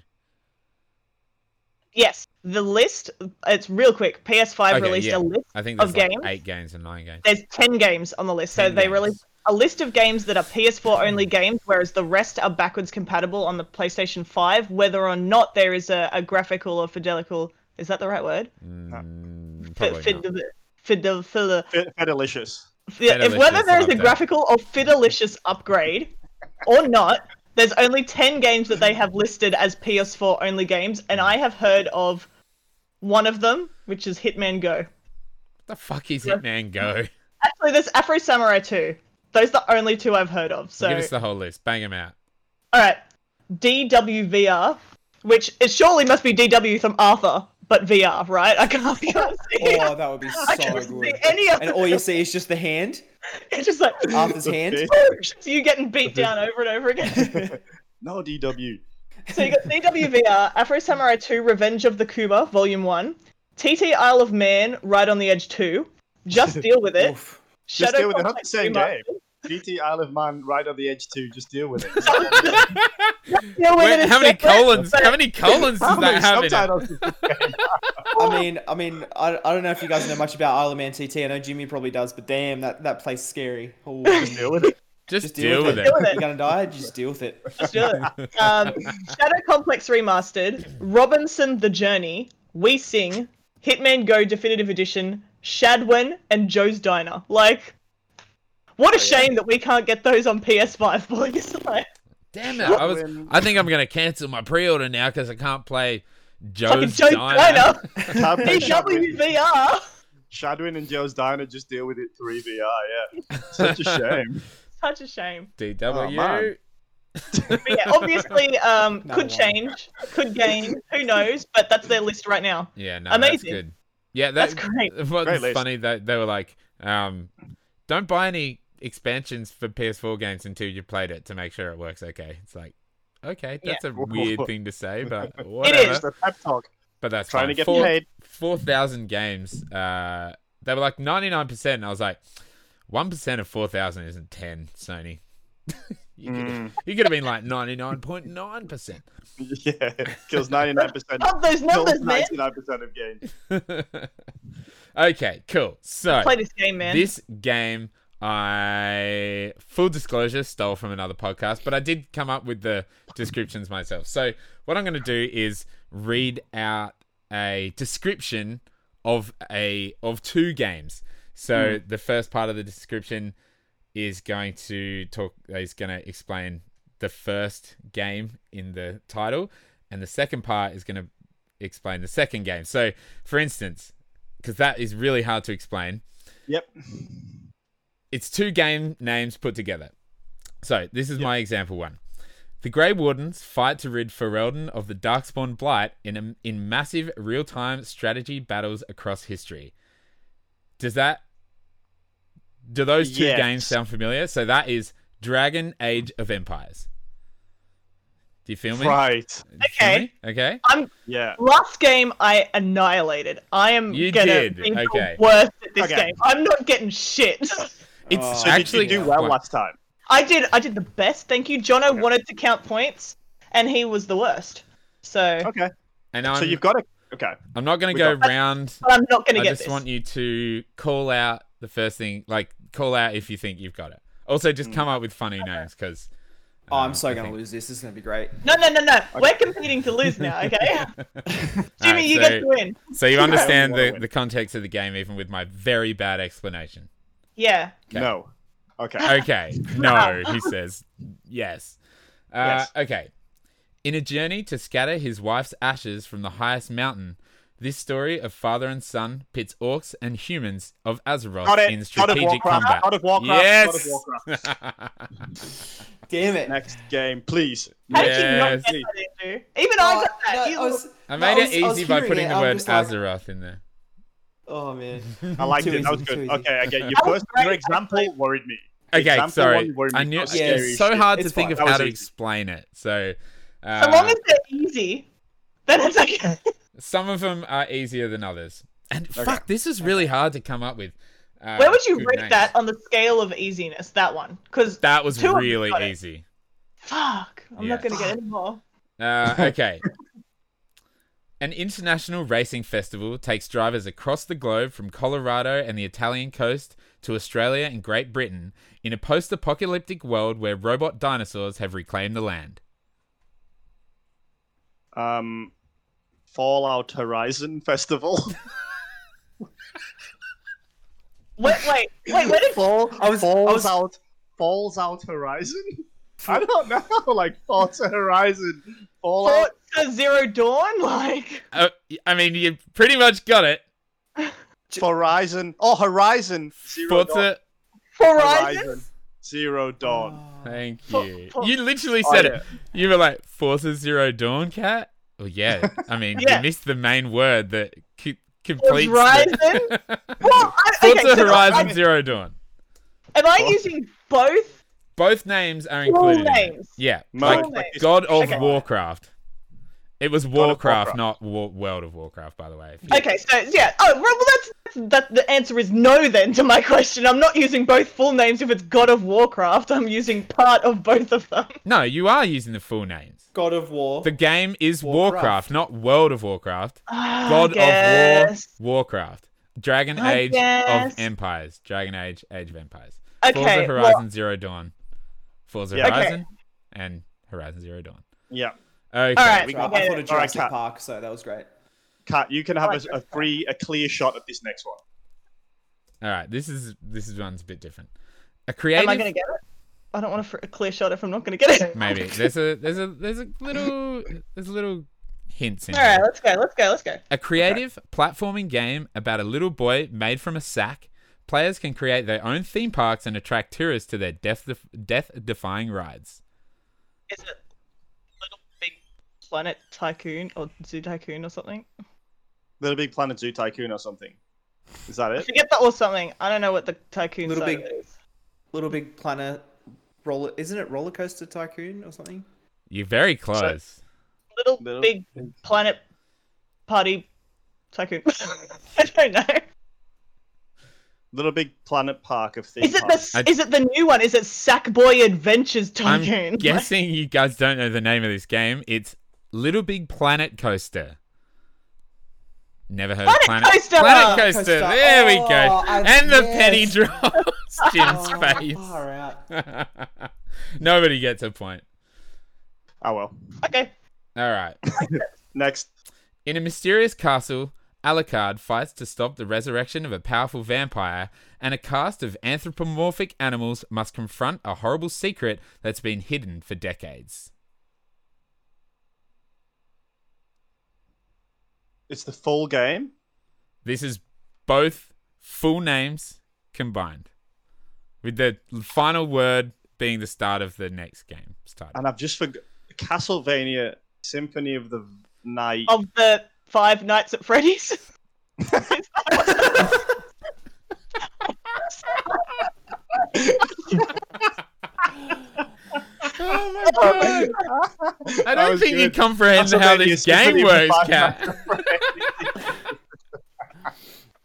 [SPEAKER 2] Yes, the list. It's real quick. PS5
[SPEAKER 1] Okay,
[SPEAKER 2] released
[SPEAKER 1] yeah.
[SPEAKER 2] a list.
[SPEAKER 1] I think
[SPEAKER 2] Of
[SPEAKER 1] there's like
[SPEAKER 2] games?
[SPEAKER 1] eight games and nine games.
[SPEAKER 2] There's ten games on the list, so
[SPEAKER 1] 10
[SPEAKER 2] they
[SPEAKER 1] games.
[SPEAKER 2] released a list of games that are PS4 only games, whereas the rest are backwards compatible on the PlayStation 5. Whether or not there is a, a graphical or fidelical, is that the right word?
[SPEAKER 1] Mm,
[SPEAKER 2] Fi-
[SPEAKER 1] probably not.
[SPEAKER 2] Fidel, fidel, fidel,
[SPEAKER 3] Fe- Fedelicious.
[SPEAKER 2] Yeah, if
[SPEAKER 1] Fidelicious
[SPEAKER 2] whether there is a
[SPEAKER 1] update.
[SPEAKER 2] graphical or fidelicious upgrade or not, there's only 10 games that they have listed as PS4 only games, and I have heard of one of them, which is Hitman Go.
[SPEAKER 1] the fuck is Hitman Go?
[SPEAKER 2] Actually, there's Afro Samurai 2. Those are the only two I've heard of. So,
[SPEAKER 1] Give us the whole list. Bang them out.
[SPEAKER 2] all right, DWVR, which it surely must be DW from Arthur, but VR, right? I can't, I can't see.
[SPEAKER 4] oh, that would be
[SPEAKER 2] I can't
[SPEAKER 4] so
[SPEAKER 2] see
[SPEAKER 4] good.
[SPEAKER 2] any of
[SPEAKER 4] And all you see is just the hand,
[SPEAKER 2] It's just like
[SPEAKER 4] Arthur's hand.
[SPEAKER 3] Okay.
[SPEAKER 2] so you getting beat down over and over again.
[SPEAKER 3] No DW.
[SPEAKER 2] So you got DWVR, Afro Samurai 2, Revenge of the Kuba, Volume 1, TT Isle of Man, Right on the Edge 2, Just Deal With It,
[SPEAKER 4] Oof.
[SPEAKER 2] Shadow
[SPEAKER 3] deal with it, not
[SPEAKER 2] Complex
[SPEAKER 3] the same
[SPEAKER 2] Remastered.
[SPEAKER 3] GT Isle of Man, right on the edge too. Just deal with it.
[SPEAKER 2] Deal With It
[SPEAKER 1] Wait,
[SPEAKER 2] is
[SPEAKER 1] how many
[SPEAKER 2] separate,
[SPEAKER 1] colons?
[SPEAKER 2] but-
[SPEAKER 1] How many colons does
[SPEAKER 3] How many
[SPEAKER 1] that have in it?
[SPEAKER 3] subtitles?
[SPEAKER 4] I mean, I mean, I, I don't know if you guys know much about Isle of Man TT. I know Jimmy probably does, but damn, that, that place is scary. Oh,
[SPEAKER 3] Just deal with it.
[SPEAKER 1] Just deal with it.
[SPEAKER 2] Deal with it.
[SPEAKER 4] You're gonna die. Just deal with it.
[SPEAKER 2] Let's do it. Um, Shadow Complex Remastered, Robinson the Journey, We Sing, Hitman Go Definitive Edition, Shadwin, and Joe's Diner. Like, what
[SPEAKER 1] Oh,
[SPEAKER 2] a shame that we can't get those on PS5, boys. Like,
[SPEAKER 1] Damn it! I was.
[SPEAKER 3] Shotwin.
[SPEAKER 1] I think I'm gonna cancel my pre-order now because I can't play
[SPEAKER 2] fucking
[SPEAKER 1] Joe's
[SPEAKER 2] Joe's
[SPEAKER 1] Diner.
[SPEAKER 2] Diner, E
[SPEAKER 3] Tab and Shadwin,
[SPEAKER 2] DWVR.
[SPEAKER 3] Shadwin and Joe's Diner just deal with it 3VR, yeah. Such a shame.
[SPEAKER 2] Such a shame.
[SPEAKER 3] Oh, man.
[SPEAKER 1] DW.
[SPEAKER 2] But yeah, obviously, um,
[SPEAKER 4] No
[SPEAKER 2] could
[SPEAKER 4] one.
[SPEAKER 2] change, could gain, who knows? But that's their list right now.
[SPEAKER 1] yeah, no, that's
[SPEAKER 2] Amazing.
[SPEAKER 1] good. Yeah, that,
[SPEAKER 2] That's great.
[SPEAKER 1] What's
[SPEAKER 3] Great list.
[SPEAKER 1] funny that they were like, um, don't buy any expansions for PS4 games until you've played it to make sure it works okay. It's like, okay,
[SPEAKER 2] Yeah.
[SPEAKER 1] that's a weird thing to say, but
[SPEAKER 2] is.
[SPEAKER 1] whatever.
[SPEAKER 3] Just a pep talk.
[SPEAKER 1] But that's
[SPEAKER 3] Trying
[SPEAKER 1] fine.
[SPEAKER 3] to get
[SPEAKER 1] Four-
[SPEAKER 3] paid.
[SPEAKER 1] 4,000 games, uh, they were like 99%. And I was like, 1% of 4,000 isn't 10, Sony. you,
[SPEAKER 3] Mm.
[SPEAKER 1] could, you could have been like 99.9%.
[SPEAKER 3] Yeah, kills 99%.
[SPEAKER 2] Love those numbers,
[SPEAKER 3] Kills
[SPEAKER 2] man.
[SPEAKER 3] 99% of games.
[SPEAKER 1] okay, cool. So,
[SPEAKER 2] Play this game, man.
[SPEAKER 1] This game, I full disclosure stole from another podcast, but I did come up with the descriptions myself. So what I'm going to do is read out a description of a of two games. So the first part of the description is going to talk is going to explain the first game in the title and the second part is going to explain the second game. So for instance, cuz that is really hard to explain,
[SPEAKER 3] Yep.
[SPEAKER 1] it's two game names put together. So this is my example one. The Grey Wardens fight to rid Ferelden of the Darkspawn Blight in a, in massive real-time strategy battles across history. Does that do those two
[SPEAKER 3] Yes.
[SPEAKER 1] games sound familiar? So that is Dragon Age of Empires. Do you feel me?
[SPEAKER 3] Right.
[SPEAKER 1] Do you feel
[SPEAKER 2] Okay.
[SPEAKER 1] me? Okay.
[SPEAKER 2] I'm
[SPEAKER 3] Yeah.
[SPEAKER 2] last game I annihilated. I am
[SPEAKER 1] You
[SPEAKER 2] gonna
[SPEAKER 1] did,
[SPEAKER 2] be the
[SPEAKER 1] okay.
[SPEAKER 2] worst at this
[SPEAKER 3] Okay.
[SPEAKER 2] game. I'm not getting shit.
[SPEAKER 1] It's
[SPEAKER 4] Oh.
[SPEAKER 3] So
[SPEAKER 1] actually
[SPEAKER 3] did you do well
[SPEAKER 1] one.
[SPEAKER 3] last time?
[SPEAKER 2] I did I did the best, thank you. Jono wanted to count points and he was the worst. So
[SPEAKER 3] Okay.
[SPEAKER 1] And I'm,
[SPEAKER 3] so you've got a... Okay.
[SPEAKER 1] I'm not going
[SPEAKER 3] we
[SPEAKER 1] to go
[SPEAKER 3] got-
[SPEAKER 1] round
[SPEAKER 2] but I'm not gonna
[SPEAKER 1] I
[SPEAKER 2] get
[SPEAKER 1] just
[SPEAKER 2] this.
[SPEAKER 1] want you to call out
[SPEAKER 3] Hmm.
[SPEAKER 1] the first thing, like call out if you think you've got it. Also, just come up with funny names because
[SPEAKER 4] Oh,
[SPEAKER 1] Um,
[SPEAKER 4] I'm so
[SPEAKER 1] I
[SPEAKER 4] gonna
[SPEAKER 1] think-
[SPEAKER 4] lose this. This is gonna be great.
[SPEAKER 2] No, no, no, no. We're competing to lose now, okay? Jimmy,
[SPEAKER 1] Alright,
[SPEAKER 2] you
[SPEAKER 1] so,
[SPEAKER 2] get to win.
[SPEAKER 1] So you understand
[SPEAKER 3] wanna
[SPEAKER 1] the,
[SPEAKER 3] win.
[SPEAKER 1] the context of the game, even with my very bad explanation.
[SPEAKER 2] Yeah.
[SPEAKER 1] Okay.
[SPEAKER 3] No. Okay.
[SPEAKER 1] Okay. No, he says. Yes. Uh,
[SPEAKER 3] Yes.
[SPEAKER 1] Okay. In a journey to scatter his wife's ashes from the highest mountain, this story of father and son pits orcs and humans of
[SPEAKER 3] Got
[SPEAKER 1] Azeroth
[SPEAKER 3] it.
[SPEAKER 1] in
[SPEAKER 3] Out of
[SPEAKER 1] strategic
[SPEAKER 3] Warcraft.
[SPEAKER 1] combat.
[SPEAKER 3] Out of Warcraft.
[SPEAKER 1] Yes.
[SPEAKER 3] Out of Warcraft.
[SPEAKER 4] Damn it!
[SPEAKER 3] Next game, please.
[SPEAKER 2] How did you not
[SPEAKER 1] Yes.
[SPEAKER 2] get that, Andrew? Even I
[SPEAKER 4] Oh,
[SPEAKER 2] got that.
[SPEAKER 4] no,
[SPEAKER 2] You
[SPEAKER 4] I was-
[SPEAKER 1] I
[SPEAKER 4] no,
[SPEAKER 1] made
[SPEAKER 4] was-
[SPEAKER 1] it
[SPEAKER 4] I was
[SPEAKER 1] easy by
[SPEAKER 4] hearing
[SPEAKER 1] putting
[SPEAKER 4] it,
[SPEAKER 1] the
[SPEAKER 4] I'm
[SPEAKER 1] word
[SPEAKER 4] just like,
[SPEAKER 1] Azeroth in there.
[SPEAKER 4] Oh man.
[SPEAKER 3] I liked
[SPEAKER 4] Too
[SPEAKER 3] it. That was
[SPEAKER 4] easy, too
[SPEAKER 3] good.
[SPEAKER 4] easy.
[SPEAKER 3] Okay, okay. Your
[SPEAKER 2] That was
[SPEAKER 3] first
[SPEAKER 2] great,
[SPEAKER 3] your example worried me.
[SPEAKER 1] Okay,
[SPEAKER 3] Example
[SPEAKER 1] sorry.
[SPEAKER 3] one worried me.
[SPEAKER 1] I knew
[SPEAKER 3] That
[SPEAKER 1] it's
[SPEAKER 3] was
[SPEAKER 4] Yeah,
[SPEAKER 3] scary
[SPEAKER 1] so
[SPEAKER 3] shit.
[SPEAKER 1] hard to
[SPEAKER 4] It's
[SPEAKER 1] think
[SPEAKER 4] fine.
[SPEAKER 1] of
[SPEAKER 3] That
[SPEAKER 1] how
[SPEAKER 3] was
[SPEAKER 1] to
[SPEAKER 3] easy.
[SPEAKER 1] explain it. So, uh,
[SPEAKER 2] So long as they're easy, then it's okay.
[SPEAKER 1] some of them are easier than others. And fuck, this is really hard to come up with. Uh,
[SPEAKER 2] Where would you
[SPEAKER 1] good
[SPEAKER 2] rate
[SPEAKER 1] names.
[SPEAKER 2] that on the scale of easiness? That one, because
[SPEAKER 1] That was
[SPEAKER 2] Two of them
[SPEAKER 1] really
[SPEAKER 2] got it.
[SPEAKER 1] easy.
[SPEAKER 2] fuck, I'm not
[SPEAKER 1] Yeah.
[SPEAKER 2] gonna get any more.
[SPEAKER 1] Uh, okay. An international racing festival takes drivers across the globe from Colorado and the Italian coast to Australia and Great Britain in a post apocalyptic world where robot dinosaurs have reclaimed the land.
[SPEAKER 3] Um, Fallout Horizon Festival.
[SPEAKER 2] Wait, wait, wait. Where did
[SPEAKER 3] Fall,
[SPEAKER 4] I was- I
[SPEAKER 3] Falls
[SPEAKER 4] was-
[SPEAKER 3] out. Falls out Horizon. I don't know. Like Forza Horizon. Fallout.
[SPEAKER 2] Forza Zero Dawn? Like,
[SPEAKER 1] Uh, I mean, you pretty much got it.
[SPEAKER 3] Horizon. Oh, Horizon. Zero Dawn.
[SPEAKER 1] Forza.
[SPEAKER 2] Horizon?
[SPEAKER 3] Zero Dawn.
[SPEAKER 4] Oh.
[SPEAKER 1] Thank
[SPEAKER 2] For-
[SPEAKER 1] you.
[SPEAKER 2] for-
[SPEAKER 1] You literally
[SPEAKER 3] Oh,
[SPEAKER 1] said
[SPEAKER 3] yeah.
[SPEAKER 1] it. You were like, Forza Zero Dawn Cat? Well, yeah. I mean,
[SPEAKER 2] Yeah.
[SPEAKER 1] you missed the main word that co- completes.
[SPEAKER 2] Horizon?
[SPEAKER 1] the-
[SPEAKER 2] Well, I, okay,
[SPEAKER 1] Forza
[SPEAKER 2] so
[SPEAKER 1] Horizon
[SPEAKER 2] am
[SPEAKER 1] Zero Dawn.
[SPEAKER 2] I, am I
[SPEAKER 3] What?
[SPEAKER 2] using both?
[SPEAKER 1] Both names are
[SPEAKER 2] Full
[SPEAKER 1] included. in it.
[SPEAKER 2] names.
[SPEAKER 1] Yeah.
[SPEAKER 3] No,
[SPEAKER 1] Like
[SPEAKER 2] Full names.
[SPEAKER 1] God of
[SPEAKER 2] Okay.
[SPEAKER 1] Warcraft. It was
[SPEAKER 3] of
[SPEAKER 1] Warcraft,
[SPEAKER 3] Warcraft.
[SPEAKER 1] not War- World of Warcraft, by the way. if you-
[SPEAKER 2] Okay, so yeah. Oh, well, well, that's, that's that. The answer is no then to my question. I'm not using both full names if it's God of Warcraft. I'm using part of both of them.
[SPEAKER 1] No, you are using the full names.
[SPEAKER 4] God of War.
[SPEAKER 1] The game is Warcraft,
[SPEAKER 4] Warcraft.
[SPEAKER 1] not World of Warcraft.
[SPEAKER 2] Ah, I
[SPEAKER 1] God of
[SPEAKER 2] guess.
[SPEAKER 1] War, Warcraft. Dragon
[SPEAKER 2] I
[SPEAKER 1] Age
[SPEAKER 2] guess.
[SPEAKER 1] of Empires. Dragon Age, Age of Empires. Forza
[SPEAKER 2] Okay, well-
[SPEAKER 1] Horizon Zero Dawn. Forza
[SPEAKER 3] Yeah.
[SPEAKER 2] Okay.
[SPEAKER 1] Horizon and Horizon Zero Dawn.
[SPEAKER 3] Yeah.
[SPEAKER 1] Okay.
[SPEAKER 2] All right.
[SPEAKER 4] That's
[SPEAKER 3] We
[SPEAKER 4] right.
[SPEAKER 3] got
[SPEAKER 4] I
[SPEAKER 2] it.
[SPEAKER 4] thought of
[SPEAKER 3] All right,
[SPEAKER 4] Jurassic
[SPEAKER 3] cut.
[SPEAKER 4] Park, so that was great.
[SPEAKER 3] Kat, you can have a, a
[SPEAKER 2] Alright,
[SPEAKER 3] free, a clear shot at this next one.
[SPEAKER 1] All right. This is this is one's a bit different. A
[SPEAKER 2] Am
[SPEAKER 1] creative
[SPEAKER 2] I gonna get it? I don't want to fr- a clear shot if I'm not gonna get it.
[SPEAKER 1] Maybe there's a there's a there's a little there's little hints in
[SPEAKER 2] All right,
[SPEAKER 1] here.
[SPEAKER 2] let's go. Let's go. Let's go.
[SPEAKER 1] A creative platforming game about a little boy made from a sack. Players can create their own theme parks and attract tourists to their death death defying rides.
[SPEAKER 2] Is it Little Big Planet Tycoon or Zoo Tycoon or something?
[SPEAKER 3] Little Big Planet Zoo Tycoon or something. Is that
[SPEAKER 2] I
[SPEAKER 3] it?
[SPEAKER 2] forget that or something. I don't know what the tycoon
[SPEAKER 4] Little
[SPEAKER 2] side
[SPEAKER 4] Big-
[SPEAKER 2] of it is.
[SPEAKER 4] Little Big Planet roller isn't it roller coaster tycoon or something?
[SPEAKER 1] You're very close.
[SPEAKER 2] Little,
[SPEAKER 3] Little
[SPEAKER 2] Big Planet Party Tycoon. I don't know.
[SPEAKER 3] Little Big Planet Park of theme
[SPEAKER 2] Is it
[SPEAKER 3] parks.
[SPEAKER 2] the
[SPEAKER 1] I-
[SPEAKER 2] is it the new one? Is it Sackboy Adventures
[SPEAKER 1] I'm
[SPEAKER 2] Tycoon? Like,
[SPEAKER 1] guessing you guys don't know the name of this game. It's Little Big Planet Coaster. Never heard of
[SPEAKER 2] Planet
[SPEAKER 1] Planet
[SPEAKER 2] Coaster!
[SPEAKER 1] Planet Coaster.
[SPEAKER 4] Coaster.
[SPEAKER 1] There we
[SPEAKER 4] Oh,
[SPEAKER 1] go.
[SPEAKER 4] I-
[SPEAKER 1] and the
[SPEAKER 4] yes.
[SPEAKER 1] penny drops Jim's
[SPEAKER 4] Oh,
[SPEAKER 1] face.
[SPEAKER 4] far out.
[SPEAKER 1] Nobody gets a point.
[SPEAKER 3] Oh well.
[SPEAKER 2] Okay.
[SPEAKER 1] All right.
[SPEAKER 3] Next.
[SPEAKER 1] In a mysterious castle, Alucard fights to stop the resurrection of a powerful vampire, and a cast of anthropomorphic animals must confront a horrible secret that's been hidden for decades.
[SPEAKER 3] It's the full game.
[SPEAKER 1] This is both full names combined, with the final word being the start of the next game. Start.
[SPEAKER 3] And I've just forgot Castlevania Symphony of the Night.
[SPEAKER 2] Of the Five Nights at Freddy's. Is that what-
[SPEAKER 1] Oh my god! I
[SPEAKER 3] That
[SPEAKER 1] don't
[SPEAKER 3] was
[SPEAKER 1] think you
[SPEAKER 3] good.
[SPEAKER 1] comprehend how
[SPEAKER 3] Castlevania
[SPEAKER 1] this
[SPEAKER 3] Symphony
[SPEAKER 1] game
[SPEAKER 3] of the
[SPEAKER 1] works,
[SPEAKER 3] Five
[SPEAKER 1] Cat.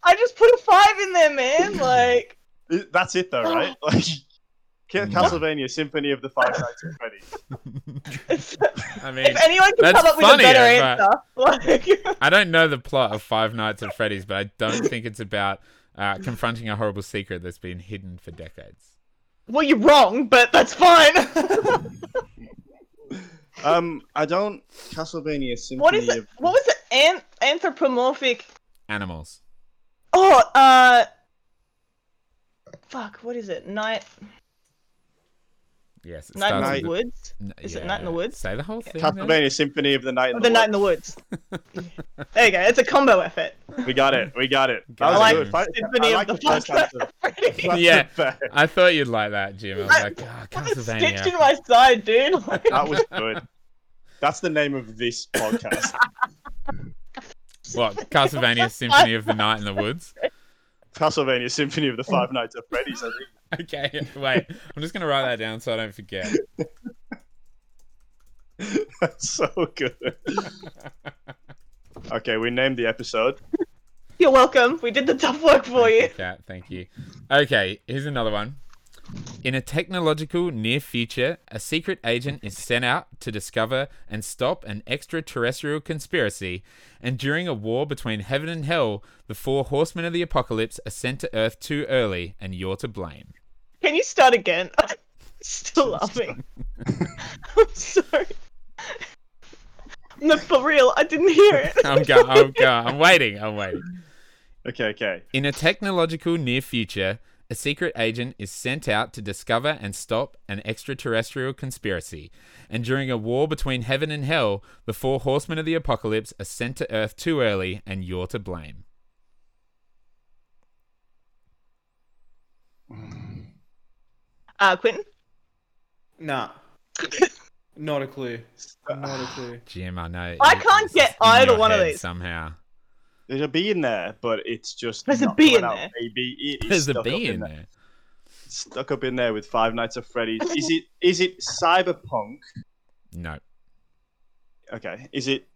[SPEAKER 2] I just put a five in there, man. Like
[SPEAKER 3] Nights. That's it though, right? Like Ca- Castlevania Symphony of the Five Nights at Freddy's.
[SPEAKER 2] it's-
[SPEAKER 1] I mean,
[SPEAKER 2] if anyone can
[SPEAKER 1] That's
[SPEAKER 2] come up with a
[SPEAKER 1] funnier,
[SPEAKER 2] better answer,
[SPEAKER 1] but-
[SPEAKER 2] like
[SPEAKER 1] I don't know the plot of Five Nights at Freddy's, but I don't think it's about uh, confronting a horrible secret that's been hidden for decades.
[SPEAKER 2] Well, you're wrong, but that's fine.
[SPEAKER 3] Um, I don't. Castlevania Symphony.
[SPEAKER 2] what is it?
[SPEAKER 3] of-
[SPEAKER 2] What was it? An- anthropomorphic.
[SPEAKER 1] Animals.
[SPEAKER 2] Oh, uh. Fuck, what is it? Night,
[SPEAKER 1] Yes. It
[SPEAKER 2] night in
[SPEAKER 1] starts
[SPEAKER 3] Night-
[SPEAKER 2] the
[SPEAKER 1] with
[SPEAKER 2] woods.
[SPEAKER 1] N-
[SPEAKER 2] Is it Night in the Woods?
[SPEAKER 1] Say the whole thing. man.
[SPEAKER 3] Castlevania Symphony of the Night.
[SPEAKER 2] Oh,
[SPEAKER 3] and
[SPEAKER 2] the night in the woods. there you go. It's a combo effort.
[SPEAKER 3] We got it. We got it.
[SPEAKER 1] Got
[SPEAKER 3] That
[SPEAKER 1] it.
[SPEAKER 3] was
[SPEAKER 1] I
[SPEAKER 3] good.
[SPEAKER 2] like Symphony
[SPEAKER 3] I
[SPEAKER 2] of
[SPEAKER 3] like
[SPEAKER 2] the
[SPEAKER 3] the first
[SPEAKER 2] Fox.
[SPEAKER 3] answer.
[SPEAKER 2] Pretty.
[SPEAKER 3] That's
[SPEAKER 1] Yeah.
[SPEAKER 3] fair.
[SPEAKER 1] I thought you'd like that, Jim. I was
[SPEAKER 2] I-
[SPEAKER 1] like, ah,
[SPEAKER 2] Fucking
[SPEAKER 1] Castlevania.
[SPEAKER 2] stitched in my side, dude. Like,
[SPEAKER 3] That was good. That's the name of this podcast.
[SPEAKER 1] What? Castlevania Symphony of the Night in the Woods.
[SPEAKER 3] Castlevania Symphony of the Five Nights at Freddy's. I think.
[SPEAKER 1] Okay, wait. I'm just gonna write that down so I don't forget.
[SPEAKER 3] That's so good. okay, we named the episode.
[SPEAKER 2] you're welcome. We did the tough work for you.
[SPEAKER 1] Cat, thank you. Okay, here's another one. In a technological near future, a secret agent is sent out to discover and stop an extraterrestrial conspiracy. And during a war between heaven and hell, the four horsemen of the apocalypse are sent to Earth too early, and you're to blame.
[SPEAKER 2] Can you start again? I'm still laughing. I'm sorry. No, for real, I didn't hear it.
[SPEAKER 1] I'm go- I'm go- I'm waiting. I'm waiting.
[SPEAKER 3] Okay, okay.
[SPEAKER 1] In a technological near future, a secret agent is sent out to discover and stop an extraterrestrial conspiracy. And during a war between heaven and hell, the four horsemen of the apocalypse are sent to Earth too early, and you're to blame.
[SPEAKER 2] Uh, Quentin?
[SPEAKER 4] Nah. Not a clue.
[SPEAKER 3] Uh,
[SPEAKER 2] Uh,
[SPEAKER 4] Not a clue.
[SPEAKER 1] Jim, I know.
[SPEAKER 2] I
[SPEAKER 1] it-
[SPEAKER 2] can't
[SPEAKER 1] it's
[SPEAKER 2] get
[SPEAKER 1] in your
[SPEAKER 2] either one of
[SPEAKER 1] head
[SPEAKER 2] these.
[SPEAKER 1] Somehow.
[SPEAKER 3] There's a B in there, but it's just
[SPEAKER 2] There's a
[SPEAKER 3] not
[SPEAKER 2] B
[SPEAKER 3] coming
[SPEAKER 2] in
[SPEAKER 3] out,
[SPEAKER 2] there.
[SPEAKER 3] Baby. It is
[SPEAKER 1] There's a
[SPEAKER 3] stuck up
[SPEAKER 1] bee in
[SPEAKER 3] there.
[SPEAKER 1] there.
[SPEAKER 3] Stuck up in there with Five Nights at Freddy's. Is it? Is it cyberpunk?
[SPEAKER 1] No.
[SPEAKER 3] Okay. Is it?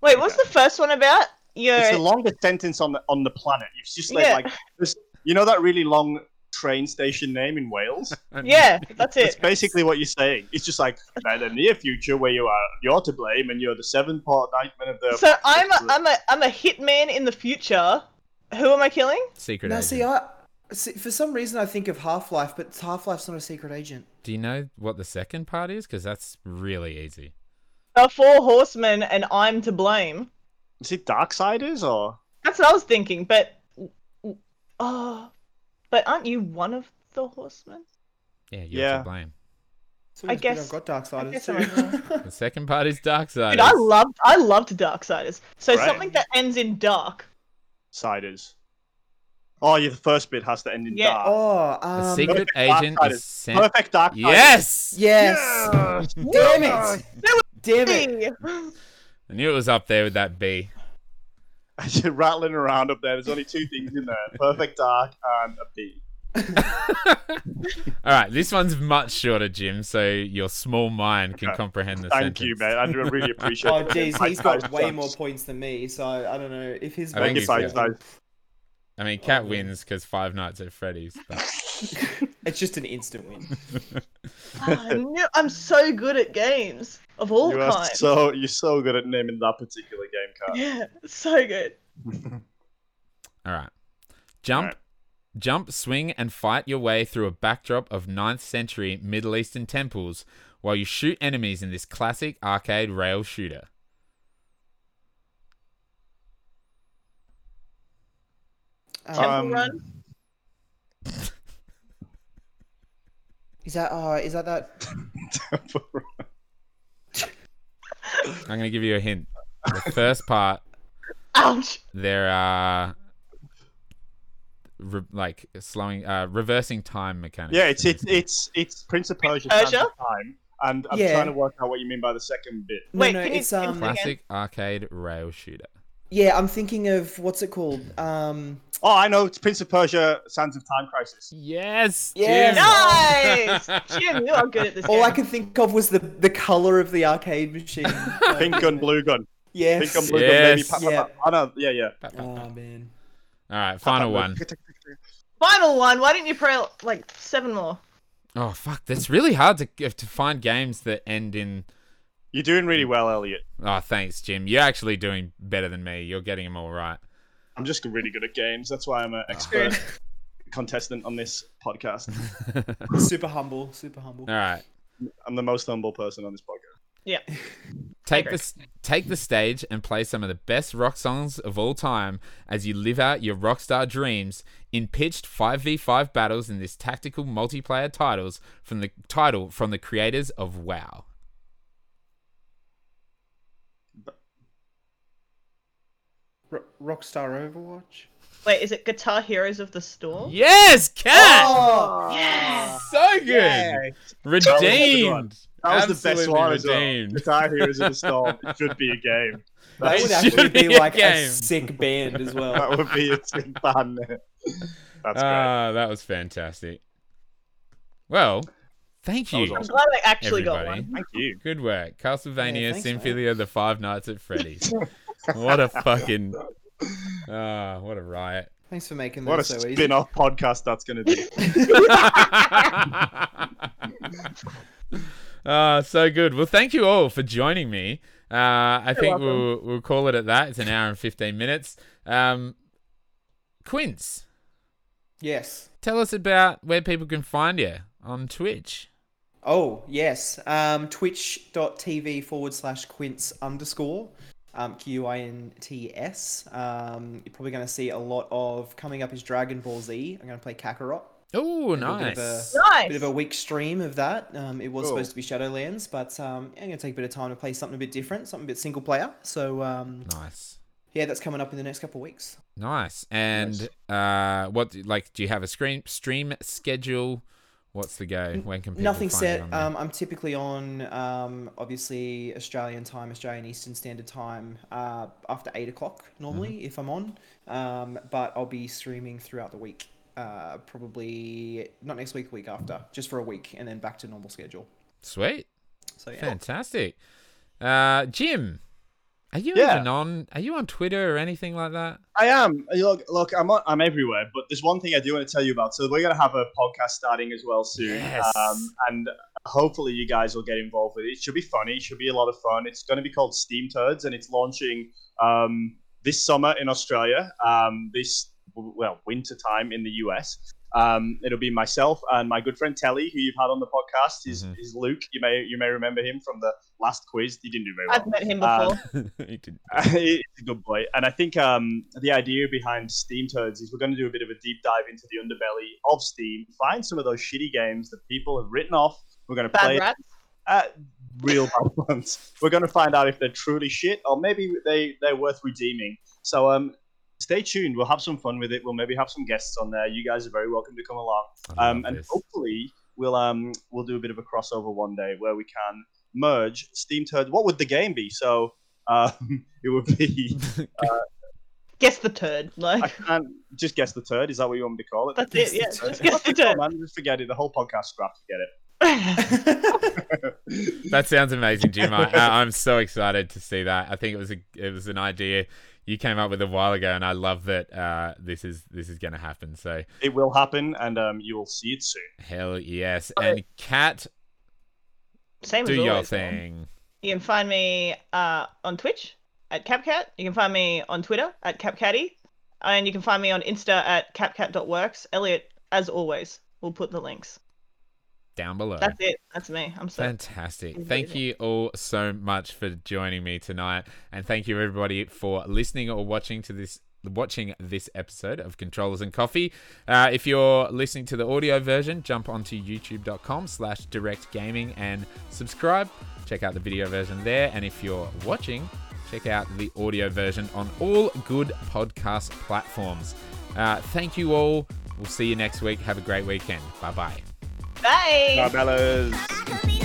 [SPEAKER 2] Wait, what's the first one about? You're...
[SPEAKER 3] It's the longest sentence on the on the planet. It's just like,
[SPEAKER 2] Yeah.
[SPEAKER 3] like this- you know that really long train station name in Wales.
[SPEAKER 2] Yeah, that's
[SPEAKER 3] That's
[SPEAKER 2] it.
[SPEAKER 3] basically what you're saying. It's just like in the near future where you are, you're to blame, and you're the seventh part nightmare of the.
[SPEAKER 2] So I'm a, I'm a I'm a hitman in the future. Who am I killing?
[SPEAKER 1] Secret
[SPEAKER 4] Now,
[SPEAKER 1] agent.
[SPEAKER 4] see, I see, for some reason I think of Half Life, but Half Life's not a secret agent.
[SPEAKER 1] Do you know what the second part is? Because that's really easy.
[SPEAKER 2] The four horsemen, and I'm to blame.
[SPEAKER 3] Is it Darksiders or?
[SPEAKER 2] That's what I was thinking, but oh, but aren't you one of the horsemen?
[SPEAKER 1] Yeah, you're
[SPEAKER 3] Yeah.
[SPEAKER 1] to blame.
[SPEAKER 4] So
[SPEAKER 2] I
[SPEAKER 4] it's good
[SPEAKER 2] guess-
[SPEAKER 4] I've got Darksiders
[SPEAKER 2] guess I'm
[SPEAKER 4] too.
[SPEAKER 1] The second part is Darkseid.
[SPEAKER 2] Dude, I loved I loved Darksiders. So
[SPEAKER 3] Right.
[SPEAKER 2] something that ends in dark.
[SPEAKER 3] Siders. Oh, yeah, the first bit has to end in
[SPEAKER 2] Yeah.
[SPEAKER 3] dark.
[SPEAKER 4] oh,
[SPEAKER 1] The
[SPEAKER 4] um,
[SPEAKER 1] secret
[SPEAKER 3] Perfect
[SPEAKER 1] agent
[SPEAKER 3] Darksiders.
[SPEAKER 1] is sent.
[SPEAKER 3] Perfect dark. Siders.
[SPEAKER 1] Yes!
[SPEAKER 4] Yes.
[SPEAKER 3] Yes!
[SPEAKER 4] Damn it. Damn it.
[SPEAKER 1] I knew it was up there with that B.
[SPEAKER 3] You're rattling around up there. There's only two things in there: perfect dark and a B.
[SPEAKER 1] All right, this one's much shorter, Jim, so your small mind can
[SPEAKER 3] Okay.
[SPEAKER 1] comprehend the
[SPEAKER 3] Thank
[SPEAKER 1] sentence.
[SPEAKER 3] you, mate. I do really appreciate.
[SPEAKER 4] Oh
[SPEAKER 3] it.
[SPEAKER 4] jeez,
[SPEAKER 3] I-
[SPEAKER 4] he's
[SPEAKER 3] I-
[SPEAKER 4] got way more points than me, so I don't know if his.
[SPEAKER 1] I think
[SPEAKER 4] brain's
[SPEAKER 1] he's got-
[SPEAKER 4] working.
[SPEAKER 3] Five
[SPEAKER 1] I mean, Cat
[SPEAKER 4] Oh, yeah.
[SPEAKER 1] wins because Five Nights at Freddy's. But...
[SPEAKER 4] It's just an instant win.
[SPEAKER 2] Oh, I knew- I'm so good at games of all
[SPEAKER 3] You are
[SPEAKER 2] kinds.
[SPEAKER 3] so you're so good at naming that particular game card.
[SPEAKER 2] Yeah, so good.
[SPEAKER 1] All right. Jump,
[SPEAKER 3] All right.
[SPEAKER 1] jump, swing, and fight your way through a backdrop of 9th century Middle Eastern temples while you shoot enemies in this classic arcade rail shooter.
[SPEAKER 2] Temple
[SPEAKER 4] Um,
[SPEAKER 3] Um,
[SPEAKER 2] Run.
[SPEAKER 4] is that? Uh, is that that?
[SPEAKER 1] I'm going to give you a hint. The first part
[SPEAKER 2] Ouch.
[SPEAKER 1] there are re- like slowing uh reversing time mechanics
[SPEAKER 3] yeah, it's it's it's it's Prince of Persia.
[SPEAKER 2] Persia?
[SPEAKER 3] Sands of Time, and I'm
[SPEAKER 4] Yeah.
[SPEAKER 3] trying to work out what you mean by the second bit.
[SPEAKER 2] Wait,
[SPEAKER 4] no, no,
[SPEAKER 2] can you
[SPEAKER 4] it's um.
[SPEAKER 2] explain-
[SPEAKER 1] classic arcade rail shooter
[SPEAKER 4] Yeah, I'm thinking of what's it called? Um,
[SPEAKER 3] Oh, I know. It's Prince of Persia: Sands of Time Crisis.
[SPEAKER 1] yes
[SPEAKER 4] Yes.
[SPEAKER 1] Jim.
[SPEAKER 2] Nice, Jim. You are good at this.
[SPEAKER 4] all I
[SPEAKER 2] game.
[SPEAKER 4] could think of was the the color of the arcade machine. Like,
[SPEAKER 3] Pink gun, blue gun. Pink
[SPEAKER 4] yes.
[SPEAKER 3] gun, blue gun. Maybe.
[SPEAKER 1] Yes.
[SPEAKER 3] Pat, pat,
[SPEAKER 4] Yeah.
[SPEAKER 3] pat. I know. Yeah, yeah. Pat,
[SPEAKER 4] Oh man.
[SPEAKER 1] all right final
[SPEAKER 3] pat,
[SPEAKER 1] one.
[SPEAKER 3] pat.
[SPEAKER 2] Final one. Why didn't you pray like seven more?
[SPEAKER 1] Oh fuck that's really hard to to find games that end in
[SPEAKER 3] You're doing really well, Elliot.
[SPEAKER 1] oh thanks jim you're actually doing better than me you're getting them all right Oh.
[SPEAKER 3] I'm just really good at games. That's why I'm an expert. contestant on this podcast.
[SPEAKER 4] super humble, super humble.
[SPEAKER 1] All right.
[SPEAKER 3] I'm the most humble person on this podcast.
[SPEAKER 2] Yeah.
[SPEAKER 1] Take
[SPEAKER 2] agree.
[SPEAKER 1] this take the stage and play some of the best rock songs of all time as you live out your rockstar dreams in pitched 5v5 battles in this tactical multiplayer titles from the title from the creators of WoW.
[SPEAKER 4] Ro- Rockstar Overwatch.
[SPEAKER 2] Wait, is it Guitar Heroes of the Storm?
[SPEAKER 1] Yes, cat.
[SPEAKER 4] Oh,
[SPEAKER 2] Yes!
[SPEAKER 1] so good. Redeemed.
[SPEAKER 3] That was the best
[SPEAKER 1] Absolutely
[SPEAKER 3] one as well.
[SPEAKER 1] redeemed.
[SPEAKER 3] Guitar Heroes of the Storm. It should be a game.
[SPEAKER 4] that
[SPEAKER 1] It
[SPEAKER 4] would
[SPEAKER 1] should
[SPEAKER 4] actually be,
[SPEAKER 1] be a
[SPEAKER 4] like
[SPEAKER 1] game.
[SPEAKER 4] a sick band as well.
[SPEAKER 3] That would be a thing fan. That's great.
[SPEAKER 1] Ah, that was fantastic. Well, thank
[SPEAKER 3] That was
[SPEAKER 1] you.
[SPEAKER 2] I'm
[SPEAKER 3] awesome.
[SPEAKER 2] glad I actually got
[SPEAKER 1] Everybody.
[SPEAKER 2] one.
[SPEAKER 3] Thank you.
[SPEAKER 1] Good work. Castlevania
[SPEAKER 4] Yeah, thanks,
[SPEAKER 1] Symphilia the Five Nights at Freddy's. what a fucking Ah, what a riot.
[SPEAKER 4] Thanks for making
[SPEAKER 3] What a
[SPEAKER 4] that so easy.
[SPEAKER 3] spin off podcast that's going to do.
[SPEAKER 1] Ah, so good. Well, thank you all for joining me. Uh, I think we'll we'll call it at that. It's an hour and fifteen minutes. Um, Quince,
[SPEAKER 4] Yes.
[SPEAKER 1] tell us about where people can find you on Twitch.
[SPEAKER 4] Oh, yes. Um, twitch.tv forward slash quince underscore. Um, Q I N T S. Um, you're probably going to see a lot of coming up is Dragon Ball Z. I'm going to play Kakarot.
[SPEAKER 1] Oh,
[SPEAKER 4] It'll be a
[SPEAKER 1] nice.
[SPEAKER 4] bit of a-
[SPEAKER 2] Nice.
[SPEAKER 4] Bit of a weak stream of that. Um, it was
[SPEAKER 3] Cool.
[SPEAKER 4] supposed to be Shadowlands, but um, yeah, I'm going to take a bit of time to play something a bit different, something a bit single player. So um,
[SPEAKER 1] Nice.
[SPEAKER 4] yeah, that's coming up in the next couple of weeks.
[SPEAKER 1] Nice. And uh what like do you have a screen stream schedule? What's the go? When can people
[SPEAKER 4] Nothing
[SPEAKER 1] find
[SPEAKER 4] set.
[SPEAKER 1] you on there?
[SPEAKER 4] Um, I'm typically on, um, obviously, Australian time, Australian Eastern Standard Time, uh, after 8 o'clock normally,
[SPEAKER 1] Mm-hmm.
[SPEAKER 4] if I'm on. Um, but I'll be streaming throughout the week. Uh, probably not next week, week after, just for a week, and then back to normal schedule.
[SPEAKER 1] Sweet.
[SPEAKER 4] So, yeah.
[SPEAKER 1] Fantastic. Uh Jim, are you
[SPEAKER 3] Yeah.
[SPEAKER 1] even on are you on Twitter or anything like that?
[SPEAKER 3] I am. Look, look I'm, on, I'm everywhere, but there's one thing I do want to tell you about. So we're going to have a podcast starting as well soon.
[SPEAKER 1] Yes.
[SPEAKER 3] Um, and hopefully you guys will get involved with it. It should be funny. It should be a lot of fun. It's going to be called Steam Turds, and it's launching um, this summer in Australia, um, this, well, winter time in the US. Um, it'll be myself and my good friend Telly, who you've had on the podcast. Is
[SPEAKER 1] Mhm.
[SPEAKER 3] is Luke? You may you may remember him from the last quiz. He didn't do very well.
[SPEAKER 2] I've met him
[SPEAKER 3] Um,
[SPEAKER 2] before.
[SPEAKER 1] He did-
[SPEAKER 3] He's a good boy. And I think um, the idea behind Steam Turds is we're going to do a bit of a deep dive into the underbelly of Steam, find some of those shitty games that people have written off. We're going to play
[SPEAKER 2] Bad rats.
[SPEAKER 3] uh, real bad ones. We're going to find out if they're truly shit or maybe they, they're worth redeeming. So um, stay tuned. We'll have some fun with it. We'll maybe have some guests on there. You guys are very welcome to come along
[SPEAKER 1] I
[SPEAKER 3] um,
[SPEAKER 1] love
[SPEAKER 3] and
[SPEAKER 1] this.
[SPEAKER 3] hopefully we'll um we'll do a bit of a crossover one day where we can merge Steam Turd. What would the game be? So um, it would be
[SPEAKER 2] Guess the turd. Like
[SPEAKER 3] I can't just guess the turd. Is that what you want me to call it?
[SPEAKER 2] that's it. Yeah, just guess the
[SPEAKER 3] Fuck it,
[SPEAKER 2] turd.
[SPEAKER 3] man, just forget it. The whole podcast scrapped. Forget it.
[SPEAKER 1] That sounds amazing, Jim. I, I- I'm so excited to see that. I think it was a, it was an idea you came up with a while ago, and I love that uh, this is this is going to happen. So
[SPEAKER 3] It will happen, and um, you will see it soon.
[SPEAKER 1] hell yes. And Cat,
[SPEAKER 2] Same
[SPEAKER 1] do
[SPEAKER 2] as
[SPEAKER 1] your
[SPEAKER 2] always, man.
[SPEAKER 1] thing.
[SPEAKER 2] You can find me uh, on Twitch at CapCat. You can find me on Twitter at CapCatty. And you can find me on Insta at capcat.works. Elliot, as always, will put the links.
[SPEAKER 1] down below.
[SPEAKER 2] That's it. That's me. I'm so
[SPEAKER 1] Fantastic. Thank you all so much for joining me tonight. And thank you everybody for listening or watching to this watching this episode of Controllers and Coffee. Uh, if you're listening to the audio version, jump onto youtube.com slash direct gaming and subscribe. Check out the video version there. And if you're watching, check out the audio version on all good podcast platforms. Uh, thank you all. We'll see you next week. Have a great weekend. Bye bye.
[SPEAKER 2] Bye.
[SPEAKER 3] Bye, Bellas.
[SPEAKER 5] I can be